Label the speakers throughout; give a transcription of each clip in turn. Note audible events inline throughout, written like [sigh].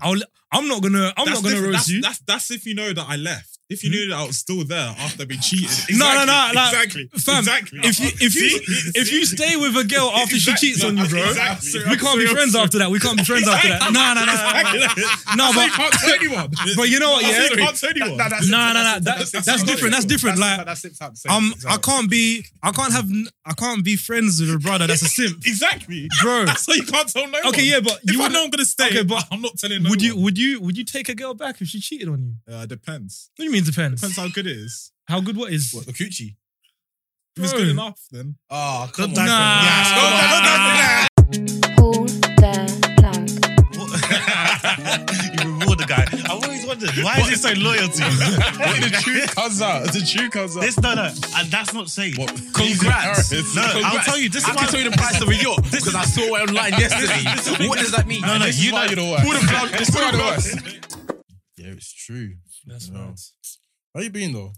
Speaker 1: I'll, I'm not gonna. I'm
Speaker 2: That's
Speaker 1: not gonna
Speaker 2: different.
Speaker 1: roast
Speaker 2: that's,
Speaker 1: you.
Speaker 2: That's that's if you know that I left. If you knew that I was still there after being cheated. Exactly,
Speaker 1: No, [laughs] no, no, like,
Speaker 2: exactly.
Speaker 1: fam,
Speaker 2: exactly.
Speaker 1: If
Speaker 2: [laughs]
Speaker 1: you if you if you stay with a girl after she cheats on you, bro,
Speaker 2: Exactly.
Speaker 1: we can't be friends
Speaker 2: Exactly.
Speaker 1: after that. We can't be friends after that. Nah, nah, [laughs] nah,
Speaker 2: Exactly.
Speaker 1: nah.
Speaker 2: So you
Speaker 1: Nah,
Speaker 2: can't tell anyone.
Speaker 1: but but you know what?
Speaker 2: I said you
Speaker 1: Yeah,
Speaker 2: can't tell anyone.
Speaker 3: Nah, that's
Speaker 1: Nah, nah,
Speaker 3: it, that's
Speaker 1: nah,
Speaker 3: it,
Speaker 1: that-
Speaker 3: it,
Speaker 1: that's
Speaker 3: it,
Speaker 1: different, that's different,
Speaker 3: That's
Speaker 1: like,
Speaker 3: that's it, that's it,
Speaker 1: um,
Speaker 3: that's it.
Speaker 1: I can't be. I can't have. n- I can't be friends with a brother that's a simp,
Speaker 2: exactly. [laughs]
Speaker 1: bro.
Speaker 2: So you can't tell no one.
Speaker 1: Okay, yeah, but
Speaker 2: If
Speaker 1: you
Speaker 2: I
Speaker 1: would,
Speaker 2: know I'm gonna stay,
Speaker 1: Okay,
Speaker 2: okay,
Speaker 1: but
Speaker 2: but I'm not telling. No
Speaker 1: would you
Speaker 2: One.
Speaker 1: would you would you take a girl back if she cheated on you?
Speaker 2: Uh, depends.
Speaker 1: What do you mean depends?
Speaker 2: Depends how good it is.
Speaker 1: How good what is?
Speaker 3: What, the coochie?
Speaker 2: If it's
Speaker 1: Bro.
Speaker 2: good enough, then.
Speaker 3: Oh,
Speaker 1: Don't
Speaker 3: come
Speaker 1: die
Speaker 3: on.
Speaker 1: for me.
Speaker 3: Yeah, it's not that- not that-
Speaker 4: Pull the plug.
Speaker 5: you reward the guy. I've always wondered why is it so loyalty?
Speaker 3: Wait,
Speaker 5: [laughs]
Speaker 3: the truth comes out. The truth comes out.
Speaker 5: this no no, and that's not saying.
Speaker 3: What? [laughs]
Speaker 5: Congrats.
Speaker 3: Jesus,
Speaker 5: No, I'll
Speaker 3: Congrats.
Speaker 5: tell you. This
Speaker 6: I
Speaker 5: is why.
Speaker 6: can tell you the price of a yacht because I saw it
Speaker 5: [laughs]
Speaker 6: online yesterday. what does that mean?
Speaker 5: no, no,
Speaker 3: This is
Speaker 5: you
Speaker 3: why
Speaker 5: know.
Speaker 3: you're the worst.
Speaker 5: Pull the plug.
Speaker 3: This is why
Speaker 5: pull
Speaker 3: you're
Speaker 5: the
Speaker 3: the
Speaker 5: plug.
Speaker 3: worst. Yeah, it's true.
Speaker 1: That's
Speaker 3: No. How you been though?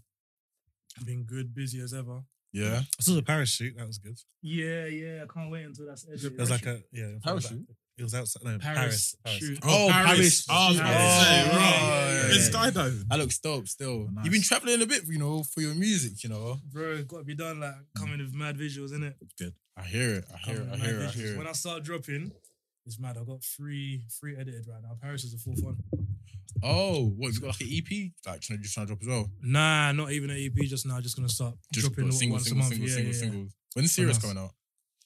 Speaker 1: I've been good, busy as ever.
Speaker 3: Yeah.
Speaker 2: I saw the parachute. That was good.
Speaker 1: Yeah, yeah. I can't wait until that's edited.
Speaker 2: It was like a yeah. it was like-
Speaker 3: Parachute?
Speaker 2: It was outside. No,
Speaker 1: Paris.
Speaker 2: Paris. Paris.
Speaker 1: shoot.
Speaker 3: Oh, Paris.
Speaker 2: Oh, I was about to
Speaker 1: Oh,
Speaker 2: say,
Speaker 1: yeah,
Speaker 2: bro.
Speaker 3: yeah, yeah,
Speaker 2: It's
Speaker 3: yeah. Oh,
Speaker 2: skydiving.
Speaker 3: That looks dope still.
Speaker 2: Nice.
Speaker 3: You've been traveling a bit, you know, for your music, you know.
Speaker 1: Bro, it's got to be done. Like coming with mad visuals, innit?
Speaker 3: I hear it. I hear it.
Speaker 1: Coming
Speaker 3: I
Speaker 1: with
Speaker 3: hear it. I
Speaker 1: mad visuals.
Speaker 3: hear
Speaker 1: When
Speaker 3: it.
Speaker 1: I start dropping, it's mad. I got three, three edited right now. Paris is the fourth one.
Speaker 3: Oh, what? You got like an EP? Like, trying to just trying to drop as well.
Speaker 1: Nah, not even an EP. Just now, just gonna start
Speaker 3: Just
Speaker 1: dropping
Speaker 3: got
Speaker 1: what,
Speaker 3: single,
Speaker 1: once
Speaker 3: single,
Speaker 1: a month.
Speaker 3: single,
Speaker 1: yeah,
Speaker 3: single,
Speaker 1: yeah, yeah.
Speaker 3: single. When's the series
Speaker 1: Nice.
Speaker 3: coming out?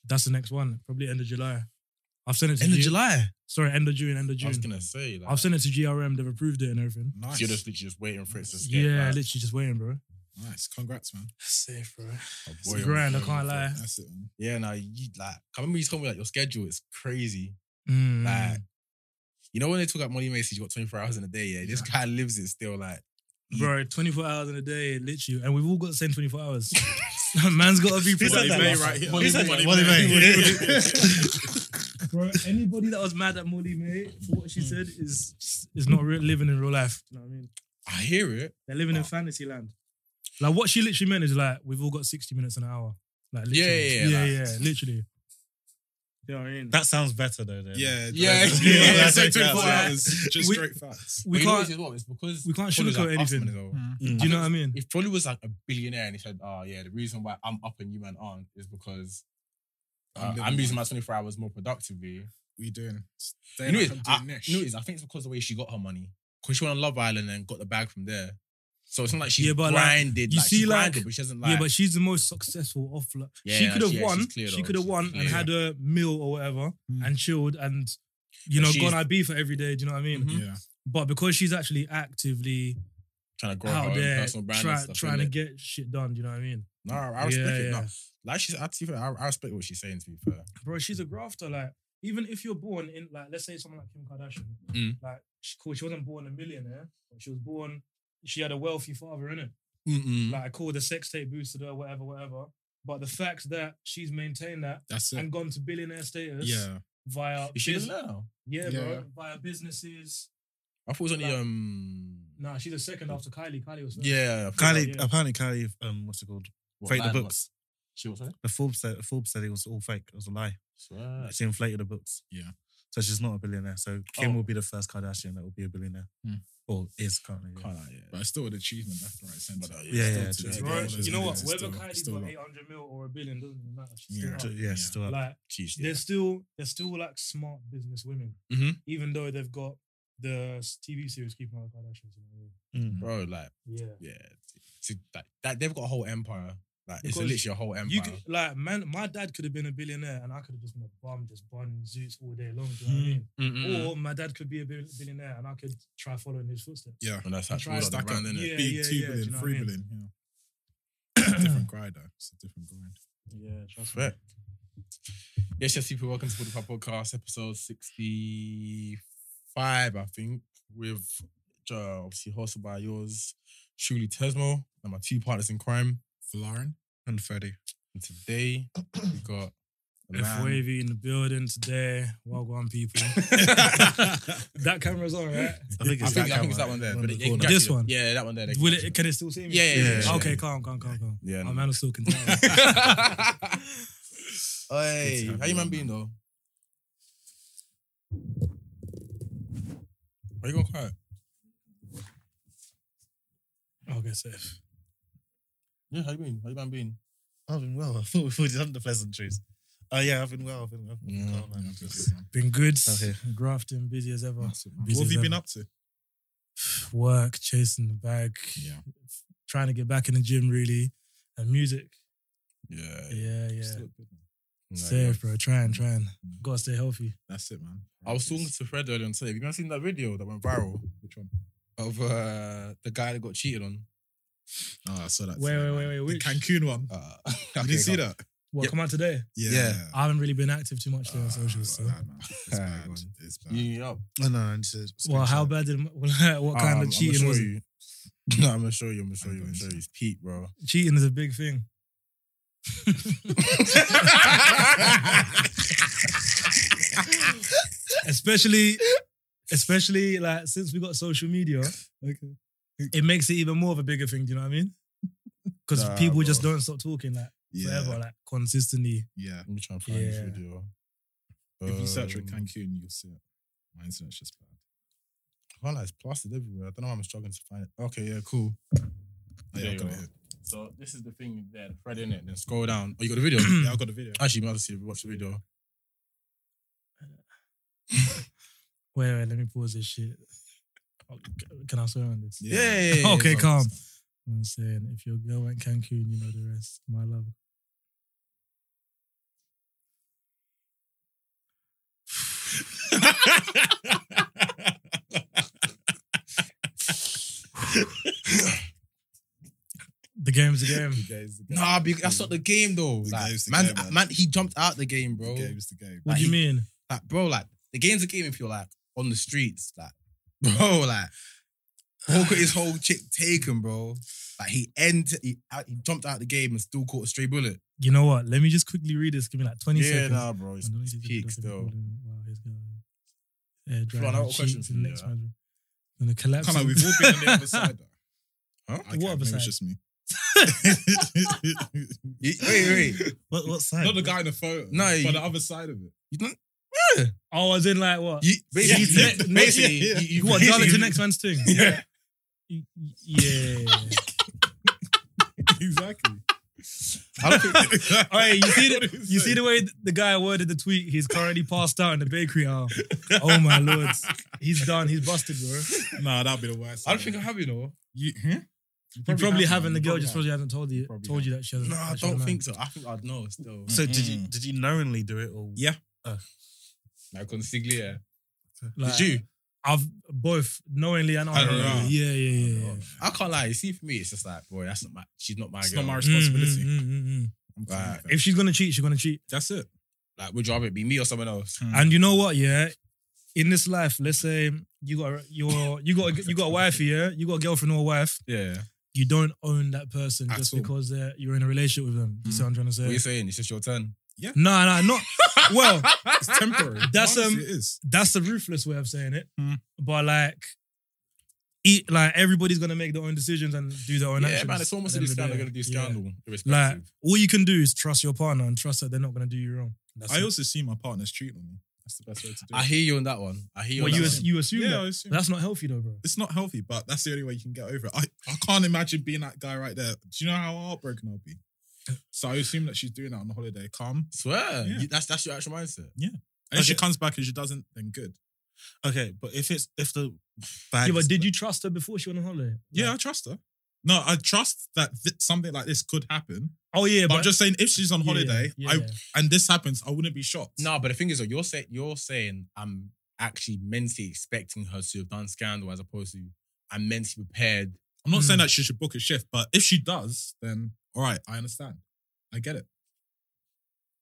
Speaker 1: That's the next one. Probably end of July. I've sent it to G-
Speaker 3: July.
Speaker 1: Sorry, end of June, end of
Speaker 3: I
Speaker 1: June.
Speaker 3: was gonna say. Like,
Speaker 1: I've sent it to GRM. They've approved it and everything.
Speaker 3: so
Speaker 2: Nice.
Speaker 3: you're just literally just waiting for it to skip.
Speaker 1: Yeah,
Speaker 3: like,
Speaker 1: literally just waiting, bro.
Speaker 2: Nice. Congrats, man.
Speaker 1: Safe, bro.
Speaker 3: oh,
Speaker 1: It's
Speaker 3: boy, I'm
Speaker 1: grand. I
Speaker 3: going
Speaker 1: can't
Speaker 3: for it.
Speaker 1: lie.
Speaker 2: That's it. Man.
Speaker 3: Yeah, now you like. I remember you told me like your schedule is crazy.
Speaker 1: Mm.
Speaker 3: Like, you know when they talk about money Macy, you got 24 hours in a day. Yeah, this guy lives it still. Like,
Speaker 1: Bro, 24 hours in a day, literally. And we've all got the same 24 hours. [laughs] Man's got to be
Speaker 5: Who said
Speaker 1: productive.
Speaker 5: that?
Speaker 2: May right here.
Speaker 5: Who said that?
Speaker 2: Money
Speaker 5: What do
Speaker 2: May.
Speaker 5: you mean?
Speaker 2: [laughs]
Speaker 1: Bro, anybody that was mad at Molly May for what she
Speaker 2: Hmm.
Speaker 1: said is is not real, living in real life. You know what I mean?
Speaker 3: I hear it.
Speaker 1: They're living in fantasy land. Like, what she literally meant is like, we've all got 60 minutes an hour. Like,
Speaker 3: Yeah,
Speaker 1: literally.
Speaker 3: yeah,
Speaker 1: yeah.
Speaker 3: yeah,
Speaker 1: yeah, literally. You know what I mean?
Speaker 5: That sounds better though. then. [laughs]
Speaker 1: [laughs]
Speaker 2: Yeah.
Speaker 3: [laughs] Yeah, yeah,
Speaker 2: that's- that's
Speaker 3: yeah,
Speaker 2: it,
Speaker 3: so
Speaker 2: that's
Speaker 3: twenty-four
Speaker 2: it,
Speaker 3: hours.
Speaker 2: it's Just
Speaker 1: We-
Speaker 2: straight facts.
Speaker 1: we
Speaker 3: But you know
Speaker 1: can't,
Speaker 3: what it is, what? It's because
Speaker 1: we can't
Speaker 3: Paul is,
Speaker 1: sugarcoat
Speaker 3: like, us
Speaker 1: anything. Mm.
Speaker 3: money, though.
Speaker 1: Do you know what I mean?
Speaker 3: If Polly was like a billionaire and he said, "Oh yeah, the reason why I'm up and you man aren't is because
Speaker 2: I'm
Speaker 3: uh,
Speaker 2: living
Speaker 3: I'm using
Speaker 2: life.
Speaker 3: my 24 hours more productively."
Speaker 2: What you doing? Staying
Speaker 3: You know,
Speaker 2: up
Speaker 3: it,
Speaker 2: and
Speaker 3: I,
Speaker 2: doing niche.
Speaker 3: you know it is, I think it's because the way she got her money, because she went on Love Island and got the bag from there. So it's not like she
Speaker 1: Yeah, but, like,
Speaker 3: grinded.
Speaker 1: you
Speaker 3: like, she
Speaker 1: see, like-
Speaker 3: grinded, but she doesn't like.
Speaker 1: yeah, but she's the most successful off. Like, she
Speaker 3: Yeah,
Speaker 1: could have
Speaker 3: she- yeah,
Speaker 1: won.
Speaker 3: she's clear
Speaker 1: she
Speaker 3: though.
Speaker 1: could have
Speaker 3: She's
Speaker 1: won and
Speaker 3: clear.
Speaker 1: had a meal or whatever
Speaker 2: Mm.
Speaker 1: and chilled and you
Speaker 3: But
Speaker 1: know
Speaker 3: she's-
Speaker 1: gone IB for every day. Do you know what I mean?
Speaker 3: Mhm.
Speaker 2: Yeah.
Speaker 1: But because she's actually actively
Speaker 3: trying to grow her
Speaker 1: out
Speaker 3: own
Speaker 1: there
Speaker 3: personal brand
Speaker 1: try,
Speaker 3: and stuff.
Speaker 1: trying to
Speaker 3: innit?
Speaker 1: get shit done. Do you know what I mean?
Speaker 3: no, I respect
Speaker 1: Yeah,
Speaker 3: it. No,
Speaker 1: yeah.
Speaker 3: like she's, I, to be fair, I, I respect what she's saying. To be fair,
Speaker 1: Bro, she's a grafter. Like even if you're born in like let's say someone like Kim Kardashian,
Speaker 3: Mm.
Speaker 1: like she, cool, she wasn't born a millionaire, but she was born. She had a wealthy father in it.
Speaker 3: Mm-mm.
Speaker 1: Like I call the sex tape boosted her, whatever, whatever. But the fact that she's maintained that
Speaker 2: That's it.
Speaker 1: and gone to billionaire status
Speaker 2: Yeah.
Speaker 1: via
Speaker 3: is she
Speaker 1: bus-
Speaker 3: doesn't know.
Speaker 1: yeah,
Speaker 2: Yeah.
Speaker 1: bro, via businesses.
Speaker 3: I thought it was only
Speaker 1: Like-
Speaker 3: um.
Speaker 1: Nah, she's a second after Kylie. Kylie was first.
Speaker 3: Yeah, I thought-
Speaker 1: Yeah.
Speaker 5: Kylie, apparently Kylie, um, what's it called?
Speaker 3: what,
Speaker 5: Fake the
Speaker 3: Lion- what-
Speaker 5: books.
Speaker 3: She was
Speaker 5: The Forbes said, Forbes said it was all fake. It was a lie.
Speaker 3: Swear.
Speaker 5: She inflated the books.
Speaker 2: Yeah.
Speaker 5: So she's not a billionaire. So Kim
Speaker 3: Oh.
Speaker 5: will be the first Kardashian that will be a billionaire,
Speaker 2: Hmm.
Speaker 5: or is currently. yeah.
Speaker 3: Can't lie, yeah.
Speaker 2: But it's still an achievement left, right, centre.
Speaker 3: But, uh,
Speaker 5: yeah, yeah,
Speaker 2: Still
Speaker 5: yeah,
Speaker 2: to
Speaker 5: yeah.
Speaker 2: get
Speaker 1: Bro,
Speaker 2: all those
Speaker 1: you know what?
Speaker 2: millions,
Speaker 1: Whether
Speaker 2: still-
Speaker 1: Kylie's
Speaker 2: still
Speaker 1: got
Speaker 2: lot.
Speaker 1: eight hundred mil or a billion doesn't even matter. She's
Speaker 2: Yeah.
Speaker 1: still
Speaker 5: Still-
Speaker 1: up.
Speaker 5: yeah,
Speaker 2: Yeah.
Speaker 5: still up.
Speaker 1: like
Speaker 3: Jeez, yeah.
Speaker 1: they're still they're still like smart business women,
Speaker 3: Mhm.
Speaker 1: even though they've got the s- TV series Keeping Up with the Kardashians. You
Speaker 5: Mm.
Speaker 3: bro, like,
Speaker 1: know? Yeah,
Speaker 3: yeah, to, that, that they've got a whole empire. Like, it's
Speaker 1: Because
Speaker 3: literally a whole empire.
Speaker 1: you could, like man, my dad could have been a billionaire and I could have just been a bum, just bun zoots all day long. Do you know what I
Speaker 3: Mm-hmm.
Speaker 1: mean?
Speaker 3: Mm-mm.
Speaker 1: Or my dad could be a bill- billionaire and I could try following his footsteps.
Speaker 2: Yeah.
Speaker 3: and that's
Speaker 1: Try
Speaker 3: actually
Speaker 1: and
Speaker 3: stack
Speaker 2: Stack up.
Speaker 3: around, innit?
Speaker 1: Yeah,
Speaker 2: Big
Speaker 1: yeah, yeah,
Speaker 2: two
Speaker 1: do you know
Speaker 2: billion,
Speaker 1: what I
Speaker 2: three
Speaker 1: mean?
Speaker 2: billion, yeah.
Speaker 3: [clears throat]
Speaker 2: It's a different grind, though. It's a different grind.
Speaker 1: Yeah, trust
Speaker 3: Fair. Yes, yes, people, welcome to the Pop Podcast, episode 65, I think, with uh, obviously hosted by yours, Shuli Tesmo, and my two partners in crime.
Speaker 2: Lauren and Freddie.
Speaker 3: And today, we got a
Speaker 1: F
Speaker 3: man-
Speaker 1: wavy in the building today. Wagwan
Speaker 2: [laughs]
Speaker 1: people. that
Speaker 3: [laughs]
Speaker 1: camera's on, right?
Speaker 5: I think
Speaker 3: I think,
Speaker 5: it's that
Speaker 3: I think it's that
Speaker 5: camera.
Speaker 3: one there.
Speaker 5: One
Speaker 3: But
Speaker 5: in
Speaker 3: it,
Speaker 5: the
Speaker 3: it
Speaker 5: corner.
Speaker 3: can
Speaker 1: This
Speaker 3: actually-
Speaker 1: one?
Speaker 3: Yeah, that one there. they
Speaker 1: Will
Speaker 3: can
Speaker 1: it? Can it still see me?
Speaker 3: Yeah, yeah, yeah,
Speaker 5: yeah,
Speaker 1: okay,
Speaker 3: yeah.
Speaker 1: calm, calm, calm, calm.
Speaker 3: Yeah,
Speaker 1: My
Speaker 3: no.
Speaker 1: man was still contained.
Speaker 3: Hey,
Speaker 2: [laughs] It's
Speaker 3: how you
Speaker 2: happening,
Speaker 3: man been though? Why you going quiet?
Speaker 1: I'll get safe.
Speaker 3: Yeah, how you been? How you man been?
Speaker 5: I've
Speaker 2: [laughs]
Speaker 5: been well. I thought we were done the pleasantries. Oh yeah, I've been well. I've been well. Oh, man, I'm just-
Speaker 1: Been good.
Speaker 5: Okay.
Speaker 1: Grafting, busy as ever.
Speaker 2: What have you been up to?
Speaker 1: [sighs] Work, chasing the bag.
Speaker 2: Yeah.
Speaker 1: Trying to get back in the gym, really. And music.
Speaker 2: Yeah.
Speaker 1: Yeah, yeah.
Speaker 2: Still Mm. good, man.
Speaker 3: Nah,
Speaker 1: Safe, bro. Trying, trying. Gotta stay healthy.
Speaker 2: That's it, man.
Speaker 3: I was talking to Fred earlier on today. Have you guys seen that video that went viral? Which one? Of uh, the guy that got cheated on.
Speaker 2: Oh, I saw that.
Speaker 1: Wait,
Speaker 2: today,
Speaker 1: wait,
Speaker 2: man.
Speaker 1: wait, wait,
Speaker 2: The
Speaker 1: which-
Speaker 2: Cancun [laughs] one.
Speaker 3: Uh,
Speaker 2: Did you see that?
Speaker 1: What,
Speaker 3: Yep.
Speaker 1: come out today?
Speaker 5: Yeah.
Speaker 1: I haven't really been active too much today on
Speaker 2: Ah,
Speaker 1: socials. So.
Speaker 2: well, nah, [laughs] man. It's
Speaker 3: Ah,
Speaker 2: bad.
Speaker 3: God.
Speaker 2: It's bad.
Speaker 3: You up?
Speaker 5: Oh no, I need to
Speaker 1: Well, how
Speaker 5: screenshot.
Speaker 1: bad did [laughs] what kind of cheating was it?
Speaker 3: Um, you. [laughs] No, I'm gonna show you. I'm gonna show
Speaker 2: I'm
Speaker 3: you. I'm
Speaker 2: going
Speaker 3: gonna show
Speaker 2: to.
Speaker 3: you. It's Pete, bro.
Speaker 1: Cheating is a big thing.
Speaker 2: [laughs]
Speaker 1: especially, especially like since we got social media,
Speaker 2: Okay.
Speaker 1: it makes it even more of a bigger thing. Do you know what I mean? Because
Speaker 3: Nah,
Speaker 1: people just
Speaker 3: bro.
Speaker 1: don't stop talking like
Speaker 2: Yeah.
Speaker 1: forever, like consistently.
Speaker 2: Yeah.
Speaker 3: Let me try and find this
Speaker 1: Yeah.
Speaker 3: video.
Speaker 2: If you search for
Speaker 3: Um,
Speaker 2: Cancun, you'll see it. My internet's just bad.
Speaker 3: Well, it's plastered everywhere. I don't know why I'm struggling to find it. Okay, yeah, cool.
Speaker 2: Oh,
Speaker 3: There
Speaker 2: yeah, I've
Speaker 3: you
Speaker 2: got it
Speaker 3: are.
Speaker 2: here.
Speaker 3: So this is the thing that Fred in it. Then scroll down. Oh, you got [clears throat] the video?
Speaker 2: Yeah, I've got the video.
Speaker 3: Actually, you might as well see- watch the video.
Speaker 1: Wait, wait, let me pause this shit. Oh, c- Can I swear on this?
Speaker 2: Yeah.
Speaker 3: [laughs]
Speaker 1: okay,
Speaker 2: it's
Speaker 1: calm. I'm saying if your girl went Cancun, you know the rest. My love. The game's the game.
Speaker 3: Nah, because that's not the game though.
Speaker 2: The
Speaker 3: Like,
Speaker 2: game's the
Speaker 3: man,
Speaker 2: game, man.
Speaker 3: man, he jumped out the game,
Speaker 2: The
Speaker 3: bro.
Speaker 2: game's the game.
Speaker 1: What
Speaker 3: Like,
Speaker 1: do you
Speaker 3: he-
Speaker 1: mean?
Speaker 3: Like, bro, like the game's a game if you're like on the streets, [laughs] like, bro, like, Paul got his whole chick taken, bro. Like he ended, he, out- he jumped out the game and still caught a stray bullet.
Speaker 1: You know what? Let me just quickly read this. Give me like 20 seconds.
Speaker 3: bro,
Speaker 1: When Noisy Digital
Speaker 3: peaks,
Speaker 1: doesn't
Speaker 3: though.
Speaker 1: include him, Wow, he's going. Uh,
Speaker 3: Flo, I've got a question for
Speaker 1: in the
Speaker 3: you,
Speaker 1: next
Speaker 3: yeah.
Speaker 1: round. Gonna collapse.
Speaker 2: Come on,
Speaker 1: it.
Speaker 2: we've all been on
Speaker 1: [laughs]
Speaker 2: the other side.
Speaker 3: [laughs] Huh?
Speaker 1: What
Speaker 2: Okay,
Speaker 1: other
Speaker 2: maybe
Speaker 1: side?
Speaker 2: It's
Speaker 3: [laughs]
Speaker 2: just me.
Speaker 3: You- wait, wait.
Speaker 5: What, what
Speaker 2: [laughs]
Speaker 5: side?
Speaker 2: Not the guy in the photo.
Speaker 3: No,
Speaker 2: but
Speaker 3: you-
Speaker 2: the other side of it.
Speaker 1: Oh, as in like what?
Speaker 3: You, basically,
Speaker 1: Yeah.
Speaker 3: you- basically,
Speaker 2: Yeah.
Speaker 3: you, you [laughs]
Speaker 1: You what?
Speaker 3: basically-
Speaker 1: Dial into next man's thing.
Speaker 3: Yeah.
Speaker 1: Y- y- Yeah.
Speaker 2: exactly.
Speaker 3: I don't think- [laughs]
Speaker 1: All right. You see, the, you see the way th- the guy worded the tweet. He's currently passed out in the bakery aisle. Oh my lord, he's done. He's busted, bro.
Speaker 2: [laughs] Nah, that'd be the worst.
Speaker 3: I don't think I have, you know.
Speaker 2: You, hmm?
Speaker 1: You probably haven't. The
Speaker 2: man. You
Speaker 1: girl just
Speaker 2: probably
Speaker 1: probably hasn't told you
Speaker 2: Probably
Speaker 1: told you that she hasn't.
Speaker 3: No, I
Speaker 1: that she
Speaker 3: don't
Speaker 1: hasn't
Speaker 3: think so. I think I'd know still.
Speaker 5: So did you
Speaker 2: Mm-mm.
Speaker 3: Mm.
Speaker 5: did you knowingly do it or
Speaker 2: Yeah.
Speaker 3: Like consigliere.
Speaker 1: married. Like,
Speaker 3: did you?
Speaker 1: I've both knowingly and
Speaker 2: I don't
Speaker 1: unknowingly.
Speaker 2: know.
Speaker 1: Yeah, yeah, yeah. yeah.
Speaker 3: I can't lie. You see, for me, it's just like, boy, that's not my. She's not my
Speaker 2: It's
Speaker 3: girl. Mm-hmm.
Speaker 2: not my
Speaker 1: Mm, mm,
Speaker 2: responsibility.
Speaker 1: mm, mm, mm.
Speaker 2: I'm fine
Speaker 3: Right.
Speaker 2: with that.
Speaker 1: If she's gonna cheat, she's gonna cheat.
Speaker 2: That's it.
Speaker 3: Like, would you rather it be me or someone else?
Speaker 1: And you know what? Yeah, in this life, let's say you got a- your you got a, you got a wife. Yeah, you got a girlfriend or a wife.
Speaker 3: Yeah.
Speaker 1: You don't own that person
Speaker 2: At
Speaker 1: just
Speaker 2: all.
Speaker 1: because uh, you're in a relationship with them. You see what I'm trying to
Speaker 3: What are
Speaker 1: say?
Speaker 3: you saying? It's just your turn.
Speaker 1: No, no,
Speaker 3: [laughs]
Speaker 1: not well.
Speaker 2: It's temporary.
Speaker 1: That's, um,
Speaker 2: Honestly, It is.
Speaker 1: That's the ruthless way of saying it.
Speaker 3: Mm.
Speaker 2: Hmm.
Speaker 1: But like. Eat, like everybody's gonna make their own decisions and do their own
Speaker 3: yeah,
Speaker 1: actions.
Speaker 3: man, it's almost
Speaker 1: at
Speaker 3: a
Speaker 1: the end of the
Speaker 3: scandal.
Speaker 1: day.
Speaker 3: They're gonna do
Speaker 1: Yeah.
Speaker 3: scandal,
Speaker 1: Like
Speaker 3: irrespective.
Speaker 1: all you can do is trust your partner and trust that they're not gonna do you wrong. That's
Speaker 2: I
Speaker 1: it.
Speaker 2: also see my partners cheating on me. That's the best way to do it.
Speaker 3: I hear you on that one. I hear you.
Speaker 1: Well,
Speaker 3: on
Speaker 1: you
Speaker 3: that
Speaker 1: as-
Speaker 3: one.
Speaker 1: you assume
Speaker 2: yeah,
Speaker 1: that.
Speaker 2: I assume.
Speaker 1: That's not healthy though, bro.
Speaker 2: it's not healthy, but that's the only way you can get over it. I, I can't imagine being that guy right there. Do you know how heartbroken I'll be? So I assume that she's doing that on the holiday. Calm.
Speaker 3: swear.
Speaker 2: Yeah.
Speaker 3: You- that's that's your actual mindset.
Speaker 2: And if she
Speaker 5: Okay.
Speaker 2: comes back and she doesn't, then good.
Speaker 5: Okay, but if it's if the bag
Speaker 1: Yeah, but did you trust her before she went on holiday?
Speaker 2: Yeah,
Speaker 1: Like-
Speaker 2: I trust her. No, I trust that th- something like this could happen.
Speaker 1: oh yeah,
Speaker 2: But,
Speaker 1: but,
Speaker 2: I'm just saying, if she's on
Speaker 1: Yeah,
Speaker 2: holiday
Speaker 1: yeah,
Speaker 2: I,
Speaker 1: yeah.
Speaker 2: and this happens, I wouldn't be shocked.
Speaker 3: No, but the thing is, though, you're saying you're saying I'm actually mentally expecting her to have done scandal as opposed to I'm mentally prepared.
Speaker 2: I'm not saying
Speaker 1: Mm.
Speaker 2: that she should book a shift, but if she does, then all right, I understand. I get it.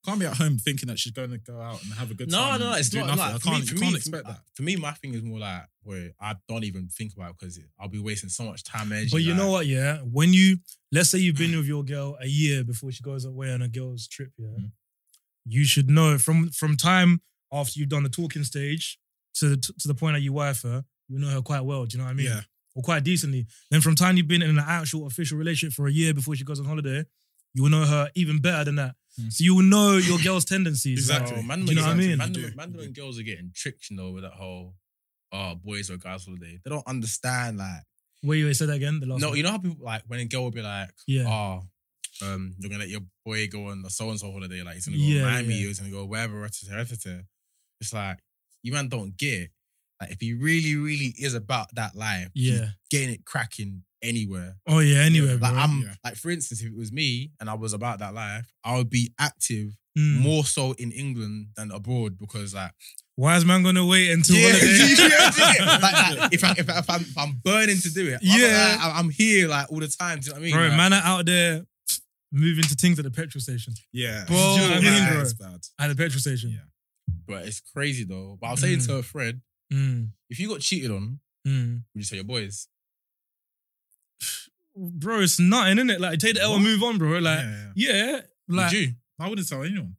Speaker 2: Can't be at home thinking that she's going to go out and have a good
Speaker 3: No,
Speaker 2: time.
Speaker 3: no,
Speaker 2: and
Speaker 3: it's
Speaker 2: do
Speaker 3: not.
Speaker 2: nothing.
Speaker 3: Like,
Speaker 2: I
Speaker 3: for me-
Speaker 2: can't,
Speaker 3: for me-
Speaker 2: you can't
Speaker 3: for-
Speaker 2: expect that.
Speaker 3: For me, my thing is more like, where I don't even think about because I'll be wasting so much time. and Energy,
Speaker 1: But you
Speaker 3: like-
Speaker 1: know what? Yeah, when you let's say you've been with your girl a year before she goes away on a girl's trip, yeah,
Speaker 2: Mm.
Speaker 1: you should know from from time after you've done the talking stage to the, to the point that you wife her, you know her quite well. Do you know what I mean?
Speaker 2: yeah.
Speaker 1: Or quite decently. Then from time you've been in an actual official relationship for a year before she goes on holiday, you will know her even better than that.
Speaker 2: Mm.
Speaker 1: So you will know your girl's tendencies.
Speaker 2: Exactly.
Speaker 1: Like,
Speaker 3: Oh, man,
Speaker 1: Do you know what I
Speaker 3: exactly.
Speaker 1: mean?
Speaker 3: Man,
Speaker 2: You do,
Speaker 3: man,
Speaker 2: you
Speaker 3: man
Speaker 2: do.
Speaker 3: girls are getting tricked, you know, with that whole. oh, boys or guys holiday. They don't understand like
Speaker 1: Wait, wait, say that again. The last
Speaker 3: no,
Speaker 1: one.
Speaker 3: you know how people like when a girl will be like,
Speaker 1: Yeah.
Speaker 3: oh, um, you're gonna let your boy go on a so and so holiday, like he's gonna go
Speaker 1: Yeah,
Speaker 3: Miami,
Speaker 1: yeah.
Speaker 3: he's gonna go wherever, etc. etc. It's like you man don't get. it. Like if he really, really is about that life, he's
Speaker 1: Yeah.
Speaker 3: getting it cracking anywhere.
Speaker 1: Oh yeah. Anyway, bro.
Speaker 3: Like I'm
Speaker 2: yeah.
Speaker 3: like for instance, if it was me and I was about that life, I would be active
Speaker 1: Mm.
Speaker 3: more so in England than abroad because like
Speaker 1: Why is man gonna wait until
Speaker 3: yeah, [laughs] you see
Speaker 1: holiday?
Speaker 3: what I'm saying? like, like, if, I, if, I, if, I'm, if I'm burning to do it, I'm,
Speaker 1: Yeah.
Speaker 3: like, I'm here like all the time. Do you know what I mean?
Speaker 1: [laughs] bro?
Speaker 3: Like,
Speaker 1: Man are out there moving to things at the petrol station.
Speaker 2: Yeah.
Speaker 1: Bro, Do you know what I mean, bro?
Speaker 2: It's bad.
Speaker 1: At the petrol station.
Speaker 3: But it's crazy though. But I was saying
Speaker 1: Mm.
Speaker 3: to a friend,
Speaker 1: Mm.
Speaker 3: if you got cheated on,
Speaker 1: Mm.
Speaker 3: would you tell your boys?
Speaker 1: Bro, it's nothing, innit? Like take the L and move on, bro. Like
Speaker 2: yeah, yeah.
Speaker 1: yeah, like
Speaker 3: would you?
Speaker 2: I wouldn't tell anyone.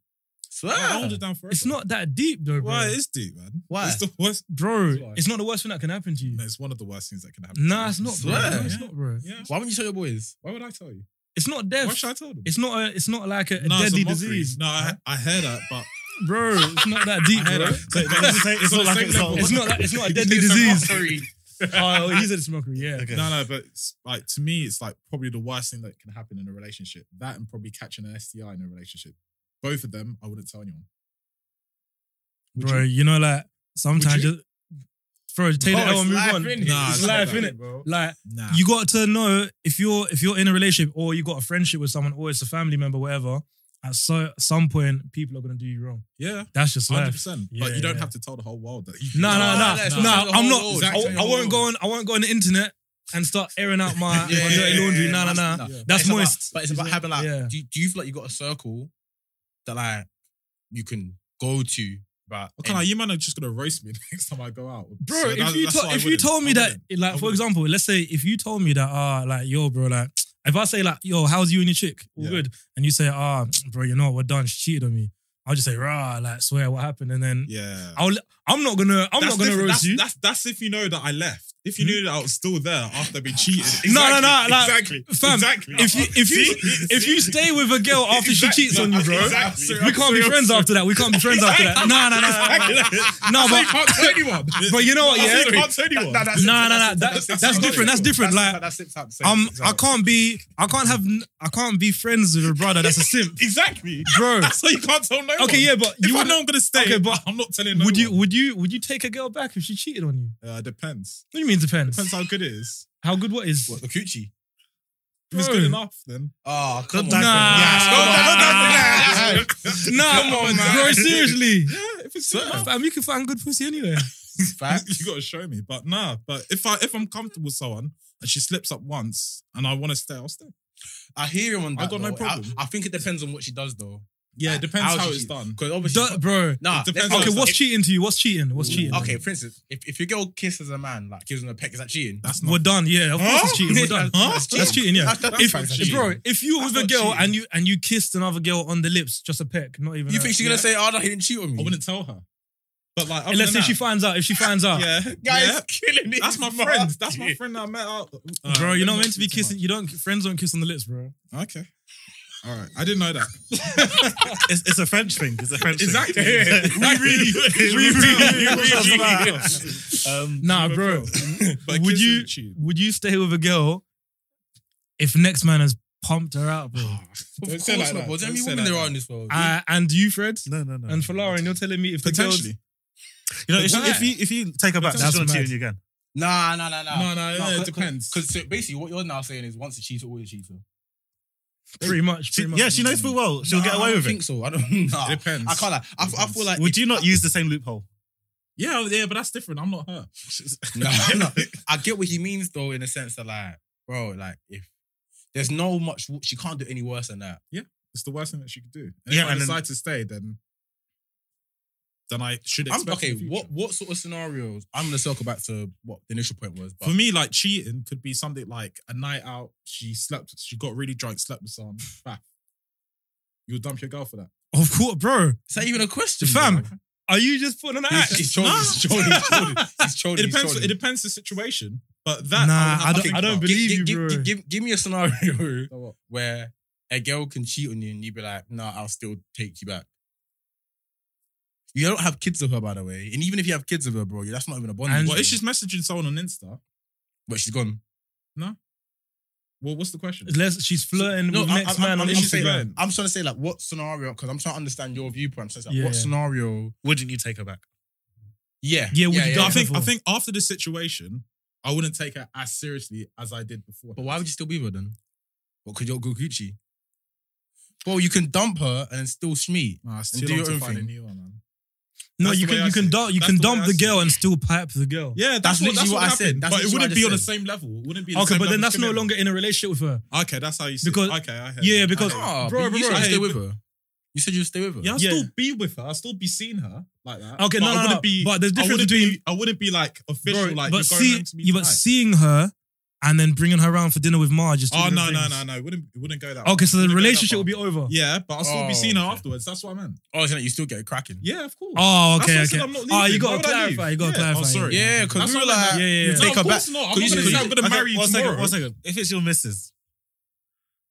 Speaker 3: Swear.
Speaker 2: I hold it down forever.
Speaker 1: it's not that deep though, bro.
Speaker 2: Why? It's deep, man.
Speaker 3: Why?
Speaker 2: It's the worst.
Speaker 1: bro,
Speaker 3: Why?
Speaker 1: it's not the worst thing that can happen to you.
Speaker 2: No, it's one of the worst things that can happen. to
Speaker 1: Nah,
Speaker 2: you.
Speaker 1: it's not, bro.
Speaker 3: Swear.
Speaker 1: No, it's
Speaker 2: Yeah.
Speaker 1: not, bro.
Speaker 2: Yeah.
Speaker 3: Why wouldn't you tell your boys?
Speaker 2: Why would I tell you?
Speaker 1: It's not
Speaker 2: Why
Speaker 1: death.
Speaker 2: should I tell them?
Speaker 1: It's not a. It's not like a, a
Speaker 2: No, it's
Speaker 1: deadly
Speaker 2: mockery.
Speaker 1: disease,
Speaker 2: No, I, I hear that, but
Speaker 1: bro. It's not that deep,
Speaker 2: I
Speaker 1: bro.
Speaker 2: hear that.
Speaker 5: So it's not- it's not like it's not-
Speaker 1: It's not. Like, it's not a deadly
Speaker 3: [laughs] It's a
Speaker 1: disease.
Speaker 3: mockery.
Speaker 1: Oh, he's a smokery. Yeah.
Speaker 5: Okay.
Speaker 2: No, no, but it's, like to me, it's like probably the worst thing that can happen in a relationship. That and probably catching an STI in a relationship. Both of them, I wouldn't tell anyone. Would
Speaker 1: bro. You? know, like sometimes,
Speaker 2: you?
Speaker 1: just, bro, take
Speaker 3: Bro,
Speaker 1: the L
Speaker 3: it's
Speaker 1: and move
Speaker 3: life,
Speaker 1: on.
Speaker 3: innit?
Speaker 2: Nah,
Speaker 1: it's
Speaker 2: it's not
Speaker 1: life,
Speaker 2: that.
Speaker 1: innit?
Speaker 3: bro.
Speaker 1: Like
Speaker 2: Nah.
Speaker 1: you got to know if you're if you're in a relationship or you got a friendship with someone or it's a family member, whatever. At so some point, people are gonna do you wrong.
Speaker 2: yeah,
Speaker 1: That's just
Speaker 2: hundred
Speaker 1: life.
Speaker 2: percent.
Speaker 1: Yeah,
Speaker 2: But you don't
Speaker 1: yeah.
Speaker 2: have to tell the whole world that. You,
Speaker 1: No, no,
Speaker 3: No,
Speaker 1: no,
Speaker 3: no,
Speaker 1: no.
Speaker 3: it's
Speaker 1: Nah,
Speaker 3: not the
Speaker 1: I'm
Speaker 3: whole
Speaker 1: not.
Speaker 3: world.
Speaker 1: I,
Speaker 2: Exactly.
Speaker 1: I won't go on. I won't go on the internet and start airing out my,
Speaker 3: [laughs] Yeah,
Speaker 1: my dirty
Speaker 3: yeah,
Speaker 1: laundry.
Speaker 3: yeah,
Speaker 1: Nah,
Speaker 3: yeah.
Speaker 1: nah, nah.
Speaker 3: Nah.
Speaker 1: That's
Speaker 3: It's about-
Speaker 1: moist.
Speaker 3: but it's about having like,
Speaker 1: Yeah.
Speaker 3: do, do you feel like you got a circle that like you can go to? But
Speaker 2: Okay, like, you man are just gonna roast me [laughs] next time I go out,
Speaker 1: bro.
Speaker 2: So
Speaker 1: if
Speaker 2: that-
Speaker 1: you
Speaker 2: that's
Speaker 1: to-
Speaker 2: why I
Speaker 1: if you
Speaker 2: wouldn't.
Speaker 1: told me
Speaker 2: I
Speaker 1: that,
Speaker 2: wouldn't.
Speaker 1: like for
Speaker 2: wouldn't.
Speaker 1: example, let's say if you told me that, ah, like yo, bro, like if I say like yo, how's you and your chick? All
Speaker 2: Yeah.
Speaker 1: good, and you say, ah, bro, you know what, we're done. She cheated on me. I'll just say, rah, like swear what happened, and then
Speaker 2: yeah,
Speaker 1: I'll I'm not gonna I'm
Speaker 2: That's
Speaker 1: not gonna
Speaker 2: different.
Speaker 1: roast
Speaker 2: that's,
Speaker 1: you. Hmm?
Speaker 2: That's that's if you know that I left. If you knew that I was still there after being cheated.
Speaker 1: [laughs] No, no, no, like,
Speaker 2: exactly.
Speaker 1: fam,
Speaker 2: exactly.
Speaker 1: If you if you if you stay with a girl after she cheats on you, bro,
Speaker 2: Exactly.
Speaker 1: we can't be friends uh.
Speaker 2: [laughs]
Speaker 1: after that. We can't be friends after that. Nah, nah, nah,
Speaker 2: Exactly.
Speaker 1: nah.
Speaker 2: So
Speaker 1: nah
Speaker 2: you
Speaker 1: but
Speaker 2: can't tell anyone.
Speaker 1: [laughs] but you know what?
Speaker 2: I said
Speaker 1: Oh, Yeah,
Speaker 2: can't tell anyone.
Speaker 1: nah, nah, nah. That, that's different. That's different. Like um, I can't be, I can't have, n- I can't be friends with a brother that's a simp, [laughs]
Speaker 2: Exactly.
Speaker 1: bro.
Speaker 2: [laughs] So you can't tell no one.
Speaker 1: Okay, yeah, but
Speaker 2: If
Speaker 1: you
Speaker 2: I
Speaker 1: would,
Speaker 2: know I'm gonna stay,
Speaker 1: Okay, but
Speaker 2: I'm not telling. No
Speaker 1: would you,
Speaker 2: One.
Speaker 1: would you, would you take a girl back if she cheated on you?
Speaker 2: Uh, depends.
Speaker 1: What do you mean depends?
Speaker 2: Depends how good it is.
Speaker 1: How good what is?
Speaker 3: What, the coochie?
Speaker 2: If it's
Speaker 1: Bro.
Speaker 2: good enough, then
Speaker 3: Oh,
Speaker 5: Don't
Speaker 3: come
Speaker 5: die
Speaker 3: on.
Speaker 5: for
Speaker 1: Nah.
Speaker 5: me. Yes, don't die- don't die for me.
Speaker 3: Yeah.
Speaker 1: Nah,
Speaker 3: Come on, man.
Speaker 1: bro, [laughs] seriously,
Speaker 2: yeah. If it's good enough,
Speaker 1: fam, you can find good pussy anywhere.
Speaker 3: Facts.
Speaker 2: [laughs] you gotta show me. But nah. But if I if I'm comfortable with someone and she slips up once and I want to stay, I'll stay.
Speaker 3: I hear him on
Speaker 2: I
Speaker 3: that.
Speaker 2: got no
Speaker 3: though.
Speaker 2: problem.
Speaker 3: I, I think it depends on what she does though.
Speaker 2: Yeah, it depends how
Speaker 3: she-
Speaker 2: it's done.
Speaker 3: Because obviously,
Speaker 1: Duh, bro.
Speaker 3: nah. let's
Speaker 2: It depends on-
Speaker 1: Okay,
Speaker 3: be honest,
Speaker 1: what's
Speaker 3: if-
Speaker 1: cheating to you? What's cheating? What's
Speaker 2: Mm.
Speaker 1: cheating?
Speaker 3: Okay, for instance, if, if your girl kisses a man, like gives him a peck, is that cheating?
Speaker 2: That's not.
Speaker 1: we're done. Yeah, of course it's cheating. We're done.
Speaker 2: Huh?
Speaker 1: That's cheating. Yeah.
Speaker 3: That's- that's
Speaker 1: If,
Speaker 3: fine,
Speaker 2: that's
Speaker 1: if- bro,
Speaker 2: cheating.
Speaker 1: if you were with a
Speaker 3: That's
Speaker 1: girl
Speaker 3: not
Speaker 1: and you and you kissed another girl on the lips, just a peck, not even.
Speaker 3: you
Speaker 1: a-
Speaker 3: think she's gonna say, "Oh no, he didn't cheat on me"?
Speaker 2: I wouldn't tell her. But like, other
Speaker 1: And let's say
Speaker 2: than
Speaker 1: she
Speaker 2: that,
Speaker 1: finds out. If she finds out,
Speaker 2: [laughs] Yeah,
Speaker 3: Guys,
Speaker 2: yeah.
Speaker 3: killing me.
Speaker 1: [laughs]
Speaker 2: That's my friend. That's my friend that I met out. Uh,
Speaker 1: bro, you're
Speaker 2: let
Speaker 1: not
Speaker 2: me
Speaker 1: meant to be
Speaker 2: speak
Speaker 1: kissing. You don't. Friends don't kiss on the lips, bro.
Speaker 2: much. Okay. All right. I didn't know that.
Speaker 5: [laughs] It's, it's a French thing. It's a French [laughs]
Speaker 2: Exactly.
Speaker 5: thing.
Speaker 2: [laughs] We
Speaker 5: [laughs]
Speaker 2: really-
Speaker 5: we really,
Speaker 2: That's what
Speaker 5: really- [laughs]
Speaker 2: it's [laughs]
Speaker 5: Um,
Speaker 1: Nah, bro.
Speaker 2: But
Speaker 1: Would
Speaker 2: kissing
Speaker 1: you-
Speaker 2: is cheap.
Speaker 1: Would you stay with a girl if next man has pumped her out, bro?
Speaker 5: [sighs]
Speaker 3: Of
Speaker 2: Don't
Speaker 3: course
Speaker 2: say like
Speaker 3: not.
Speaker 2: that.
Speaker 3: Boys, how many
Speaker 2: Don't say
Speaker 3: women
Speaker 2: like
Speaker 3: there are
Speaker 2: that.
Speaker 3: in this world?
Speaker 1: Uh, and you, Fred,
Speaker 5: No, no, no.
Speaker 1: and Florarian, you're telling me if the girls.
Speaker 2: Potentially.
Speaker 5: You know, if, you-
Speaker 1: Why?
Speaker 5: if you if you take her back,
Speaker 1: That's
Speaker 5: she's gonna
Speaker 1: mad.
Speaker 5: cheat on you again.
Speaker 3: Nah, nah, nah, nah.
Speaker 2: No, no, no, it depends.
Speaker 3: Because so basically, what you're now saying is, once a cheater, always a cheater.
Speaker 1: Pretty much.
Speaker 5: She,
Speaker 1: Pretty much.
Speaker 5: yeah, she knows full well she'll
Speaker 3: Nah,
Speaker 5: get
Speaker 3: I
Speaker 5: away
Speaker 3: don't
Speaker 5: with
Speaker 3: think
Speaker 5: it.
Speaker 3: so. I don't. [laughs] Nah.
Speaker 2: It depends.
Speaker 3: I can't. Like, I, f- I feel like.
Speaker 5: Would you not use the same loophole?
Speaker 2: Yeah,
Speaker 5: oh,
Speaker 2: yeah, but that's different. I'm not
Speaker 5: [laughs]
Speaker 2: her.
Speaker 3: Nah,
Speaker 2: [laughs]
Speaker 3: nah. I get what he means though, in the sense that like, bro, like if there's no much, she can't do any worse than that.
Speaker 2: It's the worst thing that she could do. And
Speaker 5: Yeah,
Speaker 2: if I
Speaker 5: and then-
Speaker 2: decide to stay, then then I should
Speaker 3: I'm,
Speaker 2: expect.
Speaker 3: okay,
Speaker 2: the future.
Speaker 3: what what sort of scenarios? I'm gonna circle back to what the initial point was, but
Speaker 2: For me, like cheating could be something like a night out. She slept. She got really drunk. Slept with someone. [laughs] Bah. You'll dump your girl for that.
Speaker 1: Of course, bro.
Speaker 3: is that even a question,
Speaker 1: Fam,
Speaker 3: bro?
Speaker 1: are you just putting an
Speaker 3: He's,
Speaker 1: act?
Speaker 3: he's trolling, he's trolling, he's trolling, he's trolling.
Speaker 2: It
Speaker 3: he's
Speaker 2: depends.
Speaker 3: trolling.
Speaker 2: It depends the situation. But that
Speaker 1: Nah,
Speaker 2: I,
Speaker 1: I don't-
Speaker 2: think
Speaker 1: I don't
Speaker 2: about.
Speaker 1: believe-
Speaker 3: Gi-
Speaker 1: you,
Speaker 3: gi-
Speaker 1: bro.
Speaker 3: gi- give, give me a scenario [laughs]
Speaker 2: So what?
Speaker 3: where a girl can cheat on you and you be like, "No, I'll still take you back." You don't have kids with her, by the way. And even if you have kids with her, bro, that's not even a bonding.
Speaker 1: [laughs] And-
Speaker 2: Well, if she's messaging someone on Insta,
Speaker 3: but she's gone.
Speaker 2: well, what's the question?
Speaker 1: Unless she's flirting
Speaker 3: No,
Speaker 1: with
Speaker 3: I-
Speaker 1: next
Speaker 3: I-
Speaker 1: man
Speaker 3: I'm
Speaker 1: on
Speaker 3: just saying-
Speaker 1: Instagram.
Speaker 3: I'm trying to say like what scenario because I'm trying to understand your viewpoint. I'm trying to say, like,
Speaker 1: Yeah.
Speaker 3: what scenario?
Speaker 5: Wouldn't you take her back?
Speaker 3: Yeah,
Speaker 1: Yeah, would you go
Speaker 2: I think
Speaker 1: before.
Speaker 2: I think after this situation, I wouldn't take her as seriously as I did before.
Speaker 3: But why would you still be with her then? Well, because you're good Gucci. Well, you can dump her and then still shmee.
Speaker 2: Nah, it's
Speaker 3: And
Speaker 2: too
Speaker 3: do
Speaker 2: long
Speaker 3: your
Speaker 2: to
Speaker 3: own
Speaker 2: find
Speaker 3: thing.
Speaker 2: a new one, man.
Speaker 1: No,
Speaker 2: That's
Speaker 1: you
Speaker 2: the way
Speaker 1: can
Speaker 2: I
Speaker 1: you
Speaker 2: see
Speaker 1: can
Speaker 2: it.
Speaker 1: dump you
Speaker 2: That's
Speaker 1: can
Speaker 2: the way
Speaker 1: dump
Speaker 2: I
Speaker 1: the
Speaker 2: see
Speaker 1: girl
Speaker 2: it.
Speaker 1: and still pipe the girl.
Speaker 2: Yeah,
Speaker 3: That's literally what I said.
Speaker 2: happened,
Speaker 3: That's
Speaker 2: but it
Speaker 3: literally
Speaker 2: wouldn't
Speaker 3: what I
Speaker 2: be on the
Speaker 3: just
Speaker 2: same level. It wouldn't be. The
Speaker 1: Okay,
Speaker 2: same
Speaker 1: but then
Speaker 2: level of
Speaker 1: that's no
Speaker 2: commitment.
Speaker 1: longer in a relationship with her.
Speaker 2: Okay, that's how you see.
Speaker 1: Because-
Speaker 2: it. okay, I hear
Speaker 1: yeah,
Speaker 2: you.
Speaker 1: because-
Speaker 2: I hear you.
Speaker 3: Ah,
Speaker 1: Bro,
Speaker 3: but
Speaker 1: bro,
Speaker 3: you
Speaker 1: bro,
Speaker 3: said
Speaker 1: hey,
Speaker 3: stay with her. You said you'd stay with her.
Speaker 2: yeah, I'll
Speaker 1: Yeah.
Speaker 2: still be with her. I'll still be seeing her like that.
Speaker 1: Okay,
Speaker 2: but
Speaker 1: no,
Speaker 2: I
Speaker 1: no,
Speaker 2: wouldn't
Speaker 1: no,
Speaker 2: be.
Speaker 1: but there's
Speaker 2: I
Speaker 1: difference
Speaker 2: wouldn't
Speaker 1: between
Speaker 2: be. I wouldn't be like official. like,
Speaker 1: but
Speaker 2: you're going
Speaker 1: see,
Speaker 2: home to meet
Speaker 1: yeah, but
Speaker 2: tonight.
Speaker 1: seeing her and then bringing her around for dinner with Marge. is two
Speaker 2: Oh no,
Speaker 1: different
Speaker 2: no,
Speaker 1: things. Oh,
Speaker 2: no, no! It wouldn't it wouldn't go that.
Speaker 1: Okay, so
Speaker 2: It
Speaker 1: the
Speaker 2: wouldn't go that
Speaker 1: relationship
Speaker 2: far.
Speaker 1: will be over.
Speaker 2: Yeah, but I'll still
Speaker 3: Oh,
Speaker 2: be seeing her
Speaker 3: okay.
Speaker 2: afterwards. That's what I meant.
Speaker 3: Oh, so you still get a cracking.
Speaker 2: Yeah, of course.
Speaker 1: Oh, okay,
Speaker 2: That's why I said
Speaker 1: okay.
Speaker 2: I'm not
Speaker 1: Oh, you
Speaker 2: leaving.
Speaker 1: gotta
Speaker 2: Why would I leave?
Speaker 1: clarify. You gotta
Speaker 2: Yeah,
Speaker 1: clarify.
Speaker 2: I'm sorry.
Speaker 3: Yeah, because
Speaker 2: That's
Speaker 3: we were
Speaker 2: what I meant.
Speaker 1: Yeah,
Speaker 3: like,
Speaker 1: yeah, yeah.
Speaker 2: No,
Speaker 3: take
Speaker 2: of
Speaker 3: her back.
Speaker 2: course not. I'm
Speaker 3: Could
Speaker 2: not
Speaker 3: you-
Speaker 2: gonna
Speaker 3: could
Speaker 2: say
Speaker 3: you-
Speaker 2: I'm gonna
Speaker 5: Okay,
Speaker 2: marry you
Speaker 5: one second,
Speaker 2: tomorrow.
Speaker 5: one second. If it's your missus,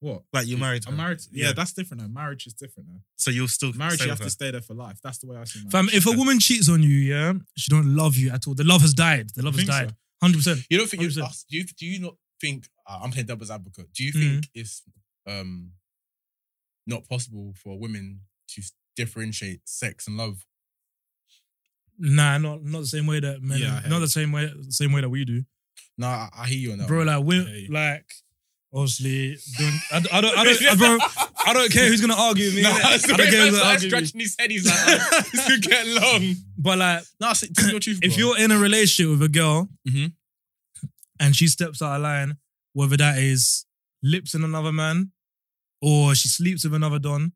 Speaker 2: What?
Speaker 5: like you married her,
Speaker 2: I'm married. Yeah,
Speaker 5: Yeah.
Speaker 2: that's different. Now, marriage is different. Now,
Speaker 5: so you'll still
Speaker 2: marriage
Speaker 5: stay
Speaker 2: you have
Speaker 5: with her.
Speaker 2: to stay there for life. That's the way I see marriage.
Speaker 1: Fam, if a
Speaker 5: Yeah.
Speaker 1: woman cheats on you, yeah, she don't love you at all. The love has died. The love
Speaker 2: You
Speaker 1: has
Speaker 2: think
Speaker 1: died.
Speaker 2: so?
Speaker 1: Hundred percent.
Speaker 3: You don't think you,
Speaker 1: 100%.
Speaker 3: us- do you do you not think uh, I'm playing devil's advocate? Do you
Speaker 1: Mhm.
Speaker 3: think it's um not possible for women to s- differentiate sex and love?
Speaker 1: Nah, not not the same way that men.
Speaker 2: Yeah, I hear
Speaker 1: not
Speaker 2: you.
Speaker 1: the same way. Same way that we do,
Speaker 3: No, I, I hear you on that.
Speaker 1: bro.
Speaker 3: one.
Speaker 1: Like we
Speaker 2: Hey.
Speaker 1: like. Obviously, don't, I,
Speaker 3: [laughs]
Speaker 1: don't- I don't, I don't, I, bro, I don't care who's gonna argue with me.
Speaker 3: no,
Speaker 1: innit?
Speaker 3: that's the
Speaker 1: I don't
Speaker 3: way
Speaker 1: care
Speaker 3: man
Speaker 1: who's gonna
Speaker 3: started
Speaker 1: argue with me.
Speaker 3: scratching his head. He's like, oh, this could get long.
Speaker 1: But like,
Speaker 3: No, see, tell me your truth,
Speaker 1: if
Speaker 3: bro.
Speaker 1: you're in a relationship with a girl
Speaker 3: Mhm.
Speaker 1: and she steps out of line, whether that is lips in another man or she sleeps with another don,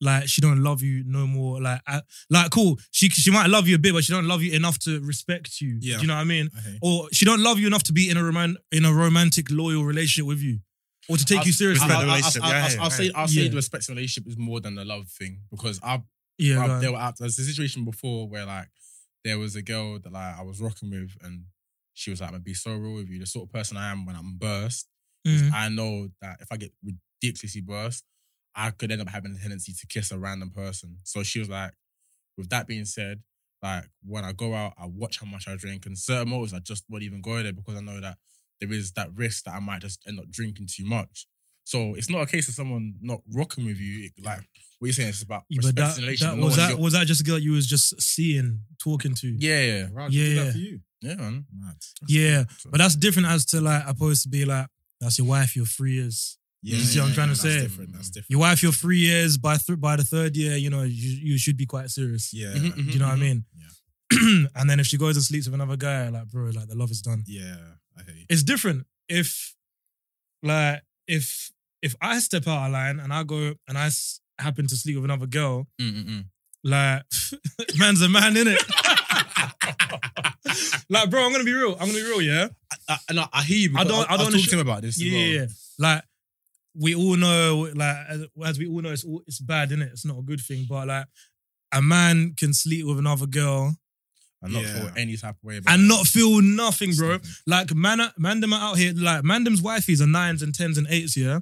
Speaker 1: like she don't love you no more. Like, I, like cool, she she might love you a bit, but she don't love you enough to respect you.
Speaker 2: Yeah.
Speaker 1: Do you know what I mean?
Speaker 2: I hate-
Speaker 1: Or she don't love you enough to be in a roman in a romantic loyal relationship with you, or to take
Speaker 3: I'll-
Speaker 1: you seriously.
Speaker 3: I- I-
Speaker 5: the
Speaker 3: I-
Speaker 5: relationship,
Speaker 3: I- I-
Speaker 5: yeah,
Speaker 3: I'll,
Speaker 5: yeah,
Speaker 3: I'll say,
Speaker 5: right.
Speaker 3: I'll say
Speaker 1: Yeah.
Speaker 3: the respect for the relationship is more than the love thing because I,
Speaker 1: yeah, go
Speaker 3: I
Speaker 1: on.
Speaker 3: there, were, there's a situation before where like there was a girl that like I was rocking with and she was like, "I'm gonna be so real with you. The sort of person I am when I'm burst,
Speaker 1: Mhm.
Speaker 3: I know that if I get ridiculously burst, I could end up having a tendency to kiss a random person. So she was like, with that being said, like when I go out, I watch how much I drink, and certain moments I just won't even go there because I know that there is that risk that I might just end up drinking too much. So it's not a case of someone not rocking with you. It- Like what you're saying, it's about
Speaker 1: Yeah, but
Speaker 3: respect
Speaker 1: that,
Speaker 3: and
Speaker 1: that-
Speaker 3: relationship.
Speaker 1: was
Speaker 3: No
Speaker 1: that
Speaker 3: one's
Speaker 1: was that just a girl you was just seeing talking to?
Speaker 3: your- yeah, yeah,
Speaker 2: Raj, yeah,
Speaker 1: yeah.
Speaker 2: that for you.
Speaker 3: yeah, man.
Speaker 2: Mad.
Speaker 1: Yeah,
Speaker 3: So-
Speaker 1: but that's different as to like opposed to be like that's your wife. You're three years.
Speaker 2: Yeah,
Speaker 3: You see
Speaker 2: yeah,
Speaker 1: what I'm
Speaker 2: yeah,
Speaker 1: trying to
Speaker 2: that's
Speaker 1: say?
Speaker 2: Different. That's different.
Speaker 1: Your wife. You're three years. By th- by the third year, you know you, you should be quite serious.
Speaker 2: Yeah,
Speaker 3: Mhm, mhm,
Speaker 1: Mm-hmm, Do you know what I
Speaker 3: mhm.
Speaker 1: mean? [clears throat] and then if she goes and sleeps with another guy, like bro, like the love is done.
Speaker 2: yeah, I hate.
Speaker 1: It's different if like if if I step out of line and I go and I s- happen to sleep with another girl,
Speaker 3: Mm, mm, mm.
Speaker 1: like [laughs] man's a man, innit? [laughs] like bro, I'm gonna be real. I'm gonna be real. Yeah.
Speaker 3: I, I, no, I hear you.
Speaker 1: I
Speaker 3: because
Speaker 1: don't- I
Speaker 3: I,
Speaker 1: don't
Speaker 3: I talked
Speaker 1: sh-
Speaker 3: to him about this. as
Speaker 1: yeah,
Speaker 3: well.
Speaker 1: yeah, yeah. Like we all know, like as, as we all know, it's all, it's bad, innit? It's not a good thing. But like a man can sleep with another girl
Speaker 3: and not
Speaker 2: Yeah.
Speaker 3: feel any type of way about
Speaker 1: and
Speaker 3: it.
Speaker 1: not feel nothing, bro.
Speaker 3: Stupid.
Speaker 1: Like man, mandem are out here. Like mandem's wifeys are nines and tens and eights, yeah,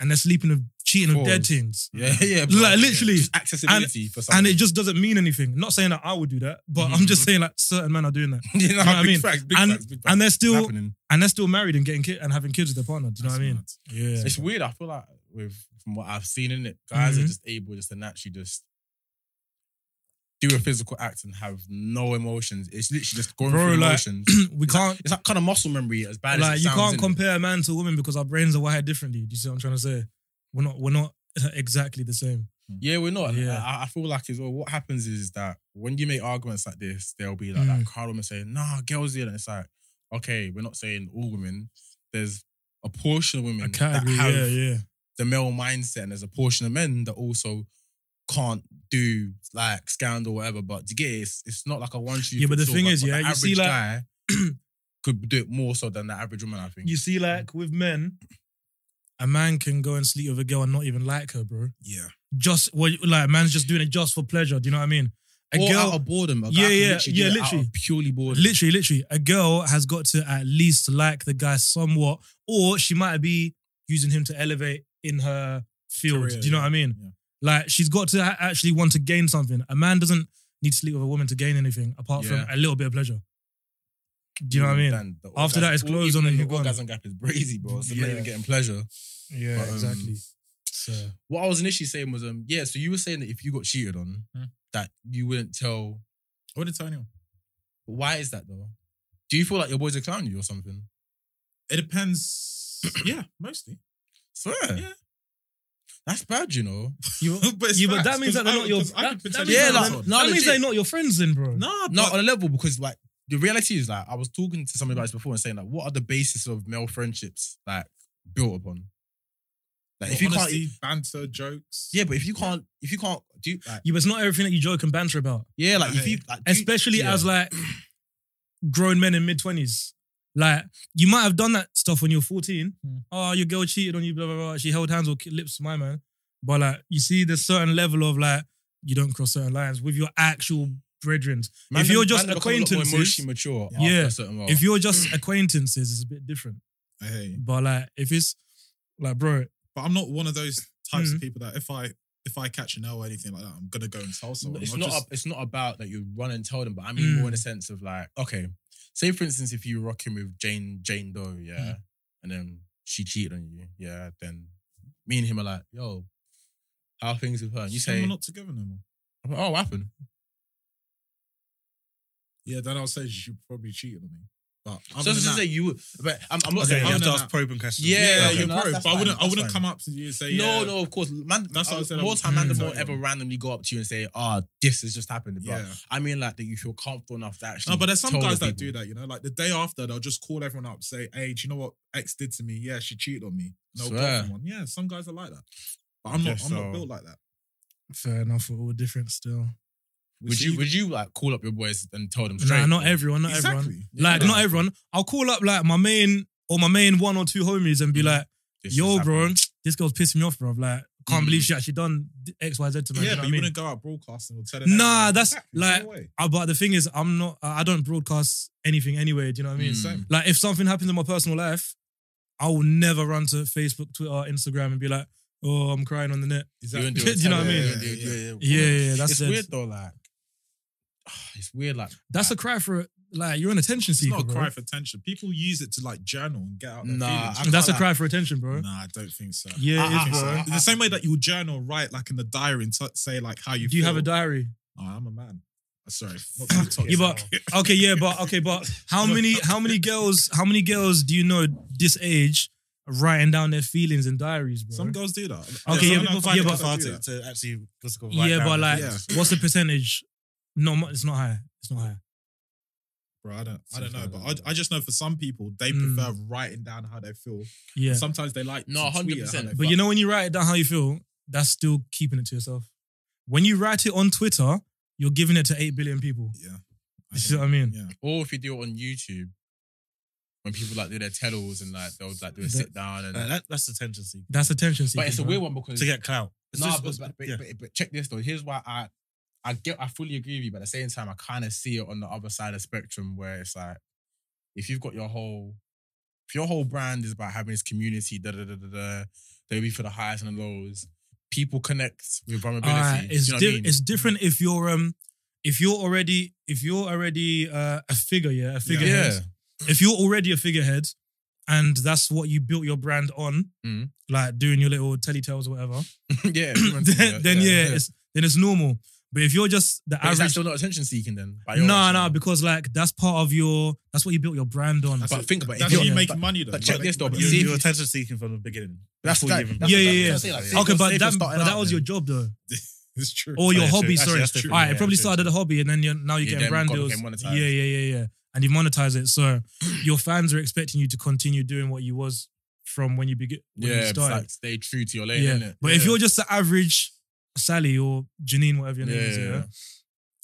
Speaker 1: and they're sleeping with cheating with dead
Speaker 3: Fours.
Speaker 1: teens.
Speaker 3: Yeah, [laughs] yeah,
Speaker 1: Like, literally.
Speaker 3: Just accessibility for something.
Speaker 1: And it just doesn't mean anything. Not saying that I would do that, but I'm just saying like certain men are doing that, [laughs]
Speaker 3: you know
Speaker 1: what I
Speaker 3: big
Speaker 1: mean?
Speaker 3: Facts, Mm-hmm. [laughs] big
Speaker 1: And-
Speaker 3: facts, big facts.
Speaker 1: and they're
Speaker 3: It's
Speaker 1: still
Speaker 3: happening.
Speaker 1: and they're still married and getting kid and having kids with their partner. Do you know what I mean? Yeah,
Speaker 3: It's weird. I feel like with from what I've seen in it, guys
Speaker 1: Mhm.
Speaker 3: are just able just to naturally just do a physical act and have no emotions. It's literally just going
Speaker 1: Bro,
Speaker 3: through
Speaker 1: like,
Speaker 3: emotions.
Speaker 1: [clears throat] [laughs] we can't
Speaker 3: It's that kind of muscle memory as bad
Speaker 1: like
Speaker 3: as it
Speaker 1: you
Speaker 3: sounds,
Speaker 1: can't
Speaker 3: innit?
Speaker 1: compare a man to a woman because our brains are wired differently. Do you see what I'm trying to say? We're not we're not [laughs] exactly the same.
Speaker 3: Yeah, we're not.
Speaker 1: Yeah.
Speaker 3: I, I feel like as well, what happens is that when you make arguments like this, there'll be like
Speaker 1: Mm.
Speaker 3: that crowd woman saying, nah, girls here. And it's like, okay, we're not saying all women. There's a portion of
Speaker 1: A
Speaker 3: women that
Speaker 1: category,
Speaker 3: have
Speaker 1: yeah, yeah.
Speaker 3: the male mindset, and there's a portion of men that also can't do like scandal or whatever. But to get it, it's, it's not like a one shoe.
Speaker 1: Yeah, but the
Speaker 3: fits all,
Speaker 1: thing is,
Speaker 3: but
Speaker 1: yeah,
Speaker 3: the
Speaker 1: you see,
Speaker 3: average
Speaker 1: like- [clears throat]
Speaker 3: guy could do it more so than the average woman. I think.
Speaker 1: You see, like with men, a man can go and sleep with a girl and not even like her, bro.
Speaker 2: Yeah,
Speaker 1: Just well, like a man's just doing it just for pleasure. Do you know what I mean? A
Speaker 3: or
Speaker 1: girl,
Speaker 3: out of boredom. A guy
Speaker 1: Yeah,
Speaker 3: could
Speaker 1: yeah, yeah,
Speaker 3: literally do it out of
Speaker 1: literally.
Speaker 3: purely boredom.
Speaker 1: literally, literally, a girl has got to at least like the guy somewhat, or she might be using him to elevate in her field.
Speaker 2: Career,
Speaker 1: Do you know
Speaker 2: yeah,
Speaker 1: what I mean?
Speaker 2: yeah.
Speaker 1: Like she's got to a- actually want to gain something. A man doesn't need to sleep with a woman to gain anything apart
Speaker 2: Yeah.
Speaker 1: from a little bit of pleasure. Do you know what I mean?
Speaker 3: Dan, the
Speaker 1: After that, it's
Speaker 3: orgasm-
Speaker 1: closed
Speaker 3: even
Speaker 1: on and
Speaker 3: the
Speaker 1: you've gone.
Speaker 3: orgasm gap is crazy, bro. So I'm not
Speaker 1: Yeah.
Speaker 3: even getting pleasure.
Speaker 1: Yeah,
Speaker 3: But, um,
Speaker 1: exactly. So
Speaker 3: What I was initially saying was, um, yeah. So you were saying that if you got cheated on,
Speaker 2: Hmm.
Speaker 3: that you wouldn't tell.
Speaker 2: I wouldn't tell anyone.
Speaker 3: Why is that though? Do you feel like your boys are clowning you or something?
Speaker 2: It depends. yeah, mostly.
Speaker 3: Swear.
Speaker 2: Yeah.
Speaker 3: That's bad, you know.
Speaker 2: [laughs] but, it's
Speaker 1: yeah, but that
Speaker 2: facts,
Speaker 1: means that
Speaker 2: 'cause
Speaker 1: they're
Speaker 2: I-
Speaker 1: not your.
Speaker 2: 'cause I
Speaker 1: That,
Speaker 2: could
Speaker 1: that means,
Speaker 2: potentially
Speaker 3: Yeah,
Speaker 1: that-
Speaker 3: like,
Speaker 2: tell.
Speaker 3: no,
Speaker 1: that means
Speaker 3: legit.
Speaker 1: they're not your friends, then, bro.
Speaker 2: Nah,
Speaker 3: Not
Speaker 2: but-
Speaker 3: on a level because like the reality is like I was talking to somebody about this before and saying like what are the basis of male friendships like built upon? Like if you can't,
Speaker 2: honesty, banter, jokes.
Speaker 3: yeah, but if you can't, if you can't do, like,
Speaker 1: Yeah, but it's not everything that you joke and banter about,
Speaker 3: yeah, like if
Speaker 2: Okay.
Speaker 3: you, like, do-
Speaker 1: especially
Speaker 3: yeah.
Speaker 1: as like [clears throat] grown men in mid twenties. Like you might have done that stuff when you're 14.
Speaker 3: Hmm.
Speaker 1: Oh, your girl cheated on you, blah blah blah. She held hands or ki- lips to my man. But like you see, there's certain level of like you don't cross certain lines with your actual brethren.
Speaker 3: Man
Speaker 1: if
Speaker 3: them-
Speaker 1: you're just
Speaker 3: man them become a lot more
Speaker 1: acquaintances-
Speaker 3: emotionally mature,
Speaker 1: Yeah.
Speaker 3: after a certain while.
Speaker 1: If you're just [clears throat] acquaintances, it's a bit different.
Speaker 2: I hear you.
Speaker 1: But like if it's like bro,
Speaker 2: But I'm not one of those types
Speaker 1: Mhm.
Speaker 2: of people that if I if I catch an L or anything like that, I'm gonna go and tell someone.
Speaker 3: it's
Speaker 2: I'll
Speaker 3: not,
Speaker 2: just-
Speaker 3: a- it's not about that you run and tell them, but I mean
Speaker 1: Mm.
Speaker 3: more in the sense of like, okay, say for instance, if you're rocking with Jane Jane Doe, yeah,
Speaker 2: Mm.
Speaker 3: and then she cheated on you, yeah, then me and him are like, yo, how are things with her? And you
Speaker 2: Just tell them
Speaker 3: say,
Speaker 2: we're not together no more.
Speaker 3: oh, what happened?
Speaker 2: Yeah, then I'll say she probably cheated on me. But other
Speaker 3: So
Speaker 2: than
Speaker 3: just
Speaker 2: that-
Speaker 3: say you, but I'm, I'm not
Speaker 2: Okay,
Speaker 3: saying
Speaker 2: yeah.
Speaker 5: you have to
Speaker 2: no,
Speaker 5: ask
Speaker 2: no.
Speaker 5: probing questions.
Speaker 3: Yeah,
Speaker 2: yeah,
Speaker 3: okay.
Speaker 2: you're
Speaker 3: No,
Speaker 2: pro.
Speaker 3: that's-
Speaker 2: but I wouldn't. I
Speaker 3: that's
Speaker 2: wouldn't
Speaker 3: fine.
Speaker 2: come up to you and say
Speaker 3: No,
Speaker 2: yeah,
Speaker 3: no, of course. Man,
Speaker 2: That's what I
Speaker 3: uh,
Speaker 2: said, I
Speaker 3: More
Speaker 2: would-
Speaker 3: time, man,
Speaker 2: Mm.
Speaker 3: than won't ever randomly go up to you and say, "Ah, this has just happened." Bro.
Speaker 2: Yeah.
Speaker 3: I mean, like that you feel comfortable enough to actually.
Speaker 2: No, but there's some
Speaker 3: tell
Speaker 2: guys
Speaker 3: the
Speaker 2: that
Speaker 3: people.
Speaker 2: do that, you know. Like the day after, they'll just call everyone up, say, "Hey, do you know what X did to me? Yeah, she cheated on me." No
Speaker 3: Swear.
Speaker 2: problem. Yeah, some guys are like that. But I'm not.
Speaker 3: Guess
Speaker 2: I'm
Speaker 3: so.
Speaker 2: not built like that.
Speaker 1: fair enough, we're all different still.
Speaker 3: Would you? Would you like call up your boys and tell them straight?
Speaker 1: Nah, not everyone, not everyone.
Speaker 2: exactly?
Speaker 1: Like,
Speaker 3: Yeah.
Speaker 1: not everyone. I'll call up like my main or my main one or two homies and be
Speaker 3: Hmm.
Speaker 1: like,
Speaker 3: This
Speaker 1: yo,
Speaker 3: has
Speaker 1: bro,
Speaker 3: happened.
Speaker 1: this girl's pissing me off, bro. Like, can't
Speaker 3: Mm.
Speaker 1: believe she actually done d- X, Y, Z to me.
Speaker 2: Yeah,
Speaker 1: you know
Speaker 2: but
Speaker 1: what
Speaker 2: you
Speaker 1: I mean?
Speaker 2: wouldn't go out broadcasting or telling.
Speaker 1: Nah,
Speaker 2: everyone.
Speaker 1: that's
Speaker 2: Exactly,
Speaker 1: like- [laughs]
Speaker 2: no way.
Speaker 1: Uh, but the thing is, I'm not, I I don't broadcast anything anyway. Do you know what I mean?
Speaker 3: Mm.
Speaker 2: Same.
Speaker 1: Like, if something happens in my personal life, I will never run to Facebook, Twitter, Instagram and be like, oh, I'm crying on the net.
Speaker 3: You wouldn't
Speaker 1: Do [laughs] you know what I
Speaker 3: Yeah,
Speaker 1: mean?
Speaker 3: yeah, yeah, yeah, yeah.
Speaker 1: Yeah, yeah, yeah, that's
Speaker 3: it's
Speaker 1: dead.
Speaker 3: weird though. Like, [sighs] it's weird. Like
Speaker 1: That's a cry for, like, you're an attention
Speaker 2: It's
Speaker 1: seeker.
Speaker 2: not a
Speaker 1: bro.
Speaker 2: cry for attention. People use it to like journal and get out their
Speaker 3: Nah,
Speaker 2: feelings.
Speaker 3: I
Speaker 2: you know?
Speaker 1: That's a
Speaker 3: like-
Speaker 1: cry for attention, bro.
Speaker 2: Nah, I don't think so.
Speaker 1: Yeah,
Speaker 2: I
Speaker 1: it
Speaker 2: don't
Speaker 1: is,
Speaker 2: think so.
Speaker 1: bro.
Speaker 2: In the same way that you'll journal, write like in the diary and t- say like how you.
Speaker 1: Do you
Speaker 2: feel.
Speaker 1: have a diary?
Speaker 2: Oh, I'm a man. Sorry, not to be toxic.
Speaker 1: Yeah, but okay, yeah, but okay, but how many how many girls how many girls do you know this age writing down their feelings in diaries, bro?
Speaker 2: some girls do that.
Speaker 1: Okay, yeah,
Speaker 2: some
Speaker 1: but-
Speaker 2: people find
Speaker 1: yeah,
Speaker 2: it
Speaker 1: but-
Speaker 2: cathartic.
Speaker 5: to, to actually just go right
Speaker 1: yeah,
Speaker 5: down
Speaker 1: but
Speaker 5: and-
Speaker 1: like,
Speaker 2: yeah.
Speaker 1: what's the percentage? No, mu- it's not high. It's not high.
Speaker 2: Bro, I don't, I don't know,
Speaker 3: Sometimes
Speaker 2: but
Speaker 3: I don't
Speaker 2: I, I just know for some people they
Speaker 1: Mm.
Speaker 2: prefer writing down how they feel.
Speaker 1: Yeah,
Speaker 2: Sometimes they like
Speaker 3: No,
Speaker 2: to tweet
Speaker 3: 100%,
Speaker 2: it how they
Speaker 1: but you know when you write it down how you feel, that's still keeping it to yourself. When you write it on Twitter, you're giving it to eight billion people.
Speaker 2: feel. yeah,
Speaker 1: [laughs] You see what I mean?
Speaker 2: Yeah.
Speaker 3: or if you do it on YouTube, when people like do their tells and like they'll like do a
Speaker 1: That-
Speaker 3: sit down and.
Speaker 5: Uh, that, that's attention seeking
Speaker 1: That's attention seeking.
Speaker 3: But it's a
Speaker 1: bro.
Speaker 3: weird one because
Speaker 5: to get clout. It's
Speaker 3: No,
Speaker 5: just-
Speaker 3: but,
Speaker 5: it's-
Speaker 3: but, but,
Speaker 5: yeah.
Speaker 3: but, but check this though. Here's why I, I get, I fully agree with you, but at the same time, I kind of see it on the other side of the spectrum where it's like, if you've got your whole, if your whole brand is about having this community, da da da da da, they'll be for the highs and the lows. People connect with vulnerability.
Speaker 1: Alright,
Speaker 3: Do
Speaker 1: it's
Speaker 3: you know what
Speaker 1: di-
Speaker 3: I mean?
Speaker 1: it's different if you're um if you're already if you're already uh, a figure, yeah, a figurehead.
Speaker 3: yeah. [laughs]
Speaker 1: if you're already a figurehead and that's what you built your brand on,
Speaker 5: Mm.
Speaker 3: Mhm.
Speaker 1: like doing your little telly tales or whatever,
Speaker 3: yeah.
Speaker 1: [laughs] [coughs] then, then yeah, it's then it's normal. But if you're just the
Speaker 3: But is that
Speaker 1: average,
Speaker 3: still not attention seeking then? By your
Speaker 1: nah,
Speaker 3: rationale?
Speaker 1: nah, because like that's part of your that's what you built your brand on.
Speaker 2: That's
Speaker 3: But
Speaker 2: it.
Speaker 3: think about it.
Speaker 2: That's
Speaker 3: If
Speaker 2: how you
Speaker 3: you're-
Speaker 2: make
Speaker 3: but-
Speaker 2: money though.
Speaker 3: but
Speaker 2: You
Speaker 3: check
Speaker 2: make
Speaker 3: this though,
Speaker 2: money.
Speaker 3: but see if-
Speaker 5: you're attention seeking from the beginning.
Speaker 3: That's
Speaker 5: Before you
Speaker 3: that-
Speaker 5: even-
Speaker 3: that's
Speaker 1: yeah,
Speaker 3: what
Speaker 1: yeah,
Speaker 3: I'm
Speaker 1: yeah.
Speaker 3: saying, like,
Speaker 1: okay,
Speaker 3: people
Speaker 1: but
Speaker 3: say
Speaker 1: that,
Speaker 3: for starting
Speaker 1: but that
Speaker 3: out
Speaker 1: was
Speaker 3: then.
Speaker 1: your job though,
Speaker 2: it's true.
Speaker 1: or your
Speaker 5: yeah, true.
Speaker 1: hobby.
Speaker 5: Actually,
Speaker 1: Sorry,
Speaker 5: that's different.
Speaker 1: all right,
Speaker 5: Yeah,
Speaker 1: probably
Speaker 5: true,
Speaker 1: started a hobby and then you're now you're getting
Speaker 3: Yeah, then
Speaker 1: brand
Speaker 3: God
Speaker 1: deals.
Speaker 3: became monetized.
Speaker 1: Yeah, yeah, yeah, yeah, and you monetize it.
Speaker 3: [clears throat]
Speaker 1: So your fans are expecting you to continue doing what you was from when you begin. When
Speaker 3: yeah,
Speaker 1: you
Speaker 3: it's
Speaker 1: started.
Speaker 3: like stay true to your lane,
Speaker 1: Yeah.
Speaker 3: innit?
Speaker 1: But if you're just the average Sally or Janine, whatever your name is,
Speaker 3: Yeah.
Speaker 1: yeah,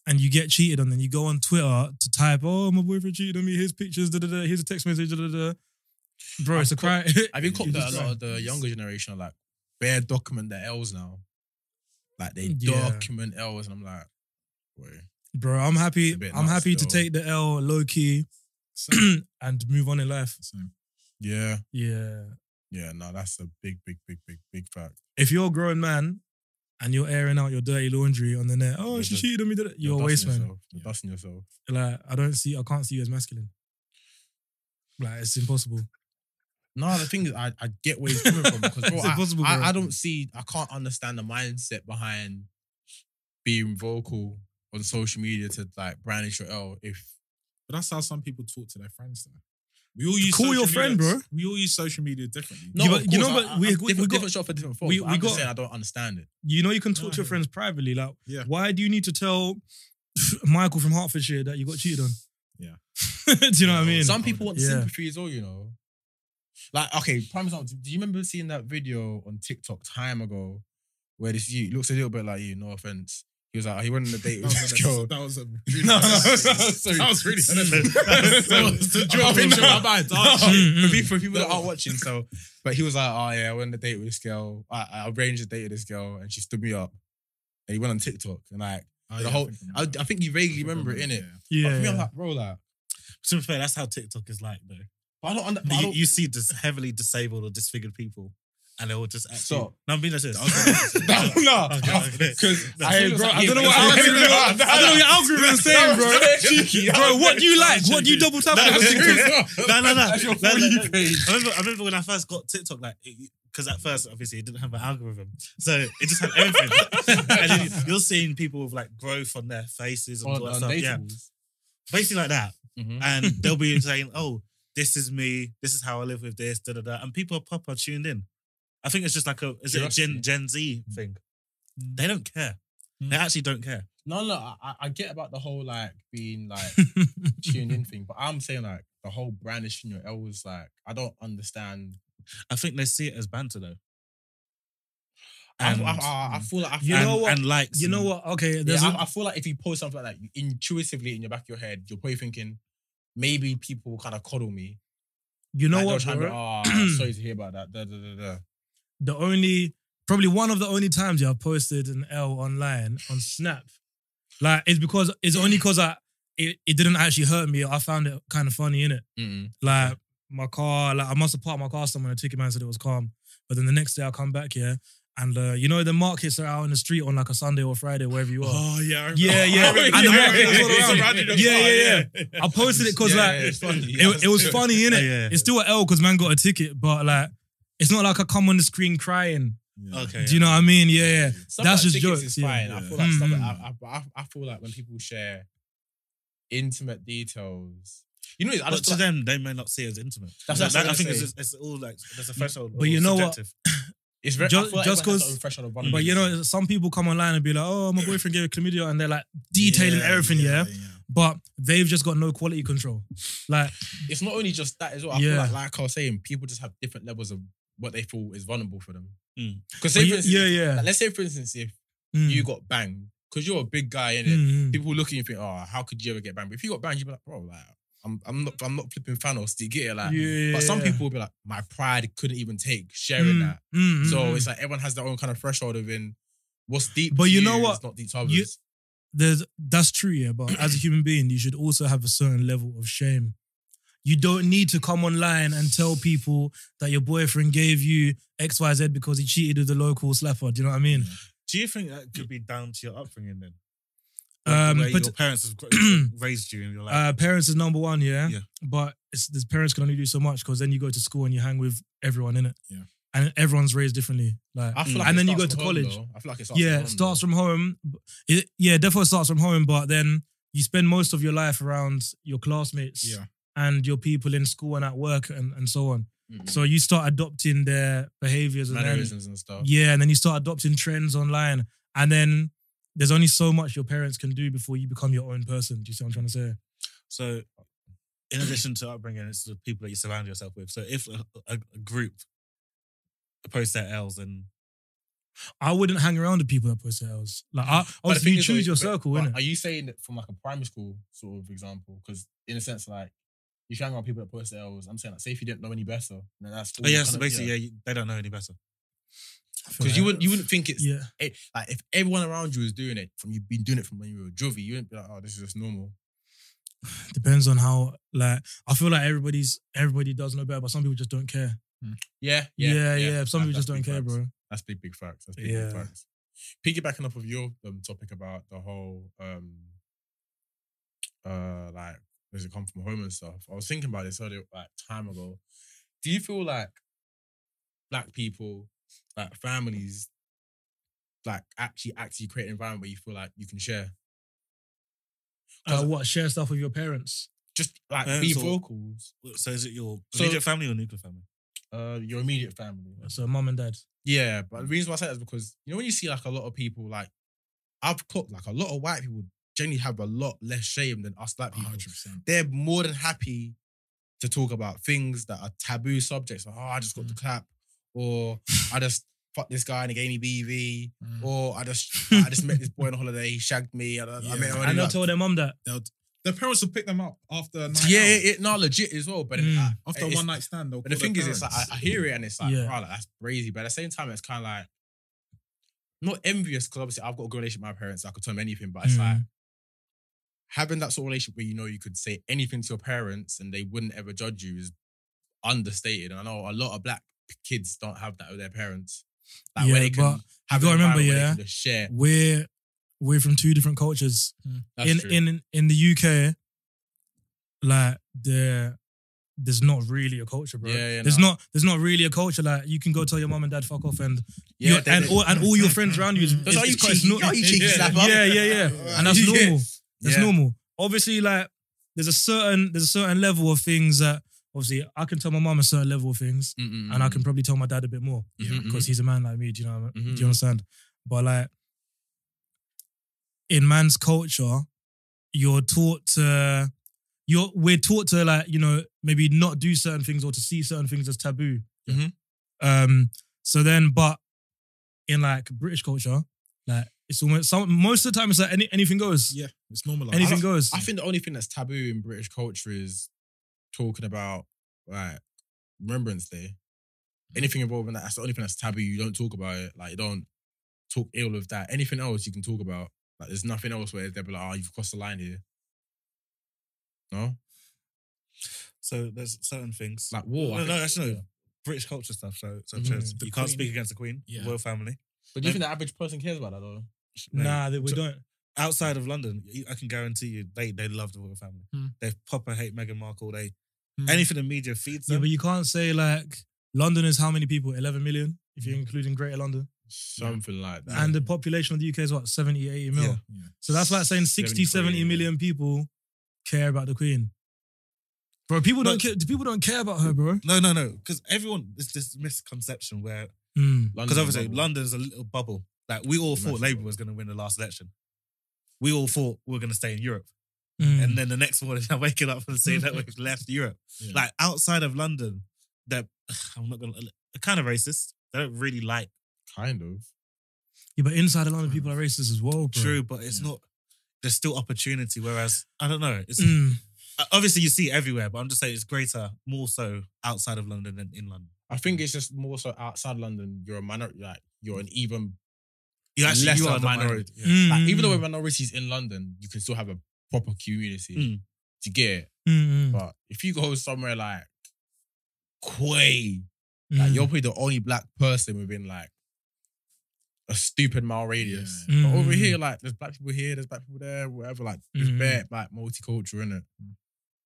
Speaker 1: and you get cheated on, then you go on Twitter to type, oh, my boyfriend cheated on me, here's pictures, da da da, here's a text message, da da da. Bro, it's a
Speaker 3: [laughs]
Speaker 1: cry.
Speaker 3: Have you caught
Speaker 1: It's
Speaker 3: that a
Speaker 1: just
Speaker 3: lot
Speaker 1: like-
Speaker 3: of the younger generation are like bare document their L's now? Like they
Speaker 1: Yeah.
Speaker 3: document L's, and I'm like, boy,
Speaker 1: [laughs] Bro, I'm happy.
Speaker 3: It's a bit
Speaker 1: I'm
Speaker 3: nuts
Speaker 1: happy to
Speaker 3: still.
Speaker 1: take the L low key [clears throat] and move on in life.
Speaker 3: yeah,
Speaker 1: Yeah.
Speaker 3: yeah, no, that's a big, big, big, big, big fact.
Speaker 1: If you're a grown man and you're airing out your dirty laundry on the net. Oh,
Speaker 3: You're
Speaker 1: she
Speaker 3: just-
Speaker 1: cheated on me. da- da- You're,
Speaker 3: dusting
Speaker 1: a waste man.
Speaker 3: yourself. You're dusting yourself.
Speaker 1: Like I don't see, I can't see you as masculine. Like it's impossible.
Speaker 3: No, the thing is, I, I get where he's coming from
Speaker 1: [laughs]
Speaker 3: because bro,
Speaker 1: It's
Speaker 3: I,
Speaker 1: impossible,
Speaker 3: I,
Speaker 1: bro.
Speaker 3: I don't see, I can't understand the mindset behind being vocal on social media to like brandish your L. If
Speaker 2: But that's how some people talk to their friends. Though we all use
Speaker 1: Call
Speaker 2: social
Speaker 1: your friend,
Speaker 2: media-
Speaker 1: bro.
Speaker 2: We all use social media differently.
Speaker 1: No, Yeah, but-
Speaker 3: of
Speaker 1: you know,
Speaker 3: course,
Speaker 1: but we-
Speaker 3: I'm
Speaker 1: we- we
Speaker 3: different,
Speaker 1: got-
Speaker 3: different shot for different folks.
Speaker 1: we-
Speaker 3: but
Speaker 1: we
Speaker 3: I'm
Speaker 1: got-
Speaker 3: just saying I don't understand it.
Speaker 1: You know, you can talk
Speaker 2: No,
Speaker 1: to your
Speaker 2: yeah.
Speaker 1: friends privately. Like,
Speaker 2: Yeah.
Speaker 1: why do you need to tell [laughs] Michael from Hertfordshire that you got cheated on?
Speaker 2: Yeah.
Speaker 1: [laughs] do you know what I mean?
Speaker 3: Some people want
Speaker 1: Yeah.
Speaker 3: sympathy as well, you know. Like, okay, prime example. Do you remember seeing that video on TikTok time ago where this you looks a little bit like you? No offense. He was like, he went on a date
Speaker 2: [laughs] That
Speaker 3: with [laughs]
Speaker 2: was
Speaker 3: this
Speaker 2: a-
Speaker 3: girl.
Speaker 2: That was a
Speaker 3: No, no, [laughs] sorry.
Speaker 2: That was really
Speaker 3: That was
Speaker 2: [laughs] the
Speaker 3: Oh,
Speaker 2: from
Speaker 3: no.
Speaker 2: Shabbat. Oh,
Speaker 3: For
Speaker 2: shit.
Speaker 1: Mm, mm.
Speaker 3: people, for people that aren't watching, so but he was like, "Oh yeah, I went on a date with this girl. I, I arranged a date with this girl, and she stood me up." And he went on TikTok, and like
Speaker 2: Oh,
Speaker 3: the
Speaker 2: yeah,
Speaker 3: whole, I,
Speaker 2: I
Speaker 3: I think you vaguely remember it in it. but
Speaker 1: Yeah.
Speaker 3: for me, I'm
Speaker 1: yeah.
Speaker 3: like, bro, like,
Speaker 5: To be fair, that's how TikTok is like, though.
Speaker 3: but I don't, under, but I
Speaker 5: You,
Speaker 3: don't
Speaker 5: you see dis- heavily disabled or disfigured people, and they will just actually.
Speaker 3: Stop.
Speaker 5: No, I'm being serious.
Speaker 1: [laughs]
Speaker 3: [laughs] no, no, because
Speaker 5: Hey,
Speaker 1: bro, I don't know what algorithm. I don't know what your algorithm's saying, [laughs] bro. Bro, what do you like? What do you double tap [laughs] on?
Speaker 5: No, no, no.
Speaker 3: That's your
Speaker 5: No, no,
Speaker 3: For You
Speaker 5: no.
Speaker 3: page.
Speaker 5: I remember, I remember when I first got TikTok, like, because at first, obviously, it didn't have an algorithm. So it just had everything. [laughs] and then you- you're seeing people with like growth on their faces and all that
Speaker 3: On-
Speaker 5: stuff.
Speaker 3: on
Speaker 5: Yeah.
Speaker 3: datables.
Speaker 5: Basically, like that.
Speaker 3: Mhm. [laughs]
Speaker 5: And they'll be saying, oh, this is me. This is how I live with this. Da, da, da. And people are proper tuned in. I think it's just like a, is it a Gen,
Speaker 3: Curiosity. Mm.
Speaker 5: Gen Z thing? They don't care. They actually don't care.
Speaker 3: No, no, I, I- I get about the whole like being
Speaker 1: [laughs]
Speaker 3: like tuned in thing, but I'm saying like the whole brandishing your L was like I don't understand.
Speaker 5: I think they see it as banter, though.
Speaker 3: I-
Speaker 5: And,
Speaker 3: I, I, I feel like I feel,
Speaker 1: You
Speaker 5: and-
Speaker 1: know what?
Speaker 5: and likes.
Speaker 1: You know
Speaker 5: and-
Speaker 1: what? Okay,
Speaker 3: yeah,
Speaker 1: there's
Speaker 3: I- I feel like if you post something like that, you, intuitively in your back of your head, you're probably thinking maybe people will kind of coddle me.
Speaker 1: a, you know
Speaker 3: Like,
Speaker 1: what?
Speaker 3: they'll try and be,
Speaker 1: bro?
Speaker 3: "Ah,
Speaker 1: [clears throat]
Speaker 3: sorry to hear about that. Da, da, da, da.
Speaker 1: the only probably one of the only times yeah, I've posted an L online on Snap, like it's because it's only because I it, it didn't actually hurt me. I found it kind of funny in it.
Speaker 3: Mm-mm.
Speaker 1: Like my car, like I must have parked my car somewhere. The ticket man said it was calm, but then the next day I come back here and uh, you know the markets are out in the street on like a Sunday or Friday wherever you are.
Speaker 2: Oh [laughs] yeah, I remember.
Speaker 1: Yeah,
Speaker 3: [laughs]
Speaker 1: yeah.
Speaker 2: I remember.
Speaker 1: And the
Speaker 2: Yeah,
Speaker 1: market
Speaker 2: yeah,
Speaker 1: was all
Speaker 2: yeah.
Speaker 1: around.
Speaker 2: Surrounded us.
Speaker 1: Yeah,
Speaker 2: Oh,
Speaker 1: yeah, I posted it because
Speaker 3: Yeah,
Speaker 1: like
Speaker 3: yeah, it's funny.
Speaker 1: it, it was funny in it.
Speaker 5: Yeah, yeah.
Speaker 1: It's still an L because man got a ticket, but like it's not like I come on the screen crying.
Speaker 2: [laughs] Yeah.
Speaker 5: Okay.
Speaker 1: Do you know what I mean? Yeah, yeah.
Speaker 3: Stuff
Speaker 1: That's
Speaker 3: like
Speaker 1: just
Speaker 3: tickets
Speaker 1: jokes,
Speaker 3: Is
Speaker 1: yeah.
Speaker 3: fine. I
Speaker 2: Yeah.
Speaker 3: feel like stuff
Speaker 1: Mm.
Speaker 3: like, I, I, I feel like when people share intimate details, you know, I
Speaker 5: But
Speaker 3: don't
Speaker 5: to
Speaker 3: feel like-
Speaker 5: them, they may not see it as intimate.
Speaker 3: That's
Speaker 5: Like,
Speaker 3: what I'm
Speaker 5: I think it's,
Speaker 3: saying.
Speaker 5: just, it's all like there's a threshold.
Speaker 1: But
Speaker 5: or
Speaker 1: you know what?
Speaker 5: subjective.
Speaker 3: it's very
Speaker 1: Ju-
Speaker 3: I feel like
Speaker 1: just
Speaker 3: everyone has their
Speaker 1: 'cause-
Speaker 3: own threshold of
Speaker 1: But you
Speaker 3: vulnerability.
Speaker 1: know, some people come online and be like, "Oh, my boyfriend gave a chlamydia," and they're like detailing
Speaker 2: Yeah,
Speaker 1: everything, yeah.
Speaker 2: yeah.
Speaker 1: But they've just got no quality control. Like,
Speaker 3: it's not only just that as well. I
Speaker 1: Yeah.
Speaker 3: feel like, like I was saying, people just have different levels of what they feel is vulnerable for them.
Speaker 5: Mm.
Speaker 3: Because
Speaker 1: but
Speaker 3: say, for
Speaker 1: y-
Speaker 3: instance,
Speaker 1: yeah, yeah.
Speaker 3: like, let's say for instance, if
Speaker 1: Mm,
Speaker 3: you got banged, because you're a big guy in it,
Speaker 1: mm, mm.
Speaker 3: people look at you and think, "Oh, how could you ever get banged?" But if you got banged, you'd be like, "Bro, like, I'm, I'm not, I'm not flipping Thanos." Do you get it? Like, "Mm."
Speaker 1: yeah.
Speaker 3: but some people will be like, "My pride couldn't even take sharing
Speaker 1: mm,
Speaker 3: that."
Speaker 1: mm, mm,
Speaker 3: So
Speaker 1: mm.
Speaker 3: it's like everyone has their own kind of threshold of in what's deep.
Speaker 1: But
Speaker 3: to
Speaker 1: you know what?
Speaker 3: is not deep to others.
Speaker 1: there's that's true, yeah. But as a human being, you should also have a certain level of shame. You don't need to come online and tell people that your boyfriend gave you X, Y, Z because he cheated with the local slapper. Do you know what I mean?
Speaker 5: Do you think that could be down to your upbringing then?
Speaker 1: Um,
Speaker 5: the way
Speaker 1: but-
Speaker 5: your parents
Speaker 3: [clears throat]
Speaker 5: have gra- raised you, and you're like,
Speaker 1: Uh, parents is number one, yeah.
Speaker 5: Yeah.
Speaker 1: But it's, this parents can only do so much because then you go to school and you hang with everyone in it.
Speaker 2: Yeah.
Speaker 1: And everyone's raised differently. Like,
Speaker 3: I feel like
Speaker 1: and
Speaker 3: it
Speaker 1: then you
Speaker 3: starts
Speaker 1: go to
Speaker 3: from home,
Speaker 1: college.
Speaker 3: though. I feel like it starts.
Speaker 1: yeah,
Speaker 3: from
Speaker 1: it
Speaker 3: home,
Speaker 1: starts
Speaker 3: though.
Speaker 1: from home. It, yeah, definitely starts from home. But then you spend most of your life around your classmates
Speaker 2: Yeah.
Speaker 1: and your people in school and at work and, and so on.
Speaker 3: Mhm.
Speaker 1: So you start adopting their behaviors and then,
Speaker 3: mannerisms and stuff.
Speaker 1: yeah, and then you start adopting trends online. And then there's only so much your parents can do before you become your own person. Do you see what I'm trying to say?
Speaker 5: so. In addition to upbringing, it's the people that you surround yourself with. So if a, a, a group post their L's, and
Speaker 1: I wouldn't hang around with people that post their L's. Like, I,
Speaker 3: But the
Speaker 1: obviously,
Speaker 3: thing
Speaker 1: you
Speaker 3: is, though,
Speaker 1: choose your
Speaker 3: but-
Speaker 1: circle,
Speaker 3: but
Speaker 1: innit?
Speaker 3: Are you saying that from like a primary school sort of example? Because in a sense, like you hang around people that post their L's. I'm saying like, say if you didn't know any better, then that's
Speaker 5: oh yeah, so basically, yeah, you, they don't know any better.
Speaker 3: Because you wouldn't you wouldn't think it's
Speaker 1: Yeah.
Speaker 3: eh, like if everyone around you is doing it from you've been doing it from when you were a juvie, you wouldn't be like, oh, this is just normal.
Speaker 1: Depends on how, like, I feel like everybody's, everybody does know better, but some people just don't care.
Speaker 3: Yeah,
Speaker 1: Yeah, yeah. Some
Speaker 3: That-
Speaker 1: people just
Speaker 3: that's
Speaker 1: don't
Speaker 3: big
Speaker 1: care,
Speaker 3: facts.
Speaker 1: bro.
Speaker 3: That's big, big facts. That's big,
Speaker 1: Yeah.
Speaker 3: big facts. piggybacking off of your um, topic about the whole um uh like does it come from home and stuff. I was thinking about this earlier like time ago. Do you feel like black people, like families, like actually actually create an environment where you feel like you can share?
Speaker 1: Uh, what share stuff with your parents?
Speaker 3: Just like
Speaker 5: Yeah,
Speaker 3: be
Speaker 5: so-
Speaker 3: vocals.
Speaker 5: So is it your
Speaker 3: So-
Speaker 5: immediate family or nuclear family?
Speaker 3: Uh your immediate family.
Speaker 1: So mum and dad.
Speaker 3: Yeah, but the reason why I say that is because you know when you see like a lot of people like I've clocked like a lot of white people generally have a lot less shame than us black people.
Speaker 2: 100%.
Speaker 3: They're more than happy to talk about things that are taboo subjects. Like, oh, I just got
Speaker 2: Mm.
Speaker 3: the clap, or I just fucked this guy and he gave me BV,
Speaker 2: Mm.
Speaker 3: or I just
Speaker 2: [laughs]
Speaker 3: I just met this boy on holiday, he shagged me. And I, I
Speaker 2: Yeah.
Speaker 3: met him on
Speaker 1: And they'll
Speaker 3: like,
Speaker 1: tell their mum that.
Speaker 2: They'll, their parents will pick them up after a night
Speaker 3: yeah,
Speaker 2: out.
Speaker 3: it, it, no, legit as well. But then,
Speaker 1: Mm.
Speaker 3: like,
Speaker 2: after a
Speaker 3: it's-
Speaker 2: one night stand. They'll
Speaker 3: But the
Speaker 2: call
Speaker 3: thing
Speaker 2: their
Speaker 3: is, it's like
Speaker 2: parents.
Speaker 3: I, I hear it and it's like,
Speaker 1: Yeah.
Speaker 3: wow, like, that's crazy. But at the same time, it's kind of like not envious because obviously I've got a good relationship with my parents. I could tell them anything, but it's like
Speaker 1: Mm.
Speaker 3: having that sort of relationship where you know you could say anything to your parents and they wouldn't ever judge you is understated. And I know a lot of black kids don't have that with their parents. Like where
Speaker 1: Yeah,
Speaker 3: they can
Speaker 1: but
Speaker 3: have
Speaker 1: you
Speaker 3: an
Speaker 1: gotta remember,
Speaker 3: environment where they
Speaker 1: yeah,
Speaker 3: can just share.
Speaker 1: We're we're from two different cultures.
Speaker 3: That's
Speaker 1: in
Speaker 3: true.
Speaker 1: in in the UK, like there, there's not really a culture, bro.
Speaker 3: Yeah, yeah,
Speaker 1: there's
Speaker 3: nah.
Speaker 1: not there's not really a culture. Like you can go tell your mum and dad fuck off, and
Speaker 3: yeah,
Speaker 1: your-
Speaker 3: they-
Speaker 1: and
Speaker 3: they-
Speaker 1: all and all your friends around you. Is,
Speaker 3: [laughs]
Speaker 2: That's
Speaker 1: is-
Speaker 3: how you
Speaker 1: is quite- it's
Speaker 3: cheeky-
Speaker 1: not-
Speaker 3: how you cheeky
Speaker 1: yeah, [laughs]
Speaker 3: slapper.
Speaker 1: Yeah, yeah, yeah. And that's
Speaker 3: [laughs] Yeah.
Speaker 1: normal. That's
Speaker 3: Yeah.
Speaker 1: normal. Obviously, like there's a certain there's a certain level of things that obviously I can tell my mum a certain level of things,
Speaker 3: Mm-mm.
Speaker 1: and I can probably tell my dad a bit more
Speaker 3: Mm. Yeah.
Speaker 1: because he's a man like me. Do you know? What I mean?
Speaker 3: Mhm.
Speaker 1: Do you understand? But like in man's culture, you're taught to you're we're taught to like you know maybe not do certain things or to see certain things as taboo.
Speaker 3: Mhm.
Speaker 1: Um. So then, but in like British culture, like it's almost some most of the time it's like any, anything goes.
Speaker 2: yeah, it's normalized.
Speaker 1: Anything
Speaker 3: I-
Speaker 1: goes.
Speaker 3: I think the only thing that's taboo in British culture is talking about like Remembrance Day.
Speaker 5: Mm-hmm.
Speaker 3: Anything involving that, that's the only thing that's taboo. You don't talk about it. Like you don't talk ill of that. Anything else you can talk about. Like there's nothing else where they'll be like, oh, you've crossed the line here. No?
Speaker 5: So there's certain things.
Speaker 3: Like war. I
Speaker 5: no, no,
Speaker 3: think-
Speaker 5: that's no British culture stuff. So, such
Speaker 3: Mm.
Speaker 5: as
Speaker 2: The
Speaker 5: you can't
Speaker 2: Queen.
Speaker 5: speak against the Queen,
Speaker 2: Yeah.
Speaker 5: royal family.
Speaker 3: But do you think the average person cares about that though?
Speaker 1: nah, that we
Speaker 5: So-
Speaker 1: don't.
Speaker 5: Outside of London, you- I can guarantee you they they love the royal family.
Speaker 2: Hmm.
Speaker 5: They proper hate Meghan Markle. They
Speaker 2: Hmm.
Speaker 5: anything the media feeds
Speaker 1: Yeah,
Speaker 5: them.
Speaker 1: but you can't say like London is how many people? Eleven million, if
Speaker 3: Mm.
Speaker 1: you're including Greater London.
Speaker 3: Something like that.
Speaker 1: And the population of the UK is what 70, 80 mil.
Speaker 5: Yeah.
Speaker 2: Yeah.
Speaker 1: So that's like saying 60, 70
Speaker 3: 70
Speaker 1: million people care about the Queen. Bro, people
Speaker 5: No.
Speaker 1: don't care. People don't care about her, bro.
Speaker 5: no, no, no, because everyone there's this misconception where
Speaker 1: Mm.
Speaker 5: because
Speaker 3: London
Speaker 5: obviously
Speaker 3: bubble.
Speaker 5: London's a little bubble. Like we all thought
Speaker 3: Massive
Speaker 5: Labour
Speaker 3: bubble.
Speaker 5: was going to win the last election. We all thought we were going to stay in Europe,
Speaker 1: Mm.
Speaker 5: and then the next morning [laughs] I'm waking up and seeing that
Speaker 3: [laughs]
Speaker 5: we've left Europe.
Speaker 2: Yeah.
Speaker 5: Like outside of London, that [sighs] I'm not going to kind of racist. They don't really like.
Speaker 3: kind of.
Speaker 1: yeah, but inside of London,
Speaker 3: Mm.
Speaker 1: people are racist as well, bro.
Speaker 5: True, but it's not. There's still opportunity. Whereas I don't know. It's
Speaker 1: Mm.
Speaker 5: obviously you see it everywhere, but I'm just saying it's greater, more so outside of London than in London.
Speaker 3: I think it's just more so outside London, you're a minority, like you're an even
Speaker 5: You actually
Speaker 3: Less
Speaker 5: you
Speaker 3: of
Speaker 5: are
Speaker 3: a
Speaker 5: the
Speaker 3: minority.
Speaker 5: Yeah.
Speaker 1: Mm.
Speaker 3: Like, even though we're minorities in London, you can still have a proper community
Speaker 5: Mm.
Speaker 3: to get. it.
Speaker 1: Mm, mm,
Speaker 3: But if you go somewhere like Quay, like
Speaker 1: mm.
Speaker 3: you're probably the only black person within like a stupid mile radius.
Speaker 1: Yeah.
Speaker 3: But
Speaker 1: Mm.
Speaker 3: over here, like there's black people here, there's black people there, whatever. Like there's
Speaker 1: Mm.
Speaker 3: bare like multicultural in it.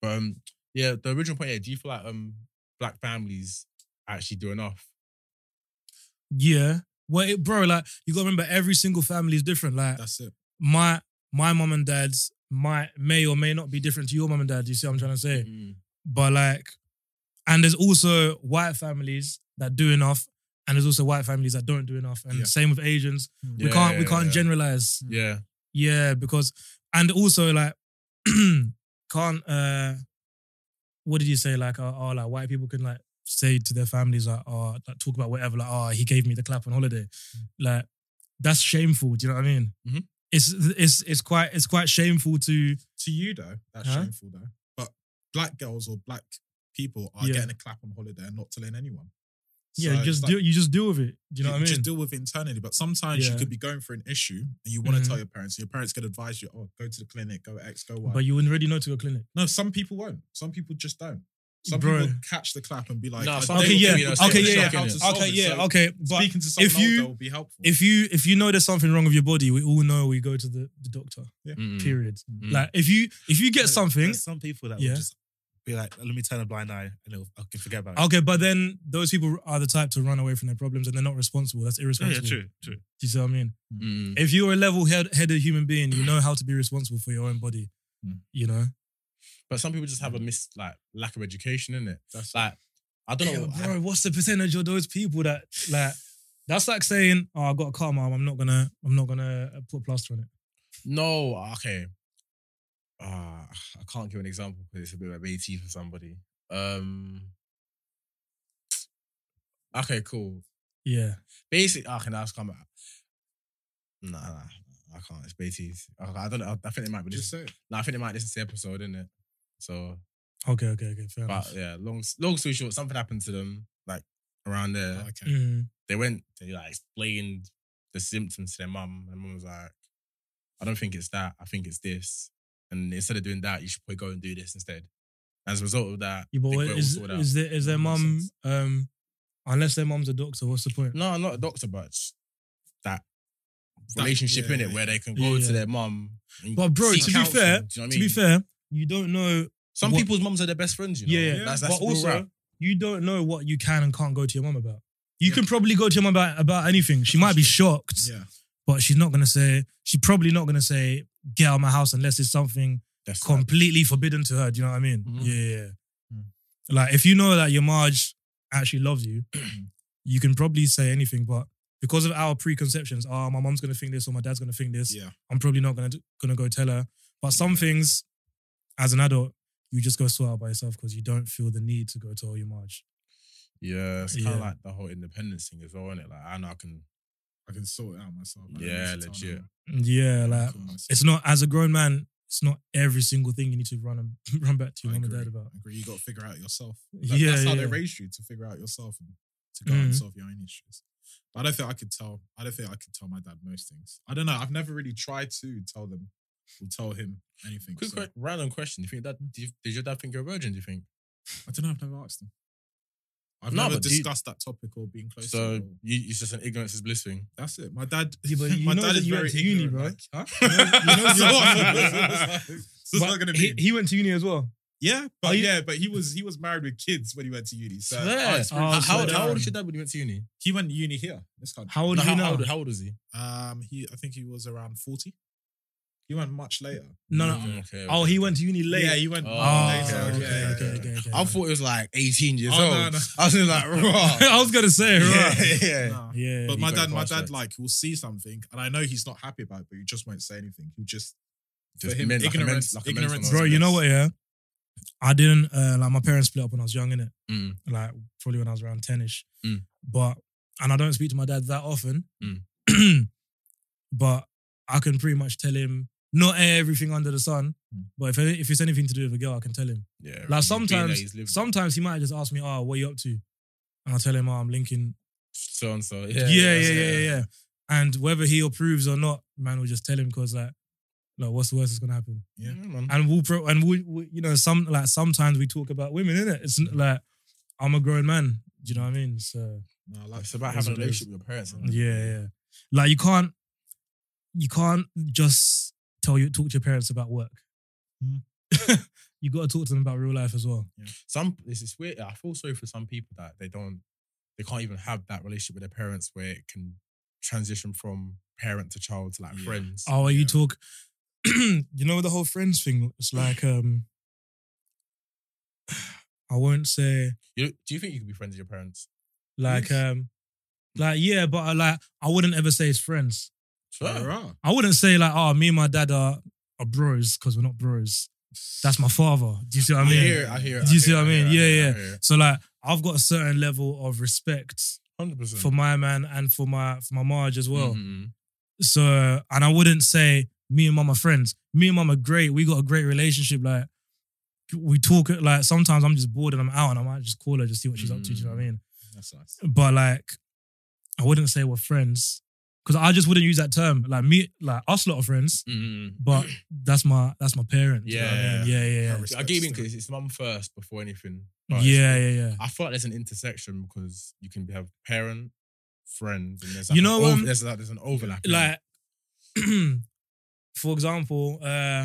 Speaker 3: But um, yeah, the original point. Yeah, do you feel like um black families actually do enough?
Speaker 1: Yeah. Well, it, bro, like you gotta remember, every single family is different. Like
Speaker 2: That's it.
Speaker 1: my my mom and dad's might may or may not be different to your mom and dad. You see what I'm trying to say?
Speaker 3: Mm.
Speaker 1: But like, and there's also white families that do enough, and there's also white families that don't do enough. And
Speaker 2: Yeah.
Speaker 1: same with Asians.
Speaker 3: Yeah,
Speaker 1: we can't we
Speaker 3: yeah,
Speaker 1: can't
Speaker 3: yeah.
Speaker 1: generalize.
Speaker 3: Mm. Yeah,
Speaker 1: Yeah, because and also like [clears throat] can't uh what did you say? Like oh, oh like white people can like say to their families like oh like talk about whatever like oh he gave me the clap on holiday.
Speaker 2: Mm.
Speaker 1: Like that's shameful, do you know what I mean?
Speaker 2: Mm-hmm.
Speaker 3: Mhm.
Speaker 1: It's it's it's quite it's quite shameful to
Speaker 2: To you though, that's
Speaker 1: Huh?
Speaker 2: shameful though. But black girls or black people are
Speaker 1: Yeah.
Speaker 2: getting a clap on holiday and not telling anyone.
Speaker 1: yeah,
Speaker 2: So
Speaker 1: just
Speaker 2: it's
Speaker 1: deal
Speaker 2: like,
Speaker 1: you just deal with it. Do you know what I mean?
Speaker 2: Just deal with it internally. But sometimes
Speaker 1: Yeah.
Speaker 2: you could be going through an issue and you want to
Speaker 1: Mhm.
Speaker 2: tell your parents, and your parents could advise you, oh, go to the clinic, go X, go Y.
Speaker 1: but you wouldn't really know to go clinic.
Speaker 2: no, some people won't. Some people just don't. Some
Speaker 1: Bro.
Speaker 2: people catch the clap and be like,
Speaker 3: No,
Speaker 2: I
Speaker 3: some
Speaker 2: don't
Speaker 1: Okay,
Speaker 3: people
Speaker 1: yeah,
Speaker 2: think
Speaker 3: do,
Speaker 2: we
Speaker 3: you know,
Speaker 2: understand
Speaker 1: okay,
Speaker 3: it's
Speaker 1: yeah,
Speaker 2: how
Speaker 1: yeah,
Speaker 2: to
Speaker 3: shocking.
Speaker 2: solve
Speaker 1: okay,
Speaker 2: it.
Speaker 1: yeah,
Speaker 2: So
Speaker 1: okay. But
Speaker 2: Speaking to someone
Speaker 1: if
Speaker 2: else
Speaker 1: you-
Speaker 2: that will be helpful.
Speaker 1: if you if you know there's something wrong with your body, we all know we go to the, the doctor.
Speaker 3: Mm.
Speaker 1: Period.
Speaker 3: Mm.
Speaker 1: Like if you if you get
Speaker 7: There's-
Speaker 1: something,
Speaker 7: there's some people that
Speaker 1: Yeah.
Speaker 7: will just be like, let me turn a blind eye and it'll, I can forget about it.
Speaker 1: okay, but then those people are the type to run away from their problems and they're not responsible. That's
Speaker 7: yeah, yeah,
Speaker 1: irresponsible.
Speaker 7: true, true.
Speaker 1: Do you see what I mean?
Speaker 3: Mm.
Speaker 1: If you're a level headed human being, you know how to be responsible for your own body.
Speaker 3: Hmm.
Speaker 2: Mm.
Speaker 1: You know?
Speaker 3: But some people just have a miss like lack of education, in it? That's like I don't
Speaker 1: Yeah,
Speaker 3: know.
Speaker 1: bro, what's the percentage of those people that like that's like saying, Oh, I've got a car, mom, I'm not gonna I'm not gonna uh, put a plaster on it.
Speaker 3: No, ah, okay. Uh, I can't give an example because it's a bit like BT for somebody. Um. Okay, cool.
Speaker 1: Yeah.
Speaker 3: Basic. ah, Okay, now it's come out. Nah, nah, I can't. It's BTs. I, I don't know. I, I think they might be
Speaker 2: just
Speaker 3: just.
Speaker 2: say it.
Speaker 3: Nah, I think they might listen to the episode, innit? So,
Speaker 1: Okay, okay, okay, fair
Speaker 3: but
Speaker 1: enough.
Speaker 3: yeah, long long story short, something happened to them like around there.
Speaker 2: Okay.
Speaker 1: Mm.
Speaker 3: they went, they like explained the symptoms to their mum. And mum was like, I don't think it's that. I think it's this. And instead of doing that, you should probably go and do this instead. As a result of that,
Speaker 1: Yeah, but
Speaker 3: they
Speaker 1: what-
Speaker 3: got it all
Speaker 1: is,
Speaker 3: sorted out.
Speaker 1: is there is their
Speaker 3: That makes
Speaker 1: mum
Speaker 3: sense.
Speaker 1: um unless their mum's a doctor, what's the point?
Speaker 3: No, I'm not a doctor, but it's that
Speaker 2: That-
Speaker 3: relationship
Speaker 2: yeah,
Speaker 3: in it
Speaker 2: yeah,
Speaker 3: where they can
Speaker 1: yeah.
Speaker 3: go
Speaker 1: Yeah,
Speaker 3: to
Speaker 1: yeah.
Speaker 3: their mum. and
Speaker 1: But bro,
Speaker 3: seek
Speaker 1: to be
Speaker 3: counsel,
Speaker 1: fair-
Speaker 3: do you know what I
Speaker 1: To be
Speaker 3: mean?
Speaker 1: fair, you don't know
Speaker 3: some
Speaker 1: what-
Speaker 3: people's mums are their best friends, you know.
Speaker 1: Yeah, yeah.
Speaker 3: That's, that's
Speaker 1: but
Speaker 3: real
Speaker 1: also
Speaker 3: rap.
Speaker 1: you don't know what you can and can't go to your mum about. You can probably go to your mum about, about anything. She might be shocked.
Speaker 2: Yeah.
Speaker 1: but she's not gonna say she's probably not gonna say get out of my house unless it's something
Speaker 3: That's rap.
Speaker 1: completely forbidden to her. Do you know what I mean?
Speaker 3: Mhm.
Speaker 1: Yeah, yeah. yeah.
Speaker 2: Mm-hmm. Mm.
Speaker 1: Like if you know that your Marge actually loves
Speaker 2: [clears throat]
Speaker 1: you, you can probably say anything. But because of our preconceptions, oh, my mom's gonna think this or my dad's gonna think this.
Speaker 2: Yeah.
Speaker 1: I'm probably not gonna do- gonna go tell her. But some things, as an adult, you just go sort out by yourself because you don't feel the need to go tell your Marge.
Speaker 3: Yeah, it's kind of
Speaker 1: Yeah.
Speaker 3: like the whole independence thing as well, isn't it? Like I know I can.
Speaker 2: I can sort it out myself. I don't
Speaker 3: Yeah,
Speaker 2: need to tell
Speaker 3: legit.
Speaker 2: anyone.
Speaker 1: Yeah, like
Speaker 2: Cool.
Speaker 1: it's not as a grown man. It's not every single thing you need to run and [laughs] run back to your
Speaker 2: I
Speaker 1: mum and
Speaker 2: agree.
Speaker 1: dad
Speaker 2: [laughs]
Speaker 1: about.
Speaker 2: I agree. You got to figure out yourself.
Speaker 1: Yeah,
Speaker 2: that's how
Speaker 1: yeah.
Speaker 2: they raised you to figure out yourself and to go out and
Speaker 1: Mhm.
Speaker 2: solve your own issues. But I don't think I could tell. I don't think I could tell my dad most things. I don't know. I've never really tried to tell them or tell him anything.
Speaker 3: Quick,
Speaker 2: so-
Speaker 3: que- random question. Do you think that? Do you, did your dad think you're a virgin? Do you think?
Speaker 2: I don't know. I've never asked them. I've
Speaker 3: No,
Speaker 2: never
Speaker 3: but do you-
Speaker 2: discussed that topic or been close.
Speaker 3: So
Speaker 2: to it. or-
Speaker 3: you, it's just an ignorance is bliss thing.
Speaker 2: That's it. My dad. [laughs]
Speaker 1: Yeah, but you
Speaker 2: my
Speaker 1: know
Speaker 2: dad
Speaker 1: that
Speaker 2: is
Speaker 1: you
Speaker 2: very
Speaker 1: went to uni,
Speaker 2: ignorant,
Speaker 1: bro.
Speaker 2: like, huh?
Speaker 1: You know
Speaker 2: So
Speaker 1: you-
Speaker 2: what? So it's
Speaker 1: But
Speaker 2: not gonna
Speaker 1: he,
Speaker 2: be.
Speaker 1: he went to uni as well.
Speaker 2: yeah, but
Speaker 1: Are you-
Speaker 2: yeah, but he was he was married with kids when he went to uni. So
Speaker 3: Swear.
Speaker 2: our experience
Speaker 1: Oh,
Speaker 2: was
Speaker 1: so
Speaker 3: how, how
Speaker 2: very
Speaker 3: old
Speaker 2: different.
Speaker 3: was your dad when you went to uni?
Speaker 2: He went to uni here. This country.
Speaker 1: How old
Speaker 3: No,
Speaker 1: are you
Speaker 3: how,
Speaker 1: now?
Speaker 3: how old, how old was he?
Speaker 2: Um, he I think he was around forty. He went much later.
Speaker 1: no, no.
Speaker 3: Mm, okay,
Speaker 1: Oh,
Speaker 3: okay.
Speaker 1: he went to uni late.
Speaker 2: Yeah, he went
Speaker 1: Oh,
Speaker 2: later.
Speaker 1: okay,
Speaker 2: yeah, yeah,
Speaker 1: okay,
Speaker 2: yeah.
Speaker 1: okay, okay.
Speaker 3: I thought it was like 18 years
Speaker 2: Oh,
Speaker 3: old.
Speaker 2: no, no.
Speaker 3: I was [laughs] like, raw.
Speaker 1: [laughs] I was gonna say, right?
Speaker 2: [laughs]
Speaker 3: yeah, yeah.
Speaker 2: Nah.
Speaker 1: Yeah,
Speaker 2: But
Speaker 3: he
Speaker 2: my
Speaker 3: got
Speaker 2: dad, my
Speaker 3: past
Speaker 2: dad,
Speaker 3: that.
Speaker 2: like, will see something, and I know he's not happy about it, but he just won't say anything. He just,
Speaker 3: Just
Speaker 2: for him,
Speaker 3: meant like a men-
Speaker 2: ignorance,
Speaker 3: like a mental
Speaker 2: ignorance,
Speaker 3: illness.
Speaker 1: bro. You know what? Yeah, I didn't uh, like my parents split up when I was young, innit?
Speaker 3: Mm.
Speaker 1: Like probably when I was around ten ish.
Speaker 3: Mm.
Speaker 1: But and I don't speak to my dad that often.
Speaker 3: Mm.
Speaker 1: [clears throat] but I can pretty much tell him not everything under the sun.
Speaker 2: Mm.
Speaker 1: But if if it's anything to do with a girl, I can tell him.
Speaker 3: Yeah,
Speaker 1: Like
Speaker 3: he's been there,
Speaker 1: sometimes,
Speaker 3: he's lived
Speaker 1: sometimes he might just ask me, "Oh, what are you up to?" And I tell him, "Oh, I'm linking."
Speaker 3: so and so.
Speaker 1: Yeah,
Speaker 3: Yeah,
Speaker 1: yeah, yeah, yeah, yeah. And whether he approves or not, man, will just tell him because like, like, what's the worst that's gonna happen?
Speaker 2: Yeah.
Speaker 3: man.
Speaker 1: And we'll pro- and we, we, you know, some like sometimes we talk about women, innit? It's n- like I'm a grown man. Do you know what I mean? So
Speaker 2: No, like,
Speaker 3: It's about
Speaker 1: It's
Speaker 3: having a
Speaker 1: what it is.
Speaker 3: relationship with your parents. isn't it?
Speaker 1: yeah, yeah. Like you can't, you can't just tell you talk to your parents about work. Mm. [laughs] you got to talk to them about real life as well.
Speaker 3: Some this is weird. I feel sorry for some people that they don't, they can't even have that relationship with their parents where it can transition from parent to child to like
Speaker 2: Yeah.
Speaker 3: friends.
Speaker 1: Oh, you
Speaker 2: Yeah.
Speaker 1: talk. [clears throat] you know the whole friends thing. It's like um, [sighs] I won't say
Speaker 3: You, do you think you could be friends with your parents?
Speaker 1: like um, like yeah, but I, like I wouldn't ever say it's friends.
Speaker 2: there
Speaker 3: Sure.
Speaker 2: are.
Speaker 1: I wouldn't say like oh, me and my dad are are bros because we're not bros. That's my father. Do you see what I mean?
Speaker 3: hear it, I hear it.
Speaker 1: Do you see what I mean? Yeah, yeah.
Speaker 3: yeah.
Speaker 1: So like I've got a certain level of respect
Speaker 3: Hundred percent.
Speaker 1: for my man and for my for my Marge as well.
Speaker 3: Mm-hmm,
Speaker 1: So, and I wouldn't say me and mum are friends. Me and mum are great. We got a great relationship. Like, we talk, like, sometimes I'm just bored and I'm out and I might just call
Speaker 3: Mm,
Speaker 1: her, just see what she's up to. Do you know what I mean?
Speaker 2: That's nice.
Speaker 1: But, like, I wouldn't say we're friends. because I just wouldn't use that term. Like me, like us lot of friends,
Speaker 3: Mm. [clears throat]
Speaker 1: but that's my that's my parents.
Speaker 3: Yeah.
Speaker 1: yeah, yeah, yeah,
Speaker 3: I gave in because it's mum first before anything.
Speaker 1: yeah,
Speaker 3: but
Speaker 1: yeah, yeah, yeah.
Speaker 3: I feel like there's an intersection because you can have parent, friend, and there's
Speaker 1: You
Speaker 3: like an
Speaker 1: know,
Speaker 3: over-
Speaker 1: um,
Speaker 3: there's like, there's an overlap. in it.
Speaker 1: like [clears throat] for example uh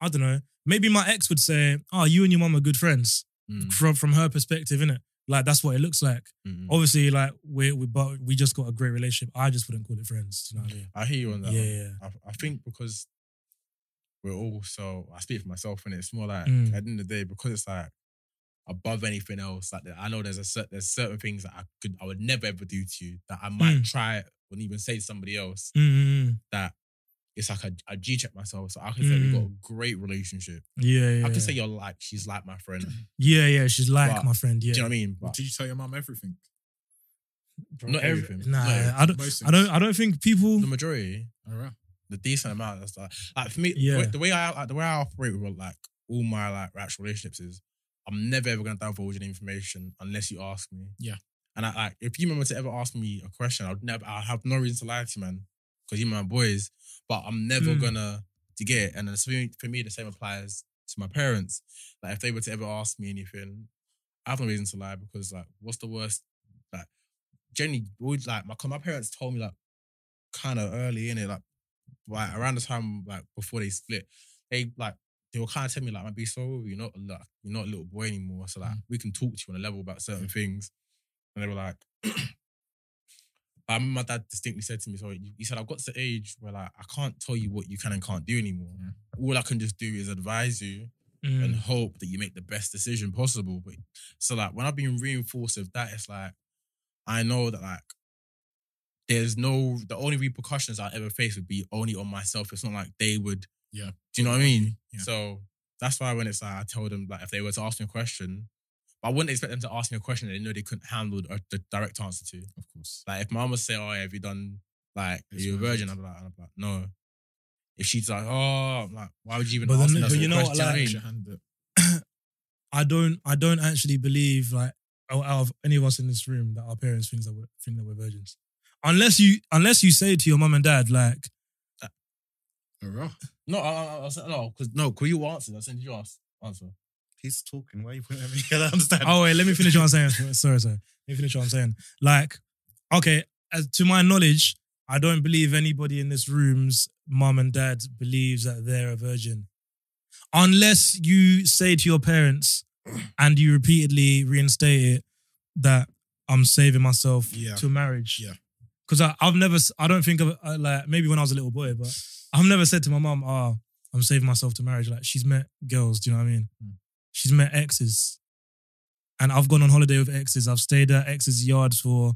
Speaker 1: i don't know maybe my ex would say oh you and your mum are good friends
Speaker 3: Mm,
Speaker 1: from from her perspective innit? like that's what it looks like
Speaker 3: mm, mm.
Speaker 1: obviously like we we but we just got a great relationship i just wouldn't call it friends you know what I mean?
Speaker 3: I hear you on that.
Speaker 1: yeah
Speaker 3: one.
Speaker 1: yeah
Speaker 3: I, I think because we're all so I speak for myself and it's more like
Speaker 1: Mm.
Speaker 3: at the end of the day because it's like above anything else like I know there's a cer- there's certain things that I could I would never ever do to you that I might try and even say to somebody else
Speaker 1: Mm,
Speaker 3: that it's like I, I G check myself so I can say we've got a great relationship
Speaker 1: yeah yeah
Speaker 3: I
Speaker 1: Mm. yeah.
Speaker 3: can say you're like she's like my
Speaker 1: [clears throat]
Speaker 3: friend
Speaker 1: yeah yeah she's like
Speaker 3: But-
Speaker 1: my friend yeah
Speaker 3: do you know what I mean but
Speaker 2: Did you tell your mum everything?
Speaker 3: not everything
Speaker 1: nah
Speaker 3: not everything.
Speaker 1: i don't
Speaker 2: Most
Speaker 1: i don't i don't think people
Speaker 3: the majority
Speaker 2: All right.
Speaker 3: the decent amount of stuff. Like for me, the
Speaker 1: Yeah.
Speaker 3: way- the way I like, the way I operate with like all my like actual relationships is I'm never ever gonna divulge any information unless you ask me.
Speaker 2: Yeah.
Speaker 3: And I like if you remember to ever ask me a question, I'd never I have no reason to lie to you, man. Because you're my boys. But I'm never
Speaker 1: Mm.
Speaker 3: gonna to get it. And it's for me, for me, the same applies to my parents. Like if they were to ever ask me anything, I have no reason to lie because like what's the worst? Like generally would like my my parents told me like kind of early in it, like like around the time like before they split, they like they were kind of telling me like, "Man, be so you're not like you're not a little boy anymore, so like we can talk to you on a level about certain things." And they were like, [clears throat] I remember my dad distinctly said to me, "So you- he said I've got to the age where like I can't tell you what you can and can't do anymore. All I can just do is advise you."
Speaker 1: Mm,
Speaker 3: and hope that you make the best decision possible. But so like when I've been reinforced with that, it's like I know that like there's no the only repercussions I ever face would be only on myself. It's not like they would.
Speaker 2: Yeah.
Speaker 3: Do you know what I mean?
Speaker 2: Yeah.
Speaker 3: So that's why when it's like I tell them like if they were to ask me a question, I wouldn't expect them to ask me a question that they know they couldn't handle the, the direct answer to.
Speaker 2: Of course.
Speaker 3: Like if my mum would say, "Oh, yeah, have you done like are
Speaker 2: It's
Speaker 3: you a
Speaker 2: my
Speaker 3: virgin?"
Speaker 2: virgin.
Speaker 3: I'd be like, I'd be like, "No." If she's like, "Oh," I'm like, "Why would you even
Speaker 1: But
Speaker 3: ask
Speaker 1: then-
Speaker 3: me that
Speaker 1: but you
Speaker 3: sort
Speaker 1: know
Speaker 3: of
Speaker 1: what,
Speaker 3: question?" Do you know what I
Speaker 1: like-
Speaker 3: mean?
Speaker 2: Your hand up.
Speaker 1: i don't i don't actually believe like out out of any of us in this room that our parents think that we're think that we're virgins unless you unless you say to your mum and dad like
Speaker 2: All right.
Speaker 3: No, I, I, I was, no, because no, could you answer? I said, did you ask, answer?
Speaker 5: He's talking. Why are you pointing at me? I don't understand.
Speaker 1: Oh wait, let me finish what I'm saying. Sorry, sorry. Let me finish what I'm saying. Like, okay, as to my knowledge, I don't believe anybody in this room's mum and dad believes that they're a virgin, unless you say to your parents and you repeatedly reinstate it that I'm saving myself
Speaker 2: Yeah.
Speaker 1: to marriage.
Speaker 2: Yeah.
Speaker 1: Because I've never, s- I don't think of uh, like maybe when I was a little boy, but I've never said to my mum, "Ah, I'm saving myself to marriage." Like she's met girls, do you know what I mean?
Speaker 2: Mm.
Speaker 1: She's met exes and I've gone on holiday with exes. I've stayed at exes' yards for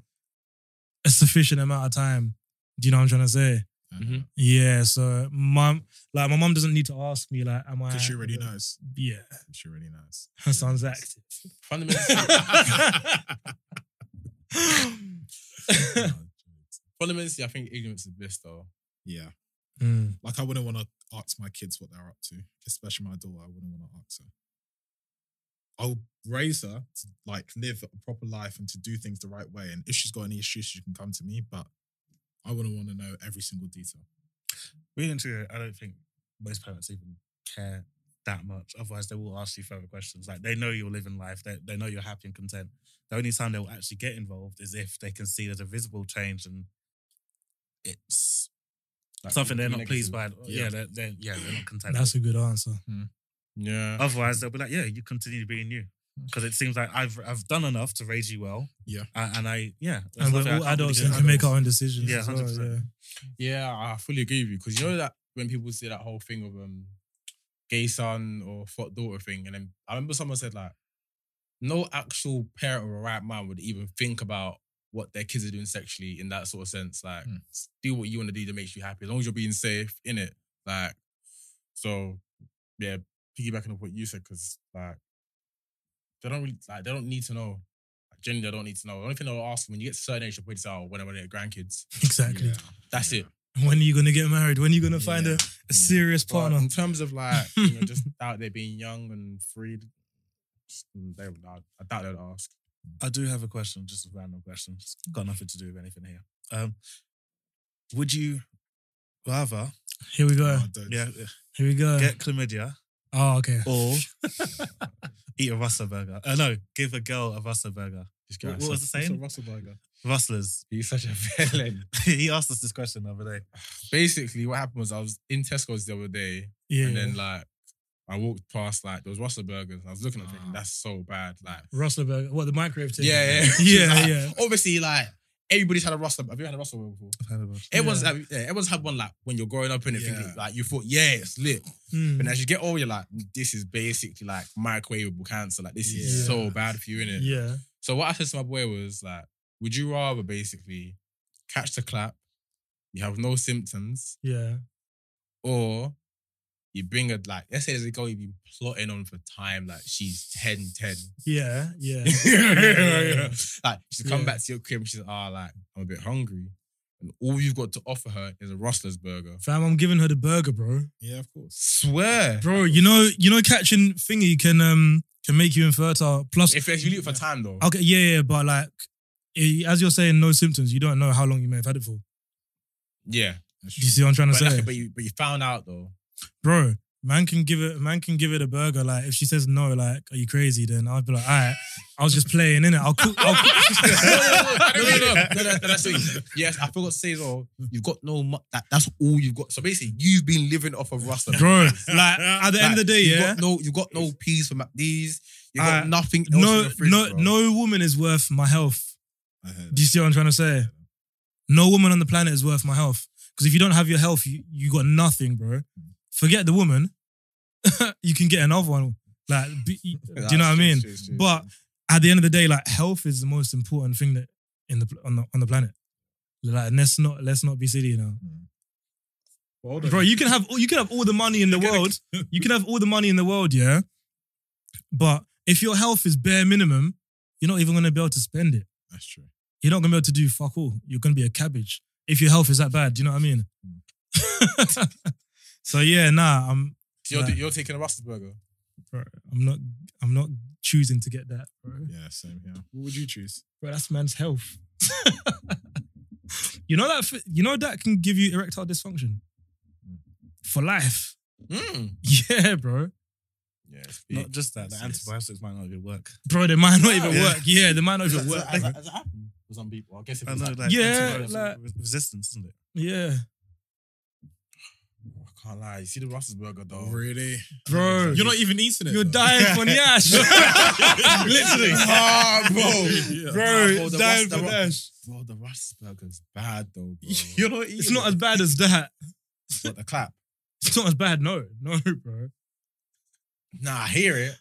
Speaker 1: a sufficient amount of time. Do you know what I'm trying to say?
Speaker 2: Mm-hmm.
Speaker 3: Mhm.
Speaker 1: Yeah. So mum, like my mum doesn't need to ask me, like, am I?
Speaker 2: Because she already knows.
Speaker 1: Yeah,
Speaker 2: She already knows.
Speaker 1: her son's active.
Speaker 5: [laughs]
Speaker 3: Fundamentally,
Speaker 2: [laughs] No,
Speaker 3: fundamentally, I think ignorance is bliss, though.
Speaker 2: yeah.
Speaker 1: Mm.
Speaker 2: Like I wouldn't want to ask my kids what they're up to, especially my daughter. I wouldn't want to ask her. I'll raise her to like live a proper life and to do things the right way. And if she's got any issues, she can come to me. But I wouldn't want to know every single detail.
Speaker 5: Being into it, I don't think most parents even care that much. Otherwise, they will ask you further questions. Like they know you're living life. They, they know you're happy and content. The only time they will actually get involved is if they can see there's a visible change and it's
Speaker 3: [laughs] Like,
Speaker 5: something they're not
Speaker 3: negative.
Speaker 5: pleased by. Yeah,
Speaker 2: Yeah.
Speaker 5: they're, they're yeah they're not content.
Speaker 1: That's a good answer.
Speaker 3: Yeah.
Speaker 5: Otherwise, they'll be like, yeah, you continue being you. Because it seems like I've I've done enough to raise you well.
Speaker 2: Yeah.
Speaker 5: A- and I yeah. there's
Speaker 1: and
Speaker 5: nothing I
Speaker 1: we're all
Speaker 5: can't really
Speaker 1: adults
Speaker 5: do.
Speaker 1: and can make our own decisions.
Speaker 5: Yeah,
Speaker 1: as well,
Speaker 5: 100%.
Speaker 1: yeah.
Speaker 3: Yeah, I fully agree with you because you know that when people say that whole thing of um gay son or fuck daughter thing, and then I remember someone said like, no actual parent or a right man would even think about what their kids are doing sexually in that sort of sense. Like,
Speaker 2: Hmm.
Speaker 3: s- do what you want to do that makes you happy as long as you're being safe in it. Like, so yeah, piggybacking on what you said because like they don't really like they don't need to know. Like, generally, they don't need to know. The only thing they'll ask when you get to a certain age, they'll probably say, "Oh, when I'm gonna get grandkids."
Speaker 1: Exactly.
Speaker 2: Yeah.
Speaker 3: That's it.
Speaker 1: When are you gonna get married? When are you gonna find a, a serious
Speaker 3: But
Speaker 1: partner?
Speaker 3: in terms of like, you know, just out there being young and free, just, mm, they, would- I, I doubt they'd ask.
Speaker 1: Mm-hmm.
Speaker 5: I do have a question, just a random question. It's got nothing to do with anything here. Um, Would you rather
Speaker 1: Here we go.
Speaker 2: No, I don't.
Speaker 5: yeah,
Speaker 1: Here we go.
Speaker 5: get chlamydia
Speaker 1: oh, okay. [laughs]
Speaker 5: or eat a Rasta burger? Uh, no, give a girl a Rasta burger. What, what was the
Speaker 2: It's a
Speaker 5: saying?
Speaker 2: Russell burger.
Speaker 5: Rustlers. [laughs]
Speaker 3: He's such a [laughs] villain.
Speaker 5: he asked us this question the other day.
Speaker 3: Basically, what happened was I was in Tesco's the other day,
Speaker 1: Yeah.
Speaker 3: and then like I walked past like those Russell burgers, and I was looking at it
Speaker 2: Ah.
Speaker 3: thinking that's so bad. Like,
Speaker 1: Russell Burger. What, the microwave thing?
Speaker 3: yeah,
Speaker 1: [laughs] Yeah,
Speaker 3: [laughs] Like,
Speaker 1: yeah.
Speaker 3: Obviously, like everybody's had a Russell. Have you had a Russell burger before? Everyone's,
Speaker 1: Yeah.
Speaker 3: had- yeah, everyone's had one like when you're growing up in it,
Speaker 2: Yeah.
Speaker 3: thinking like you thought, yeah, it's lit.
Speaker 1: Mm.
Speaker 3: But as you get older, you're like, this is basically like microwavable cancer. Like this is
Speaker 1: Yeah.
Speaker 3: so bad for you, innit?
Speaker 1: Yeah.
Speaker 3: So what I said to my boy was like, would you rather basically catch the clap, you have no symptoms,
Speaker 1: Yeah.
Speaker 3: or you bring a like, let's say there's a girl you've been plotting on for time, like she's 10, [laughs] 10.
Speaker 1: Yeah. Yeah.
Speaker 3: [laughs]
Speaker 1: yeah.
Speaker 3: Like she's come
Speaker 1: Yeah.
Speaker 3: back to your crib, she's ah, like, I'm a bit hungry. And all you've got to offer her is a Rustler's burger.
Speaker 1: Fam, I'm giving her the burger, bro.
Speaker 2: Yeah, of course.
Speaker 3: Swear.
Speaker 1: Bro, you know, you know, catching thingy can um can make you infertile. Plus,
Speaker 3: If you leave it for time though.
Speaker 1: okay, yeah, yeah, but like, eh, as you're saying, no symptoms. You don't know how long you may have had it for.
Speaker 3: Yeah.
Speaker 2: That's
Speaker 1: Do you see what I'm trying to
Speaker 3: But,
Speaker 1: say,
Speaker 3: like, but you but you found out though.
Speaker 1: bro? Man can give it. Man can give it a burger. Like if she says no, like are you crazy? Then I'd be like, all right, I was just playing in it. I'll cook. I'll [laughs]
Speaker 3: [laughs]
Speaker 1: cook.
Speaker 3: no, no, no, no, no, no, that's what you- Yes, I forgot to say as well. You've got no mu- that, That's all you've got. So basically, you've been living off of Rasta.
Speaker 1: bro, like [laughs] at the end of the day,
Speaker 3: you've
Speaker 1: yeah,
Speaker 3: Got no, you've got no peas for McDee's. You've
Speaker 1: Uh,
Speaker 3: got nothing else in
Speaker 1: no,
Speaker 3: the fridge,
Speaker 1: no,
Speaker 3: bro.
Speaker 1: no woman is worth my health.
Speaker 2: I heard.
Speaker 1: Do you see what I'm trying to say? No woman on the planet is worth my health. Because if you don't have your health, you, you got nothing, bro. Forget the woman. [laughs] you can get another one. Like, be,
Speaker 2: [laughs]
Speaker 1: do you know what I mean? But at the end of the day, like health is the most important thing that in the on the on the planet. Like, let's not let's not be silly now,
Speaker 2: Well, hold on.
Speaker 1: bro. You can have all- you can have all the money in the
Speaker 2: [laughs]
Speaker 1: world. You can have all the money in the world, yeah. But if your health is bare minimum, you're not even gonna be able to spend it
Speaker 2: That's true.
Speaker 1: you're not gonna be able to do fuck all. You're gonna be a cabbage if your health is that bad. Do you know what I mean?
Speaker 2: Mm.
Speaker 1: [laughs] so yeah, nah, I'm
Speaker 3: So you're,
Speaker 1: Nah.
Speaker 3: you're taking a Rasta burger.
Speaker 1: I'm not I'm not choosing to get that, bro.
Speaker 2: Yeah, same here. What would you choose?
Speaker 1: Bro, that's man's health. [laughs] you know that f- you know that can give you erectile dysfunction
Speaker 2: Mm.
Speaker 1: for life.
Speaker 3: Mm.
Speaker 1: [laughs] Yeah, bro.
Speaker 3: Yeah, it's
Speaker 5: Not just that, the
Speaker 2: Yes, yes.
Speaker 5: antibiotics might not even work.
Speaker 1: Bro, they might not even
Speaker 5: Yeah.
Speaker 1: work. Yeah, they might not even
Speaker 3: Does
Speaker 1: work.
Speaker 3: that- does that- does that happen for some people? I guess if
Speaker 5: I
Speaker 3: it's
Speaker 5: know,
Speaker 3: like,
Speaker 5: like,
Speaker 1: Yeah,
Speaker 5: antibiotics
Speaker 1: like-
Speaker 5: re- resistance, isn't it?
Speaker 1: Yeah,
Speaker 3: I can't lie. You see the Rasta burger though.
Speaker 2: Really?
Speaker 1: bro.
Speaker 2: You're not even eating it.
Speaker 1: you're
Speaker 2: though.
Speaker 3: [laughs]
Speaker 1: dying for Nyash. [laughs] Literally.
Speaker 3: Ah, bro.
Speaker 2: Yeah.
Speaker 1: [laughs] Bro,
Speaker 3: Bro, the
Speaker 1: dying
Speaker 3: Rasta
Speaker 1: for
Speaker 3: rock-
Speaker 1: Nyash.
Speaker 3: Bro, the Rasta burger's bad though, bro.
Speaker 1: [laughs]
Speaker 2: You're not eating.
Speaker 1: It's not as
Speaker 2: it.
Speaker 1: bad as that.
Speaker 3: But the clap.
Speaker 1: It's not as bad. No, no, bro.
Speaker 3: Nah, I hear it.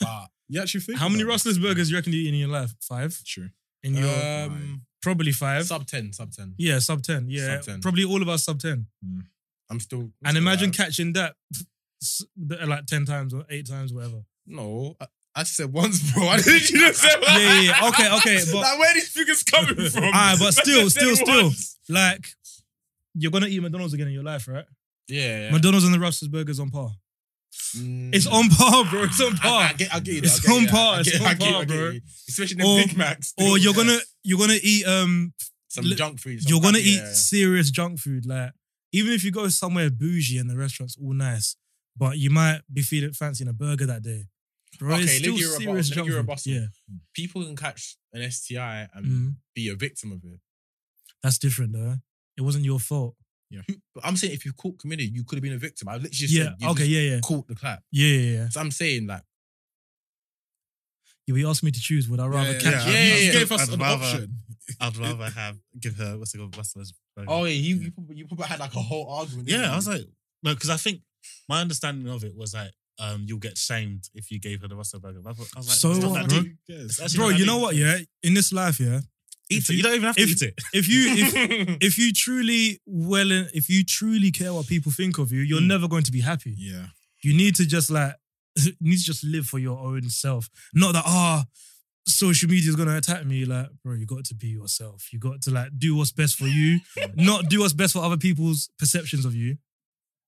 Speaker 3: But
Speaker 2: You actually think.
Speaker 1: How many
Speaker 2: about it?
Speaker 1: Rustler's burgers do you reckon you eat in your life? Five?
Speaker 2: True.
Speaker 1: In your
Speaker 3: um,
Speaker 1: probably five.
Speaker 3: sub 10, sub 10.
Speaker 1: yeah, sub ten. Yeah,
Speaker 3: Sub 10.
Speaker 1: probably all of us sub ten.
Speaker 3: I'm still. I'm
Speaker 1: And
Speaker 3: still
Speaker 1: imagine
Speaker 3: alive.
Speaker 1: catching that s- like ten times or eight times, whatever.
Speaker 3: [laughs] no, I, I said once, bro. [laughs] I didn't you just say
Speaker 1: Yeah, yeah, yeah. Okay,
Speaker 3: [laughs]
Speaker 1: okay, but-
Speaker 3: like, where these
Speaker 1: [laughs]
Speaker 3: figures coming from?
Speaker 1: Alright, but
Speaker 3: [laughs] I
Speaker 1: still,
Speaker 3: said
Speaker 1: still, still.
Speaker 3: once.
Speaker 1: Like, you're gonna eat McDonald's again in your life, right?
Speaker 3: Yeah, yeah.
Speaker 1: McDonald's and the Rustler's burgers on par.
Speaker 3: Mm.
Speaker 1: It's on par, bro. It's on
Speaker 3: I, I, [laughs]
Speaker 1: par.
Speaker 3: get, I get you.
Speaker 1: It's
Speaker 3: though. I
Speaker 1: on
Speaker 3: get you, I
Speaker 1: par,
Speaker 3: get-
Speaker 1: it's
Speaker 3: I
Speaker 1: on
Speaker 3: get you,
Speaker 1: par,
Speaker 3: I get
Speaker 1: bro.
Speaker 3: you. Especially the
Speaker 1: Or-
Speaker 3: Big Macs.
Speaker 1: Or you're
Speaker 3: Yeah.
Speaker 1: gonna you're gonna eat um
Speaker 3: some
Speaker 1: li-
Speaker 3: junk food. some
Speaker 1: you're gonna
Speaker 3: crap,
Speaker 1: eat
Speaker 3: yeah.
Speaker 1: serious junk food. Like, even if you go somewhere bougie and the restaurant's all nice, but you might be feeling fancying a burger that day. Bro,
Speaker 3: Okay,
Speaker 1: it's
Speaker 3: let
Speaker 1: still
Speaker 3: me give you a
Speaker 1: serious
Speaker 3: rebuttal, let me
Speaker 1: junk
Speaker 3: give you a
Speaker 1: food.
Speaker 3: rebuttal.
Speaker 1: Yeah,
Speaker 3: People can catch an STI and
Speaker 1: Mhm.
Speaker 3: be a victim of it.
Speaker 1: that's different though. It wasn't your fault.
Speaker 3: But I'm saying if you caught community, you could have been a victim. I literally just
Speaker 1: yeah.
Speaker 3: said you
Speaker 1: okay.
Speaker 3: just
Speaker 1: Yeah. Yeah.
Speaker 3: caught the clap.
Speaker 1: Yeah. Yeah. Yeah.
Speaker 3: So I'm saying like,
Speaker 1: Yeah. But you asked me to choose. Would I rather
Speaker 2: yeah,
Speaker 1: catch?
Speaker 5: yeah.
Speaker 1: you?
Speaker 5: Yeah,
Speaker 2: You
Speaker 5: yeah,
Speaker 2: gave
Speaker 5: yeah.
Speaker 2: us
Speaker 5: I'd
Speaker 2: an
Speaker 5: rather-
Speaker 2: option.
Speaker 5: I'd rather have give her what's it called, Rustler's burger.
Speaker 3: oh yeah, you you probably, you probably had like a whole argument. didn't
Speaker 5: yeah. I
Speaker 3: you? [laughs]
Speaker 5: was like, no, because I think my understanding of it was like, um, you'll get shamed if you gave her the Rustler burger. But I was I was like,
Speaker 1: So
Speaker 5: it's not
Speaker 1: what,
Speaker 5: that
Speaker 1: bro?
Speaker 5: deep.
Speaker 2: Yes.
Speaker 5: It's actually
Speaker 1: Bro,
Speaker 5: not that
Speaker 1: you know
Speaker 5: deep.
Speaker 1: what? Yeah. In this life, yeah.
Speaker 5: Eat
Speaker 1: If
Speaker 5: it. You don't even have to
Speaker 1: if-
Speaker 5: eat it.
Speaker 1: If you if if you truly well if you truly care what people think of you, you're
Speaker 5: Mm.
Speaker 1: never going to be happy.
Speaker 2: Yeah.
Speaker 1: You need to just like [laughs] you need to just live for your own self. Not that ah, social media is gonna attack me. Like, bro, you got to be yourself. You got to like do what's best for
Speaker 5: [laughs]
Speaker 1: you, not do what's best for other people's perceptions of you.